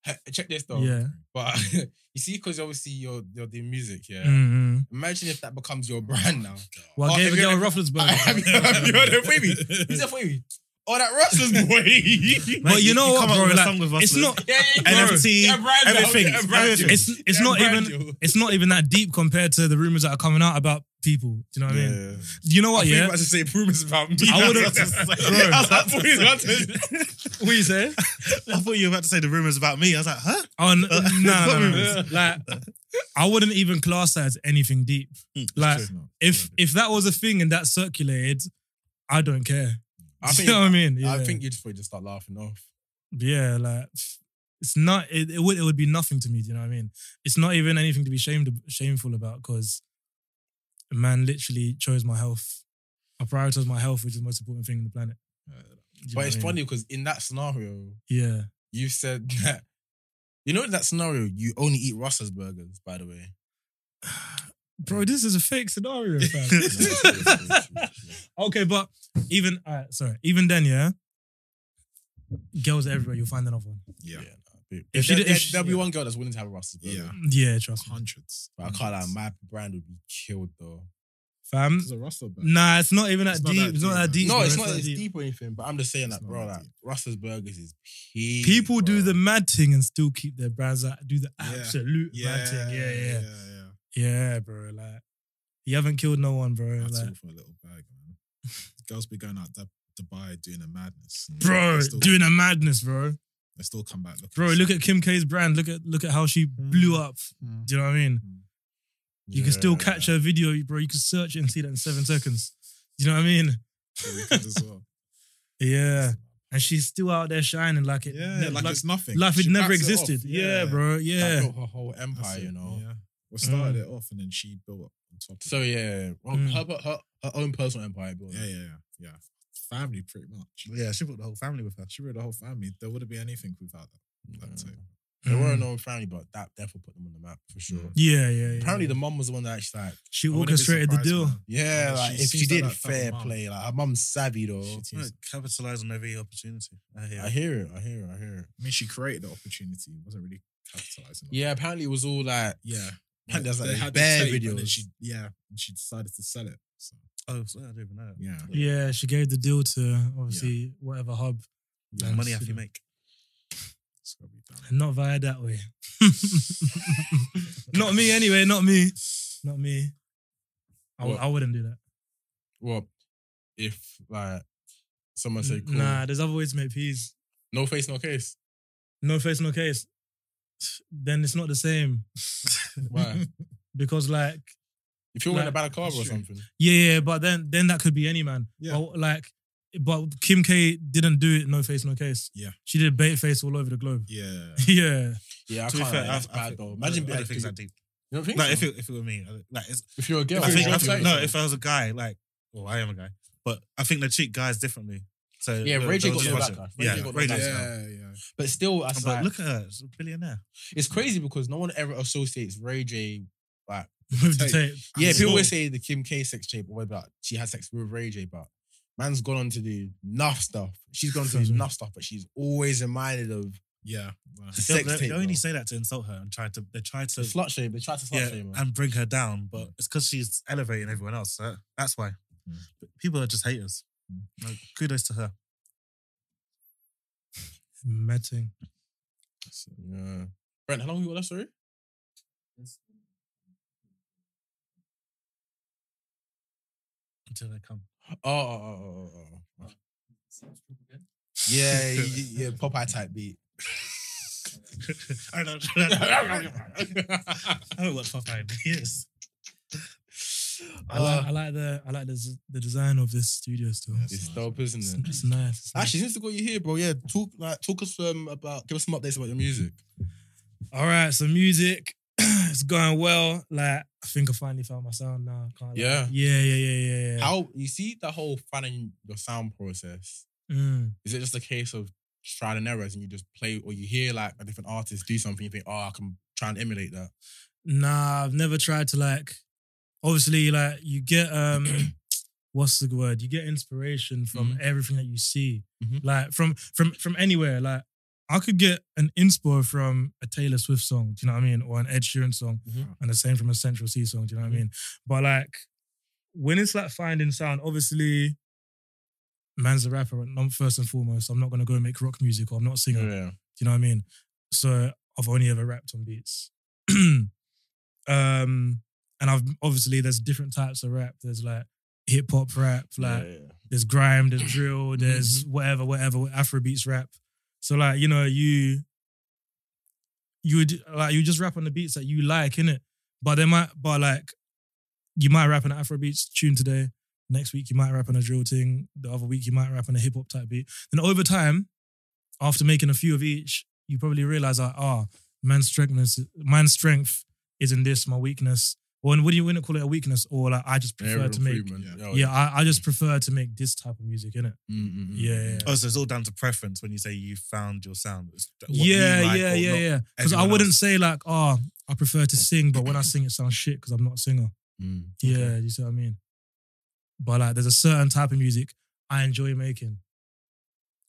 Speaker 3: Hey, check this though.
Speaker 1: Yeah.
Speaker 3: But [laughs] you see, because obviously you're you're doing music, yeah.
Speaker 1: Mm-hmm.
Speaker 3: Imagine if that becomes your brand now.
Speaker 1: Well, I
Speaker 3: Oh,
Speaker 1: gave a
Speaker 3: have you
Speaker 1: girl
Speaker 5: [laughs]
Speaker 1: [laughs]
Speaker 3: ever-
Speaker 1: Ruffles burger.
Speaker 3: Have you- have you heard of Wavy? He's a Wavy. Oh, that Russell's boy.
Speaker 1: But
Speaker 5: [laughs]
Speaker 1: you know what,
Speaker 5: come out
Speaker 1: bro?
Speaker 5: with a
Speaker 1: Like,
Speaker 5: song with
Speaker 1: it's
Speaker 5: Russell.
Speaker 1: not.
Speaker 3: yeah, yeah,
Speaker 5: Bro,
Speaker 3: yeah.
Speaker 5: NFT,
Speaker 3: Get a brand deal,
Speaker 5: everything,
Speaker 3: get a brand deal.
Speaker 5: everything.
Speaker 1: It's it's
Speaker 3: Yeah,
Speaker 1: not
Speaker 3: brand
Speaker 1: even Oh,
Speaker 3: deal.
Speaker 1: it's not even that deep compared to the rumors that are coming out about people. Do you know what I mean? You know what?
Speaker 3: You
Speaker 1: Yeah,
Speaker 3: about to say rumors about me.
Speaker 1: I would've- [laughs]
Speaker 3: [laughs]
Speaker 5: [laughs]
Speaker 1: Bro.
Speaker 5: What you say? I thought you were about to say the rumors about me. I was like, huh?
Speaker 1: [laughs] on no, no, no, no,
Speaker 5: Sorry,
Speaker 1: like I wouldn't even class that as anything deep. Like
Speaker 2: It's not.
Speaker 1: if if that was a thing and that circulated, I don't care. [laughs] Do
Speaker 3: I
Speaker 1: you
Speaker 3: think,
Speaker 1: know what I mean? Yeah,
Speaker 3: I think you'd probably just start laughing off.
Speaker 1: yeah, like it's not. It, it would it would be nothing to me. Do you know what I mean? It's not even anything to be shamed shameful about because a man literally chose my health. I prioritized my health, which is the most important thing on the planet. Do you know
Speaker 3: Uh,
Speaker 1: what
Speaker 3: But it's
Speaker 1: I mean?
Speaker 3: funny because in that scenario,
Speaker 1: Yeah. [sighs]
Speaker 3: you said [laughs] that. You know, in that scenario, you only eat Russell's burgers, by the way.
Speaker 1: Bro, this is a fake
Speaker 3: [laughs]
Speaker 1: scenario, [laughs]
Speaker 3: true,
Speaker 1: fam. okay, but even all right, sorry, even then, yeah. Girls everywhere, you'll find another one.
Speaker 2: Yeah.
Speaker 1: If she
Speaker 3: there,
Speaker 1: did- if she-
Speaker 3: will be one girl that's willing to have a Russell's burger.
Speaker 2: Yeah.
Speaker 1: Yeah,
Speaker 3: Oh,
Speaker 1: trust me,
Speaker 2: Hundreds.
Speaker 3: But I can't lie, my brand would be killed though.
Speaker 1: fam.
Speaker 2: There's a Russell back.
Speaker 1: Nah, it's not even that
Speaker 2: It's not
Speaker 1: deep.
Speaker 2: that
Speaker 1: it's not that
Speaker 2: deep, man.
Speaker 1: deep.
Speaker 3: no,
Speaker 1: bro.
Speaker 3: it's not as deep. or anything, but I'm just saying
Speaker 2: It's
Speaker 3: that,
Speaker 2: not
Speaker 3: bro.
Speaker 2: that
Speaker 3: Like
Speaker 2: deep.
Speaker 3: Russell's burgers is peak,
Speaker 1: People do
Speaker 3: bro.
Speaker 1: the mad thing and still keep their brands out. Do the
Speaker 2: Yeah.
Speaker 1: absolute
Speaker 2: Yeah,
Speaker 1: mad thing. Yeah, yeah,
Speaker 2: yeah.
Speaker 1: yeah, bro. Like you haven't killed no one, bro.
Speaker 2: That's
Speaker 1: Like,
Speaker 2: all for a little bag, man. Girls be going out Dub- Dubai doing a madness. and
Speaker 1: bro,
Speaker 2: they still,
Speaker 1: doing a madness, bro.
Speaker 2: they still come back looking.
Speaker 1: Bro,
Speaker 2: the
Speaker 1: look
Speaker 2: same.
Speaker 1: at Kim K's brand. Look at look at how she blew up. [laughs]
Speaker 2: Mm.
Speaker 1: Do you know what I mean? You can still
Speaker 3: Yeah.
Speaker 1: catch her video, bro. You can search it and see that in seven seconds. Do you know what I mean?
Speaker 2: The Weeknd as well.
Speaker 1: Yeah. And she's still out there shining like it,
Speaker 2: Yeah, like, it's nothing.
Speaker 1: like it
Speaker 2: She
Speaker 1: never
Speaker 2: backs off.
Speaker 1: existed. yeah. bro. Mm.
Speaker 3: That
Speaker 1: Yeah.
Speaker 3: built her whole
Speaker 2: That's
Speaker 3: empire,
Speaker 2: it,
Speaker 3: you know.
Speaker 2: Yeah. Well, started it off and then she built up on top. Of
Speaker 3: So
Speaker 2: it.
Speaker 3: yeah, well,
Speaker 1: Mm.
Speaker 3: her, her her own personal empire, built.
Speaker 2: yeah, yeah, yeah, yeah. Family, pretty much.
Speaker 5: Yeah, she brought the whole family with her.
Speaker 2: She read the whole family. There wouldn't be anything without that. That type.
Speaker 3: They
Speaker 1: Mm.
Speaker 3: were an own family, but that definitely put them on the map for sure.
Speaker 2: Mm.
Speaker 1: yeah. Yeah. Yeah.
Speaker 3: Apparently, the mum was the one that actually like,
Speaker 1: she
Speaker 2: I wouldn't be
Speaker 1: orchestrated the
Speaker 2: surprised,
Speaker 1: deal.
Speaker 2: man.
Speaker 3: yeah,
Speaker 2: Yeah,
Speaker 3: like
Speaker 2: she
Speaker 3: if she
Speaker 2: seems like
Speaker 3: did,
Speaker 2: that type of
Speaker 3: fair
Speaker 2: mum.
Speaker 3: play. Like her mum's savvy
Speaker 1: Oh,
Speaker 3: though.
Speaker 2: She
Speaker 5: Yeah,
Speaker 2: is.
Speaker 5: capitalize on every opportunity. I hear.
Speaker 3: I hear it. I hear it. I hear it.
Speaker 2: I mean, she created the opportunity. Wasn't really capitalizing. on it.
Speaker 3: Yeah, apparently it was all like,
Speaker 2: yeah.
Speaker 3: Apparently there's, like,
Speaker 2: They
Speaker 3: these
Speaker 2: had the
Speaker 3: bear
Speaker 2: tape and then
Speaker 3: videos.
Speaker 2: she, yeah, and she decided to sell it. So
Speaker 5: Oh, sorry, I don't even know.
Speaker 2: yeah,
Speaker 1: Yeah. She gave the deal to obviously whatever hub.
Speaker 5: The money have you make?
Speaker 2: it's gotta be done.
Speaker 1: Not via that way. not me anyway. Not me. Not me. I, w-
Speaker 3: What?
Speaker 1: I wouldn't do that.
Speaker 3: well, if like someone said, cool,
Speaker 1: Nah, there's other ways to make peas.
Speaker 3: no face, no case.
Speaker 1: No face, no case. [sighs] Then it's not the same
Speaker 3: Why?
Speaker 1: because like
Speaker 3: if you're wearing a
Speaker 1: Like,
Speaker 3: balaclava or
Speaker 2: that's true.
Speaker 3: something,
Speaker 1: Yeah, yeah, but then then that could be any man.
Speaker 2: Yeah.
Speaker 1: But like, but Kim K didn't do it. No face, no case.
Speaker 2: Yeah.
Speaker 1: she did bait face all over the globe.
Speaker 2: Yeah.
Speaker 1: [laughs] Yeah,
Speaker 3: yeah, I
Speaker 5: To be
Speaker 3: can't.
Speaker 5: fair,
Speaker 3: like,
Speaker 5: I-
Speaker 3: that's
Speaker 5: I
Speaker 3: bad
Speaker 5: think-
Speaker 3: though. Imagine
Speaker 5: I
Speaker 3: being
Speaker 5: don't think
Speaker 3: like,
Speaker 5: it's that
Speaker 3: you
Speaker 5: deep.
Speaker 3: don't think
Speaker 5: Like
Speaker 3: so?
Speaker 5: if it, if it were me, I don't- like it's,
Speaker 3: if you're a girl,
Speaker 5: I think,
Speaker 3: you're
Speaker 5: I
Speaker 3: a
Speaker 5: think
Speaker 3: girl.
Speaker 5: no, if I was a guy, like, well, I am a guy, but I think they treat guys differently. So
Speaker 3: Yeah,
Speaker 5: they'll-
Speaker 3: Ray J
Speaker 5: they'll
Speaker 3: got
Speaker 5: just
Speaker 3: no
Speaker 5: watch
Speaker 3: backlash.
Speaker 5: it.
Speaker 3: Ray J
Speaker 5: Yeah,
Speaker 3: got no
Speaker 5: Ray
Speaker 2: Yeah,
Speaker 5: J's now.
Speaker 2: yeah.
Speaker 3: but still, I
Speaker 5: But
Speaker 3: like,
Speaker 5: look at her, she's a billionaire.
Speaker 3: it's crazy because no one ever associates Ray J.
Speaker 1: with the
Speaker 2: Tape.
Speaker 1: tape.
Speaker 3: Yeah, people
Speaker 2: Absolutely.
Speaker 3: always say the Kim K sex tape, or about she had sex with Ray J, but man's gone on to do enough stuff. She's gone on [laughs] to do enough stuff, but she's always reminded of
Speaker 2: Yeah. well,
Speaker 3: the
Speaker 5: They,
Speaker 3: sex
Speaker 5: they-
Speaker 3: tape.
Speaker 5: they only
Speaker 3: bro.
Speaker 5: say that to insult her and try to they try to
Speaker 3: The slut shame. They try to slut
Speaker 5: yeah,
Speaker 3: shame her.
Speaker 5: and bring her down,
Speaker 1: Mm.
Speaker 5: but it's because she's elevating everyone else. So that's why
Speaker 2: Mm.
Speaker 5: But people are just haters.
Speaker 1: Mm.
Speaker 5: Like, kudos to her.
Speaker 1: Matting.
Speaker 3: Yeah. Brent, how long you got left, sorry?
Speaker 5: Until they come.
Speaker 3: Oh, oh, oh, oh, oh, oh. [laughs] Yeah, yeah, yeah, Popeye type [laughs] beat.
Speaker 5: I don't know. I haven't watched
Speaker 1: [laughs]
Speaker 5: Popeye in years.
Speaker 1: I like, I like the I like the z- the design of this studio still.
Speaker 2: Yeah,
Speaker 3: It's
Speaker 2: nice,
Speaker 3: dope,
Speaker 2: man.
Speaker 1: It's,
Speaker 3: isn't it?
Speaker 1: it's nice. It's nice.
Speaker 3: Actually, since we got you here, bro, yeah, talk like talk us um, about give us some updates about your music.
Speaker 1: all right. So music, [clears throat] it's going well. Like I think I finally found my sound now. Can't lie.
Speaker 3: Yeah.
Speaker 1: yeah, yeah, yeah, yeah. yeah.
Speaker 3: How you see the whole finding your sound process?
Speaker 1: Mm.
Speaker 3: Is it just a case of trial and errors, and you just play, or you hear like a different artist do something, you think, oh, I can try and emulate that?
Speaker 1: Nah, I've never tried to like. Obviously, like you get um, [clears throat] what's the word? You get inspiration from everything that you see,
Speaker 3: Mhm.
Speaker 1: like from from from anywhere. Like I could get an inspo from a Taylor Swift song, do you know what I mean, or an Ed Sheeran song,
Speaker 3: Mhm.
Speaker 1: and the same from a Central C song, do you know what I mean? But like when it's like finding sound, obviously, man's a rapper. and I'm first and foremost. I'm not gonna go make rock music or I'm not a singer.
Speaker 3: Yeah.
Speaker 1: Do you know what I mean? So I've only ever rapped on beats. [clears throat] um, and I've obviously there's different types of rap. There's like hip hop rap, like there's grime, there's drill, there's whatever, whatever, Afrobeats rap. So like, you know, you you would like you just rap on the beats that you like, innit? But they might but like you might rap on an Afrobeats tune today. Next week you might rap on a drill thing. The other week you might rap on a hip hop type beat. Then over time, after making a few of each, you probably realize like, ah, man's strength is man's strength is in this, my weakness. Or and what do you wouldn't call it a weakness? Or like I just prefer to make
Speaker 3: Oh,
Speaker 1: yeah, I, I just prefer to make this type of music, innit?
Speaker 3: mm,
Speaker 1: Yeah, yeah, yeah.
Speaker 2: Oh, so it's all down to preference when you say you found your sound. It's what you
Speaker 1: yeah,
Speaker 2: like
Speaker 1: yeah,
Speaker 2: or
Speaker 1: yeah,
Speaker 2: not.
Speaker 1: yeah. Because I
Speaker 2: everyone
Speaker 1: wouldn't
Speaker 2: else.
Speaker 1: say like, oh, I prefer to sing, but when I sing, it sounds shit because I'm not a singer.
Speaker 3: Mm.
Speaker 1: Yeah, you see what I mean. But like, there's a certain type of music I enjoy making.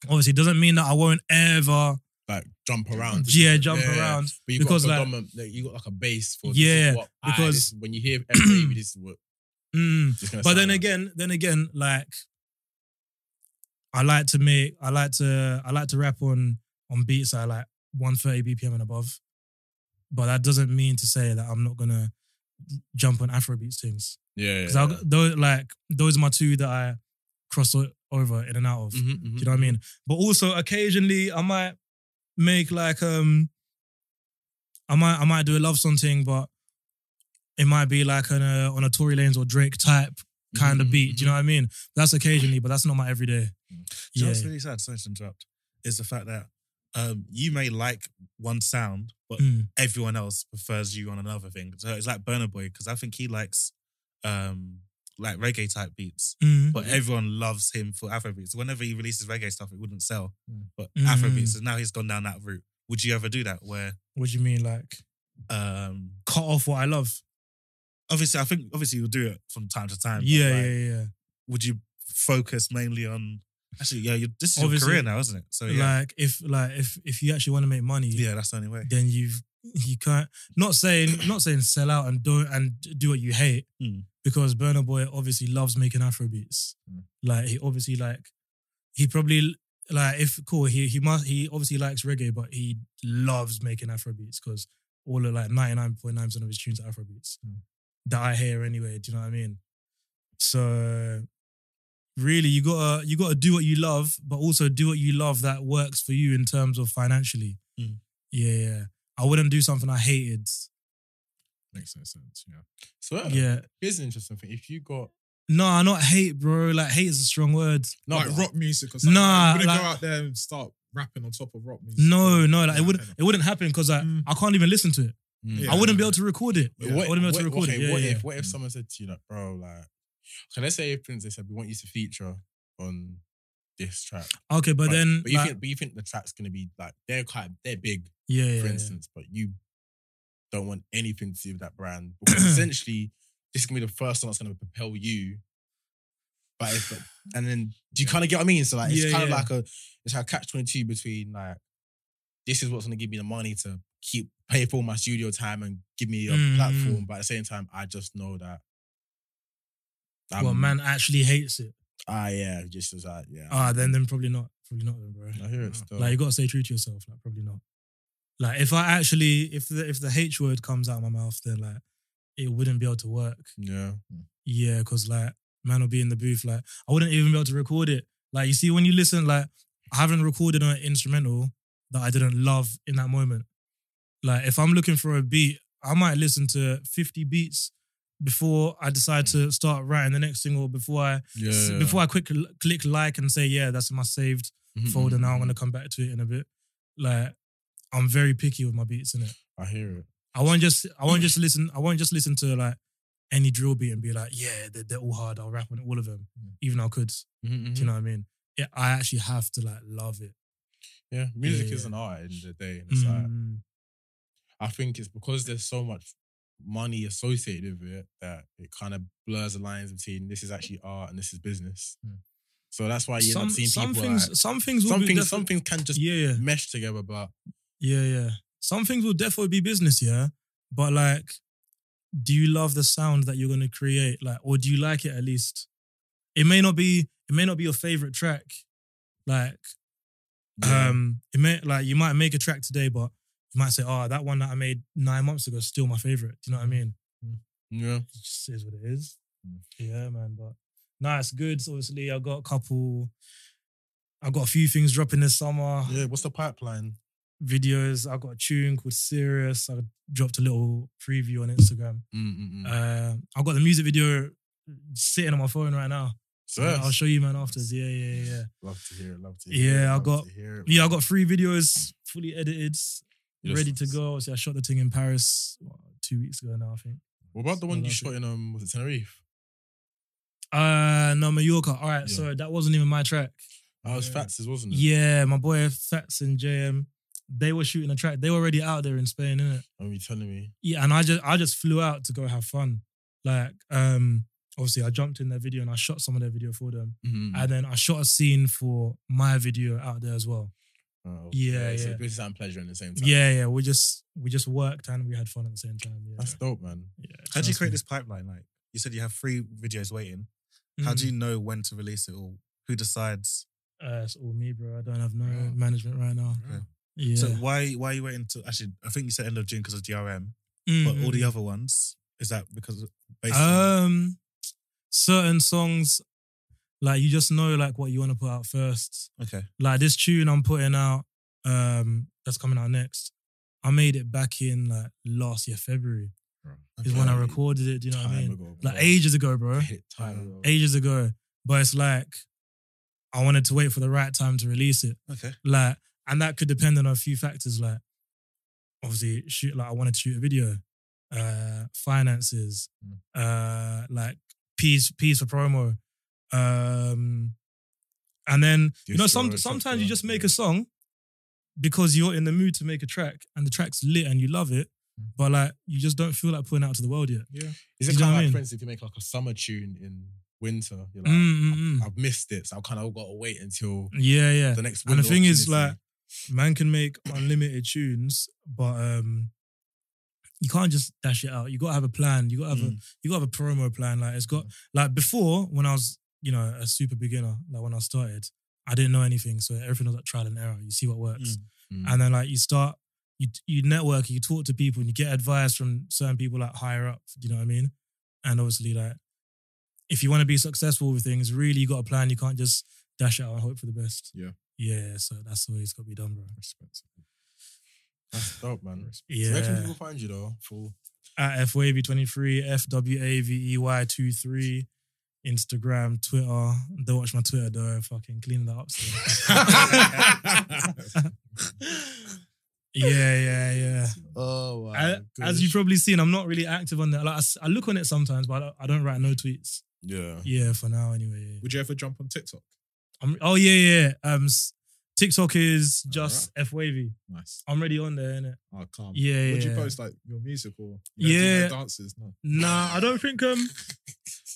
Speaker 1: Obviously, it doesn't mean that I won't ever,
Speaker 3: Like jump around.
Speaker 1: yeah, jump
Speaker 3: Yeah.
Speaker 1: around.
Speaker 3: But you
Speaker 1: Because,
Speaker 3: got
Speaker 1: like-
Speaker 3: a predominant- like, you got like a base for
Speaker 1: Yeah,
Speaker 3: This is what I-
Speaker 1: because-
Speaker 3: this is- when you hear F
Speaker 1: [clears throat]
Speaker 3: baby, this is what.
Speaker 1: Mm.
Speaker 3: This gonna
Speaker 1: But
Speaker 3: sound
Speaker 1: then
Speaker 3: like.
Speaker 1: again, then again, like I like to make, I like to, I like to rap on on beats that are like 130 BPM and above. But that doesn't mean to say that I'm not gonna jump on Afrobeats things
Speaker 3: yeah,
Speaker 1: because those like those are my two that I cross o- over in and out of.
Speaker 3: Mhm, mhm.
Speaker 1: Do you know what I mean? But also occasionally I might make like um I might I might do a love song thing, but it might be like on a on a Tory Lanez or Drake type kind of
Speaker 3: Mhm,
Speaker 1: beat. Do you know what I mean? That's occasionally, but that's not my everyday.
Speaker 2: Mm-hmm. Do you know
Speaker 1: Yeah.
Speaker 2: what's really sad? Sorry to interrupt. Is the fact that um, you may like one sound, but
Speaker 8: Hmm.
Speaker 1: Mm.
Speaker 2: everyone else prefers you on another thing. So it's like Burner Boy because I think he likes um, like reggae type beats,
Speaker 1: Mm.
Speaker 8: Mm-hmm.
Speaker 2: but everyone loves him for Afro beats. Whenever he releases reggae stuff, it wouldn't sell. But
Speaker 1: Mm.
Speaker 2: Afro beats, and now he's gone down that route. Would you ever do that? Where
Speaker 1: What do you mean, like
Speaker 2: um,
Speaker 1: cut off what I love?
Speaker 2: obviously, I think obviously you'll do it from time to time. but
Speaker 1: yeah,
Speaker 2: like,
Speaker 1: yeah, yeah,
Speaker 2: Would you focus mainly on? Actually, yeah, you this is
Speaker 1: Obviously.
Speaker 2: your career now, isn't it? So oh, yeah,
Speaker 1: Like if like if if you actually want to make money,
Speaker 2: yeah, that's the only way.
Speaker 1: then you've you can't not saying not saying sell out and don't and do what you hate
Speaker 2: Hmm.
Speaker 1: because Burner Boy obviously loves making Afro beats. Like he obviously like he probably like if cool he he must he obviously likes reggae but he loves making Afro beats because all of like ninety nine point nine percent of his tunes are Afro beats that I hear anyway. Do you know what I mean? So really you gotta you gotta do what you love but also do what you love that works for you in terms of financially. Yeah, yeah. I wouldn't do something I hated.
Speaker 8: Makes no sense. Yeah.
Speaker 3: So
Speaker 1: Yeah.
Speaker 3: here's an interesting thing. If you got
Speaker 1: No, I not hate, bro. Like hate is a strong word.
Speaker 3: no,
Speaker 8: like
Speaker 3: but-
Speaker 8: rock music or something. Nah,
Speaker 1: Nah,
Speaker 8: you wouldn't
Speaker 1: like-
Speaker 8: go out there and start rapping on top of rock music.
Speaker 1: No, no, like
Speaker 8: Yeah,
Speaker 1: it wouldn't
Speaker 8: fair
Speaker 1: it wouldn't happen because I,
Speaker 8: Mm.
Speaker 1: I can't even listen to it.
Speaker 3: Mm.
Speaker 8: Yeah.
Speaker 1: I wouldn't be able to record it.
Speaker 8: Yeah.
Speaker 1: I
Speaker 3: What,
Speaker 1: wouldn't be able
Speaker 3: what-
Speaker 1: to record
Speaker 3: okay,
Speaker 1: it. Yeah,
Speaker 3: what
Speaker 1: yeah.
Speaker 3: if what if someone said to you like, bro, like, okay, let's say if Prince they said we want you to feature on this track,
Speaker 1: okay, but then
Speaker 3: but you
Speaker 1: like,
Speaker 3: think but you think the track's gonna be like they're quite they're big,
Speaker 1: yeah, yeah,
Speaker 3: for
Speaker 1: yeah.
Speaker 3: instance, but you don't want anything to do with that
Speaker 1: [clears throat]
Speaker 3: brand because essentially this is gonna be the first one that's gonna propel you. But it's but, and then do you kind of get what I mean? So like it's
Speaker 1: Yeah,
Speaker 3: kind of
Speaker 1: yeah.
Speaker 3: like a it's like a catch twenty two between like this is what's gonna give me the money to keep pay for all my studio time and give me a
Speaker 1: Mm,
Speaker 3: platform, but at the same time I just know that. I'm,
Speaker 1: well, man actually hates it.
Speaker 3: Ah, yeah, just was like yeah.
Speaker 1: Ah, then then probably not. Probably not then, bro.
Speaker 3: I hear it still.
Speaker 1: Like you gotta stay true to yourself. Like probably not. Like if I actually if the if the H word comes out of my mouth, then like it wouldn't be able to work.
Speaker 3: yeah,
Speaker 1: Yeah, because like man will be in the booth. Like I wouldn't even be able to record it. Like you see, when you listen, like I haven't recorded an instrumental that I didn't love in that moment. Like if I'm looking for a beat, I might listen to 50 beats before I decide to start writing the next single. Before I
Speaker 3: yeah.
Speaker 1: before I quick l- click like and say yeah, that's in my saved
Speaker 3: Mhm,
Speaker 1: folder. Now I'm
Speaker 3: mhm.
Speaker 1: gonna come back to it in a bit. Like I'm very picky with my beats in it.
Speaker 3: I hear it.
Speaker 1: I won't just I won't just listen I won't just listen to like any drill beat and be like, yeah, they're, they're all hard. I'll rap on all of them,
Speaker 3: Mm.
Speaker 1: even though I could.
Speaker 3: Mm-hmm,
Speaker 1: Do you know what I mean? Yeah, I actually have to like love it.
Speaker 3: Yeah, music
Speaker 1: yeah.
Speaker 3: is an art in the day. And it's like,
Speaker 1: Mm.
Speaker 3: I think it's because there's so much money associated with it that it kind of blurs the lines between this is actually art and this is business. So that's why you end
Speaker 1: Mm. some
Speaker 3: up seeing
Speaker 1: some
Speaker 3: people
Speaker 1: things
Speaker 3: like,
Speaker 1: some things will
Speaker 3: some
Speaker 1: be
Speaker 3: things,
Speaker 1: defi-
Speaker 3: some things can just
Speaker 1: yeah yeah
Speaker 3: mesh together, but
Speaker 1: yeah yeah some things will definitely be business yeah, but like, do you love the sound that you're gonna create like or do you like it at least? It may not be it may not be your favorite track. Like,
Speaker 3: Yeah.
Speaker 1: um, it may like you might make a track today, but you might say, "Oh, that one that I made nine months ago is still my favorite." Do you know what I mean?
Speaker 3: Yeah.
Speaker 1: It just is what it is.
Speaker 3: Mm.
Speaker 1: Yeah, man. But nice, good. Obviously, I got a couple. I got a few things dropping this summer.
Speaker 3: Yeah. What's the pipeline?
Speaker 1: Videos. I got a tune called Serious. I dropped a little preview on Instagram.
Speaker 3: Mm-mm-mm.
Speaker 1: Uh, I got the music video sitting on my phone right now.
Speaker 3: Serious?
Speaker 1: I'll show you, man, afterwards. Yeah, yeah, yeah.
Speaker 3: Love to hear it. Love to
Speaker 1: Yeah, I
Speaker 3: love
Speaker 1: got-
Speaker 3: to hear it,
Speaker 1: Yeah, I
Speaker 3: man.
Speaker 1: got three videos fully edited,
Speaker 3: Yes.
Speaker 1: ready to go. Obviously, I shot the thing in Paris what, two weeks ago now, I think.
Speaker 3: What about the one
Speaker 1: I
Speaker 3: you
Speaker 1: love
Speaker 3: shot in um was it Tenerife?
Speaker 1: Uh, no, Mallorca. All right,
Speaker 3: Yeah. Mm.
Speaker 1: sorry, that wasn't even my track.
Speaker 3: That was
Speaker 1: Yeah.
Speaker 3: Fats's, wasn't it?
Speaker 1: Yeah, my boy Fats and JM, they were shooting a track. They were already out there in Spain, innit?
Speaker 3: And you telling me?
Speaker 1: Yeah, and I just I just flew out to go have fun. Like, um, obviously I jumped in their video and I shot some of their video for them.
Speaker 3: Mm.
Speaker 1: And then I shot a scene for my video out there as well.
Speaker 3: Oh,
Speaker 1: Yeah,
Speaker 3: So
Speaker 1: yeah.
Speaker 3: business and pleasure in the same time.
Speaker 1: Yeah, yeah. We just we just worked and we had fun at the same time. Yeah.
Speaker 3: That's dope, man.
Speaker 1: yeah,
Speaker 5: How do you
Speaker 1: trust
Speaker 5: create
Speaker 1: me.
Speaker 5: this pipeline? Like you said, you have three videos waiting. How
Speaker 1: Mm.
Speaker 5: do you know when to release it, or who decides?
Speaker 1: Uh, it's all me, bro. I don't have no management right now.
Speaker 3: Mm.
Speaker 5: Yeah.
Speaker 1: Yeah.
Speaker 5: So why why are you waiting to actually? I think you said end of June because of DRM, but
Speaker 1: Mm-hmm.
Speaker 5: all the other ones is that because of- based on
Speaker 1: um certain songs, like you just know like what you want to put out first.
Speaker 5: okay
Speaker 1: Like this tune I'm putting out, um, that's coming out next. I made it back in like last year, February. Is when I
Speaker 3: Okay.
Speaker 1: recorded it. Do you know what I
Speaker 3: Time
Speaker 1: mean?
Speaker 3: ago,
Speaker 1: Like
Speaker 3: bro.
Speaker 1: ages ago, bro.
Speaker 3: Hit time ago.
Speaker 1: Ages ago. But it's like I wanted to wait for the right time to release it.
Speaker 5: okay
Speaker 1: Like, and that could depend on a few factors. Like, obviously, shoot. Like, I wanted to shoot a video, uh, finances, uh, like piece piece for promo, um, and then you know, some
Speaker 3: Discord,
Speaker 1: sometimes you
Speaker 3: something,
Speaker 1: just make
Speaker 3: yeah.
Speaker 1: a song because you're in the mood to make a track, and the track's lit and you love it, but like you just don't feel like putting it out to the world yet.
Speaker 3: Is
Speaker 1: You
Speaker 3: it
Speaker 1: know
Speaker 3: kind
Speaker 1: what
Speaker 3: of
Speaker 1: I
Speaker 3: like,
Speaker 1: mean?
Speaker 3: for instance, if you make like a summer tune in winter, you're like,
Speaker 1: Mm, mm, mm.
Speaker 3: I've missed it, so I kind of got to wait until
Speaker 1: Yeah, yeah.
Speaker 3: the next.
Speaker 1: And the
Speaker 3: window
Speaker 1: thing is,
Speaker 3: opportunity.
Speaker 1: like, man can make unlimited tunes, but um, you can't just dash it out. You gotta have a plan. You gotta have a
Speaker 3: Mm.
Speaker 1: you gotta have a promo plan. Like it's got like before when I was you know a super beginner, like when I started, I didn't know anything, so everything was like trial and error. You see what works,
Speaker 3: Mm.
Speaker 1: and then like you start you you network, you talk to people, and you get advice from certain people like higher up. Do you know what I mean? And obviously, like if you want to be successful with things, really you got a plan. You can't just dash it out and hope for the best.
Speaker 2: Yeah.
Speaker 1: Yeah, so that's the way it's got to be done, bro.
Speaker 3: that's dope,
Speaker 1: [sighs]
Speaker 3: man. So where can
Speaker 1: Yeah.
Speaker 3: people find you though?
Speaker 1: [laughs]
Speaker 3: For [laughs]
Speaker 1: At FWavy23, E FWAVEY23, Instagram, Twitter. Don't watch my Twitter though. Fucking cleaning that up.
Speaker 3: [laughs]
Speaker 1: still.
Speaker 2: [laughs]
Speaker 1: yeah, yeah, yeah.
Speaker 3: oh, wow.
Speaker 1: I- as you've probably seen, I'm not really active on that. Like, I s- I, look on it sometimes, but I don't, I don't write no tweets.
Speaker 3: yeah,
Speaker 1: Yeah, for now, anyway.
Speaker 2: Would you ever jump on TikTok?
Speaker 1: I'm, oh, yeah, yeah. Um, s- TikTok is just FWavy.
Speaker 2: Nice.
Speaker 1: I'm already on there, innit?
Speaker 2: Oh, calm.
Speaker 1: Yeah, yeah.
Speaker 2: Would you
Speaker 1: yeah.
Speaker 2: post like your music or you don't do no
Speaker 1: Yeah.
Speaker 2: dances? No.
Speaker 1: Nah, I don't think um,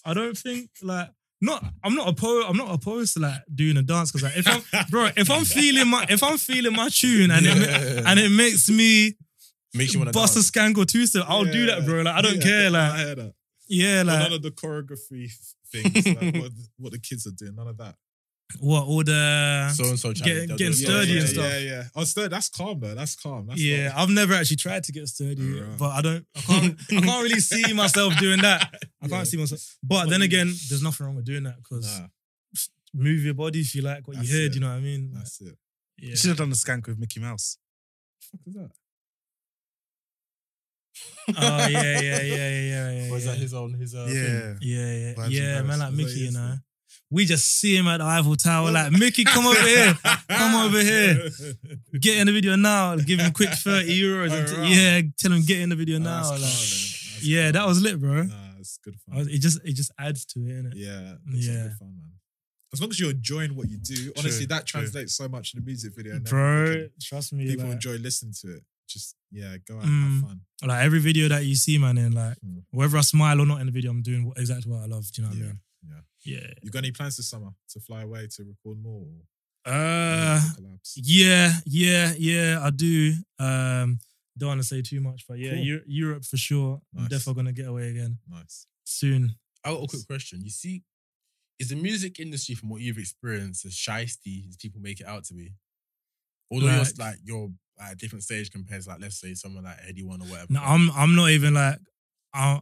Speaker 1: I don't think like not. I'm not opposed. I'm not opposed to like doing a dance because like if
Speaker 2: [laughs]
Speaker 1: I'm bro, if I'm feeling my if I'm feeling my tune and it ma-
Speaker 3: [laughs] Yeah.
Speaker 1: and it makes me
Speaker 3: makes you want to
Speaker 1: bust a skank or two step, I'll do that, bro. Like I don't
Speaker 2: Yeah,
Speaker 1: care.
Speaker 2: I
Speaker 1: Like
Speaker 2: heard that.
Speaker 1: yeah, like
Speaker 2: none of the choreography things, like
Speaker 1: [laughs]
Speaker 2: what, what the kids are doing, none of that.
Speaker 1: what all the
Speaker 3: So and so
Speaker 1: Get- getting sturdy
Speaker 2: yeah,
Speaker 1: and
Speaker 2: yeah,
Speaker 1: stuff.
Speaker 2: Yeah, yeah. Oh, sturdy. That's calm though. That's calm. That's
Speaker 1: yeah.
Speaker 2: calm.
Speaker 1: I've never actually tried to get sturdy,
Speaker 2: Right.
Speaker 1: but I don't. I can't. I can't really
Speaker 2: [laughs]
Speaker 1: see myself doing that. I
Speaker 2: Yeah.
Speaker 1: can't see myself. But then again, there's nothing wrong with doing that because
Speaker 2: Nah,
Speaker 1: move your body if you like what you
Speaker 2: That's
Speaker 1: heard.
Speaker 2: it.
Speaker 1: You know what I mean? Like,
Speaker 2: that's it.
Speaker 1: yeah.
Speaker 5: you should have done the skank with Mickey Mouse
Speaker 1: Oh yeah, yeah, yeah, yeah, yeah. yeah,
Speaker 3: [laughs] Or is
Speaker 1: yeah.
Speaker 3: that his own? His uh, thing?
Speaker 1: yeah, yeah,
Speaker 5: Vibes
Speaker 1: yeah,
Speaker 5: and
Speaker 1: man, like
Speaker 5: vibes. That's
Speaker 1: Mickey, you
Speaker 5: what
Speaker 1: know. We just see him at the Eiffel Tower, like Mickey, come over
Speaker 2: [laughs]
Speaker 1: here, come over here, get in the video now. Give him quick thirty euros, and t-
Speaker 2: Alright.
Speaker 1: yeah, tell him get in the video now.
Speaker 2: Nah,
Speaker 1: like,
Speaker 2: that's calm, man. That's
Speaker 1: yeah, that
Speaker 2: calm.
Speaker 1: was lit, bro.
Speaker 2: Nah, it's good
Speaker 1: I
Speaker 2: fun.
Speaker 1: was- it just it just adds to it, innit?
Speaker 2: Yeah,
Speaker 1: Yeah.
Speaker 2: yeah. Good fun, man. As long as you're enjoying what you do, honestly, that
Speaker 5: true.
Speaker 2: translates so much in the music video. and
Speaker 1: bro.
Speaker 2: everything.
Speaker 1: Trust me,
Speaker 2: people
Speaker 1: like,
Speaker 2: enjoy listening to it. Just yeah, go out
Speaker 1: Mm.
Speaker 2: and have fun.
Speaker 1: like every video that you see, man, and like
Speaker 2: Mm.
Speaker 1: whether I smile or not in the video, I'm doing what, exactly what I love. Do you know what
Speaker 2: Yeah,
Speaker 1: I mean?
Speaker 2: yeah.
Speaker 1: Yeah.
Speaker 2: You got any plans this summer to fly away to record more? Or
Speaker 1: Uh,
Speaker 2: collabs?
Speaker 1: Yeah, yeah, yeah. I do. Um, don't want to say too much, but yeah,
Speaker 2: Cool.
Speaker 1: Eu- Europe for sure. I'm
Speaker 2: Nice.
Speaker 1: definitely gonna get away again
Speaker 2: Nice.
Speaker 1: soon.
Speaker 3: I got a quick question. You see,
Speaker 6: Is the music industry, from what you've experienced, as shisty as people make it out to be? Although
Speaker 1: Like-
Speaker 6: you're s- like you're at a different stage compared to like let's say someone like Eddie One or whatever.
Speaker 1: No, I'm I'm not even like I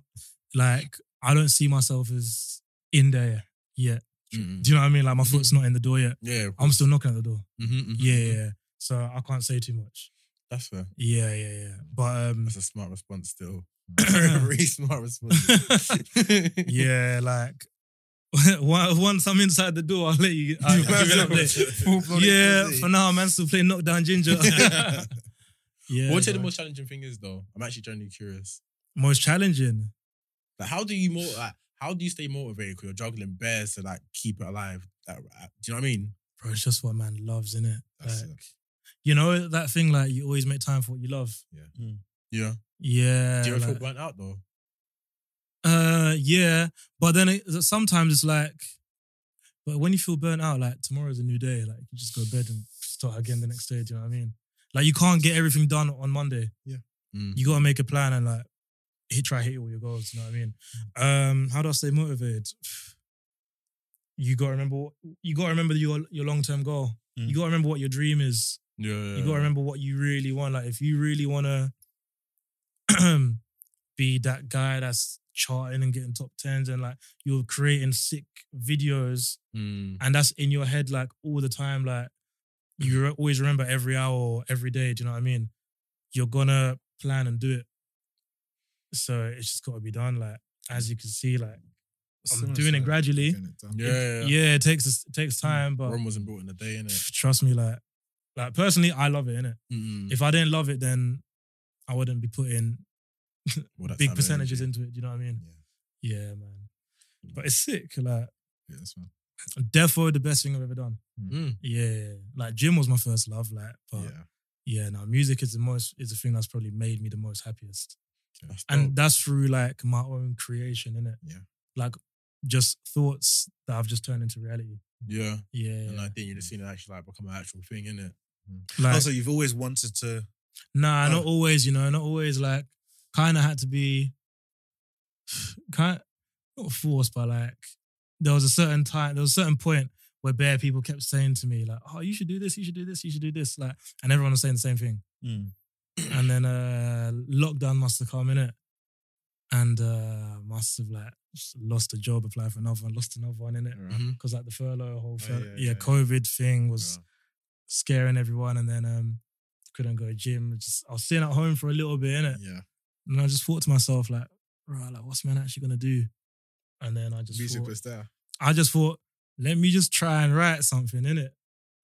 Speaker 1: like I don't see myself as in there yet.
Speaker 6: Mm-mm.
Speaker 2: Mm.
Speaker 1: Do you know what I mean? Like my
Speaker 2: Mm-hmm.
Speaker 1: foot's not in the door yet.
Speaker 6: yeah,
Speaker 1: I'm still knocking at the door.
Speaker 6: Mhm, mhm.
Speaker 1: Yeah,
Speaker 2: mm-hmm.
Speaker 1: yeah. yeah. So I can't say too much.
Speaker 6: That's fair.
Speaker 1: Yeah, yeah, yeah. But um [laughs]
Speaker 6: That's a smart response still. [laughs] Very smart response. [laughs]
Speaker 1: yeah, like [laughs] on- once I'm inside the door, I'll let you I'll
Speaker 2: [laughs]
Speaker 1: give you an update. Yeah, for now, man still playing knockdown
Speaker 6: [laughs]
Speaker 1: ginger. [laughs]
Speaker 6: What would
Speaker 1: yeah.
Speaker 6: you say the
Speaker 1: bro.
Speaker 6: most challenging thing is though? I'm actually genuinely curious.
Speaker 1: most challenging?
Speaker 6: Like, how do you mo- like, how do you stay motivated? Because you're juggling bears to like keep it alive. Like, uh, do you know what I mean? uh,
Speaker 1: Bro, it's just what man loves, innit?
Speaker 2: That's
Speaker 1: Like,
Speaker 2: it.
Speaker 1: you know that thing like you always make time for what you love.
Speaker 6: Yeah.
Speaker 1: Yeah.
Speaker 6: Do you ever feel
Speaker 1: like-
Speaker 6: burnt out though?
Speaker 1: Uh, yeah, but then it, sometimes it's like, but when you feel burnt out, like tomorrow's a new day. Like you just go to bed and start again the next day. Do you know what I mean? Like you can't get everything done on Monday.
Speaker 2: Yeah.
Speaker 6: Mm.
Speaker 1: you gotta make a plan and like hit try hit all your goals. You know what I mean? Um, how do I stay motivated? [sighs] You gotta remember. You gotta remember your your long term goal.
Speaker 5: Mm.
Speaker 1: You gotta remember what your dream is
Speaker 6: Yeah.
Speaker 1: you
Speaker 3: Mm.
Speaker 1: gotta remember what you really want. Like if you really wanna [clears throat] be that guy that's charting and getting top tens and like you're creating sick videos
Speaker 6: Mm.
Speaker 1: and that's in your head like all the time, like you re- always remember every hour or every day, do you know what I mean? You're gonna plan and do it. So it's just gotta be done. Like as you can see, like I'm
Speaker 5: Similar
Speaker 1: doing
Speaker 5: to
Speaker 1: it
Speaker 5: that.
Speaker 1: gradually.
Speaker 2: Getting it done.
Speaker 6: Yeah. yeah,
Speaker 1: Yeah,
Speaker 6: yeah.
Speaker 1: it takes us- it takes time, but
Speaker 6: Rome wasn't built in a day, innit?
Speaker 1: trust me, like like personally I love it, innit?
Speaker 2: Mm.
Speaker 6: Mm-mm.
Speaker 1: if I didn't love it, then I wouldn't be putting
Speaker 6: All that time
Speaker 1: big
Speaker 6: and
Speaker 1: percentages
Speaker 6: energy.
Speaker 1: into it. Do you know what I mean? Yeah, man.
Speaker 2: Mm.
Speaker 1: But it's sick. Like,
Speaker 2: Yeah, that's fine.
Speaker 1: defo the best thing I've ever done.
Speaker 6: Mm.
Speaker 1: Yeah, like gym was my first love. Like, but yeah,
Speaker 2: yeah.
Speaker 1: now music is the most is the thing that's probably made me the most happiest,
Speaker 6: That's
Speaker 1: and
Speaker 6: dope.
Speaker 1: that's through like my own creation, innit?
Speaker 2: Yeah.
Speaker 1: like just thoughts that I've just turned into reality.
Speaker 6: yeah.
Speaker 1: Yeah,
Speaker 6: And I think you just seen it actually like become an actual thing, innit?
Speaker 1: like
Speaker 5: also, you've always wanted to.
Speaker 1: Nah,
Speaker 5: Oh.
Speaker 1: not always. You know, not always. Like, kind of had to be, kind not forced, but like, there was a certain time, there was a certain point where bare people kept saying to me like, "Oh, you should do this. You should do this. You should do this." Like, and everyone was saying the same thing.
Speaker 5: Mm.
Speaker 1: [clears throat] And then uh lockdown must have come in it, and uh must have like just lost a job, applied for another one, lost another one in it,
Speaker 6: Mhm.
Speaker 1: because like the furlough whole,
Speaker 2: Oh,
Speaker 1: fur-
Speaker 2: yeah,
Speaker 1: yeah,
Speaker 2: yeah, yeah.
Speaker 1: COVID thing was scaring everyone, and then um couldn't go to gym. Just I was sitting at home for a little bit, innit?
Speaker 2: Yeah.
Speaker 1: And I just thought to myself, like, right, like what's man actually gonna do? And then I just
Speaker 2: Music
Speaker 1: thought,
Speaker 2: was there.
Speaker 1: I just thought, let me just try and write something, innit?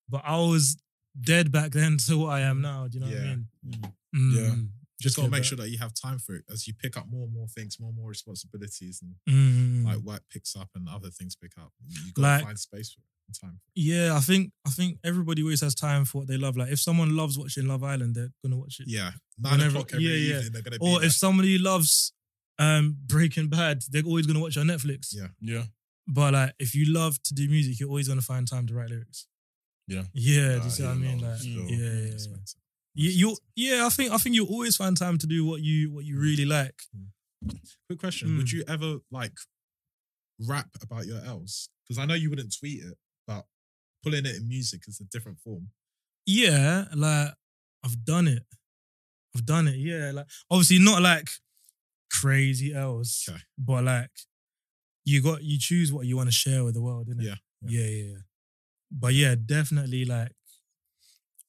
Speaker 1: But I was dead back then [laughs] to what I am now. Do you know what
Speaker 2: Yeah.
Speaker 1: I mean?
Speaker 5: Mm.
Speaker 1: Mm,
Speaker 6: Yeah.
Speaker 2: Just gotta
Speaker 1: yeah,
Speaker 2: make
Speaker 1: but-
Speaker 2: sure that you have time for it as you pick up more and more things, more and more responsibilities, and
Speaker 1: mm.
Speaker 2: like work picks up and other things pick up. You gotta
Speaker 1: Like-
Speaker 2: find space for it and time.
Speaker 1: yeah, I think I think everybody always has time for what they love. Like if someone loves watching Love Island, they're gonna watch it.
Speaker 2: Yeah, nine
Speaker 1: Whenever-
Speaker 2: o'clock every
Speaker 1: yeah, yeah.
Speaker 2: evening they're gonna
Speaker 1: or
Speaker 2: be.
Speaker 1: if somebody loves um Breaking Bad, they're always gonna watch it on Netflix.
Speaker 2: Yeah.
Speaker 6: Yeah.
Speaker 1: But like, if you love to do music, you're always gonna find time to write lyrics.
Speaker 6: Yeah.
Speaker 1: Yeah, do
Speaker 2: Nah,
Speaker 1: you see what I
Speaker 2: yeah,
Speaker 1: mean?
Speaker 2: no,
Speaker 1: Like,
Speaker 2: it's
Speaker 1: yeah,
Speaker 2: still-
Speaker 1: yeah, yeah.
Speaker 2: it's expensive.
Speaker 1: You, you, yeah. I think I think you always find time to do what you what you really like.
Speaker 2: Quick question: Would you ever like rap about your L's? Because I know you wouldn't tweet it, but pulling it in music is a different form.
Speaker 1: Yeah, like I've done it. I've done it. Yeah, like obviously not like crazy else,
Speaker 2: Okay.
Speaker 1: but like you got you choose what you want to share with the world, innit?
Speaker 2: Yeah,
Speaker 1: yeah, yeah, yeah. But yeah, definitely like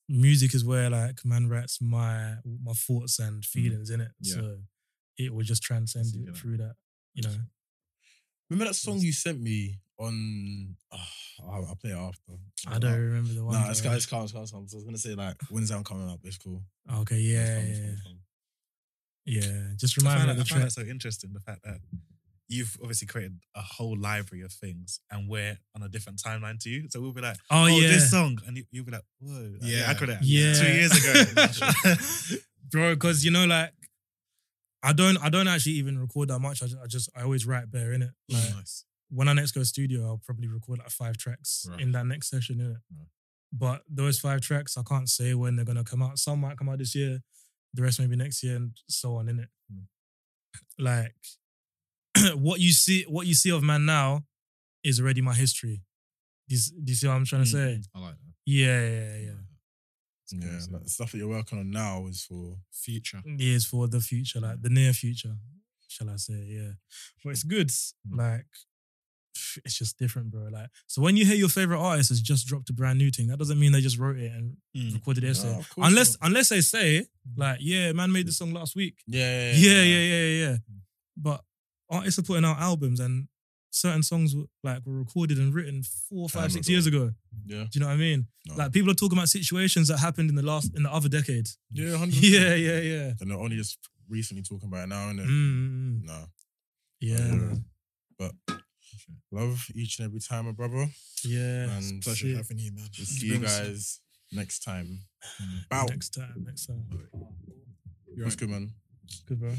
Speaker 1: music is where like man writes my my thoughts and feelings in it.
Speaker 2: Yeah.
Speaker 1: So it will just transcend
Speaker 2: See, you know.
Speaker 1: it through that, you know.
Speaker 6: Remember that song you sent me on? Oh, I'll, I'll play it after.
Speaker 1: I don't remember the one.
Speaker 6: Nah, it's
Speaker 1: though.
Speaker 6: got it's calm, it's calm, it's calm. So I was gonna say like when's that coming up? It's cool.
Speaker 1: Okay,
Speaker 6: It's
Speaker 1: yeah,
Speaker 6: calm, it's
Speaker 1: yeah,
Speaker 6: calm, it's calm.
Speaker 1: yeah. Just
Speaker 5: I
Speaker 1: remind
Speaker 5: find,
Speaker 1: me
Speaker 5: that,
Speaker 1: of the
Speaker 5: I find
Speaker 1: track.
Speaker 5: that so interesting. The fact that you've obviously created a whole library of things, and we're on a different timeline to you. So we'll be like,
Speaker 1: Oh,
Speaker 5: "Oh,
Speaker 1: yeah,
Speaker 5: this song," and you, you'll be like, "Whoa, like,
Speaker 2: Yeah.
Speaker 5: I could have
Speaker 1: yeah.
Speaker 5: two years ago."
Speaker 1: [laughs] bro. Because you know, like, I don't, I don't actually even record that much. I just, I, just, I always write bare in it. Like,
Speaker 2: nice.
Speaker 1: when I next go studio, I'll probably record like five tracks
Speaker 2: Right.
Speaker 1: in that next session, innit?
Speaker 2: Right.
Speaker 1: But those five tracks, I can't say when they're gonna come out. Some might come out this year, the rest maybe next year, and so on, innit?
Speaker 2: Mm.
Speaker 1: [clears throat] Like what you see, what you see of man now is already my history. Do you, s- do you see what I'm trying to
Speaker 9: Mm.
Speaker 1: say?
Speaker 2: I like that.
Speaker 1: Yeah, yeah, yeah.
Speaker 3: Yeah, like the stuff that you're working on now is for
Speaker 2: Future.
Speaker 1: It is for the future, like the near future, shall I say? Yeah, but it's good.
Speaker 3: Mm.
Speaker 1: Like, it's just different, bro. Like, so when you hear your favorite artist has just dropped a brand new thing, that doesn't mean they just wrote it and
Speaker 9: Mm.
Speaker 1: recorded it. yesterday.
Speaker 3: No, of course
Speaker 1: unless,
Speaker 3: not. Mm.
Speaker 1: unless they say like, yeah, man made this song last week.
Speaker 3: yeah, Mm.
Speaker 1: yeah, yeah, yeah, yeah. yeah. But artists are putting out albums, and certain songs were, like were recorded and written four, five,
Speaker 3: Time
Speaker 1: six
Speaker 3: ago.
Speaker 1: years ago.
Speaker 3: Yeah.
Speaker 1: Do you know what I mean?
Speaker 3: No.
Speaker 1: Like people are talking about situations that happened in the last in the other decade. [laughs]
Speaker 3: yeah, 100%.
Speaker 1: yeah, yeah, yeah.
Speaker 3: And they're only just recently talking about it now, innit?
Speaker 1: Mm, mm, mm.
Speaker 3: No,
Speaker 1: yeah,
Speaker 3: Yeah.
Speaker 1: man.
Speaker 3: love each and every time, my brother.
Speaker 1: yeah.
Speaker 3: And
Speaker 1: It's
Speaker 3: pleasure
Speaker 1: it.
Speaker 2: Having you, man.
Speaker 3: We'll see you guys next [sighs] time. Bow.
Speaker 1: Next time, next time.
Speaker 3: What's good, man?
Speaker 1: Good, bro.